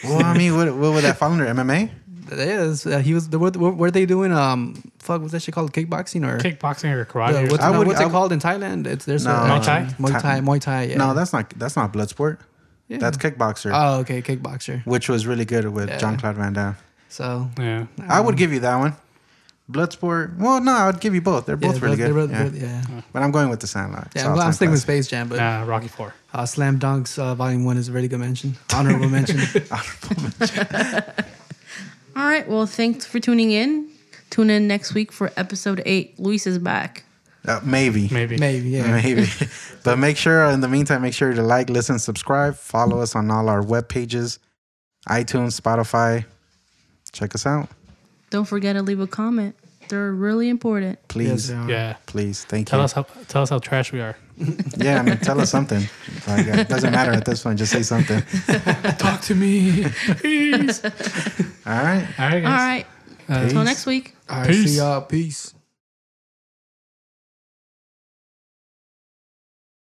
Speaker 4: Well, I mean, what, what
Speaker 5: [laughs]
Speaker 4: would that fall under? MMA?
Speaker 5: Yeah, it's, uh, he was. The, were, were they doing? Um, fuck, was that shit called kickboxing or?
Speaker 3: kickboxing or
Speaker 5: Uh,
Speaker 3: karate. or
Speaker 5: what's,
Speaker 3: something.
Speaker 4: I
Speaker 5: no,
Speaker 4: would-
Speaker 5: what's
Speaker 4: I
Speaker 5: it
Speaker 4: would-
Speaker 5: called in Thailand? It's there's
Speaker 4: No.
Speaker 5: uh,
Speaker 3: Muay Thai?
Speaker 5: Muay Thai,
Speaker 4: Thai-
Speaker 5: Muay Thai. Yeah.
Speaker 4: No, that's not that's not blood sport.
Speaker 5: Yeah.
Speaker 4: That's kickboxer,
Speaker 5: oh, okay, kickboxer.
Speaker 4: which was really good with
Speaker 5: Yeah.
Speaker 4: John Claude Van Damme.
Speaker 5: So
Speaker 3: yeah,
Speaker 4: I would give you that one. Bloodsport. Well, no, I'd give you both. They're
Speaker 5: yeah,
Speaker 4: both really
Speaker 5: they're both-
Speaker 4: good. yeah.
Speaker 5: they're both- yeah, yeah.
Speaker 4: But I'm going with the Sandlot. It's
Speaker 5: I'm, glad- I'm
Speaker 4: all-time
Speaker 5: sticking with
Speaker 4: classic.
Speaker 5: Space Jam, but
Speaker 3: nah, Rocky Four.
Speaker 5: uh, Slam Dunks uh, Volume One is a really good mention, honorable
Speaker 4: [laughs]
Speaker 5: mention.
Speaker 2: All right. Well, thanks for tuning in. Tune in next week for episode eight. Luis is back.
Speaker 4: Uh, maybe.
Speaker 3: Maybe.
Speaker 5: Maybe, yeah.
Speaker 4: [laughs] Maybe. but make sure, in the meantime, make sure to like, listen, subscribe, follow us on all our web pages, iTunes, Spotify. Check us out.
Speaker 2: Don't forget to leave a comment. They're really important.
Speaker 4: Please.
Speaker 5: Yes,
Speaker 3: Yeah.
Speaker 4: Please. Thank
Speaker 3: Tell
Speaker 4: you.
Speaker 3: us how tell us how trash we are.
Speaker 4: yeah, I mean, tell us something. Like, it doesn't matter at this point. Just say something.
Speaker 3: Talk to me. [laughs] Peace.
Speaker 4: All right.
Speaker 3: All right, guys.
Speaker 2: All right. Until next week.
Speaker 5: All right,
Speaker 3: Peace.
Speaker 5: see y'all. Peace.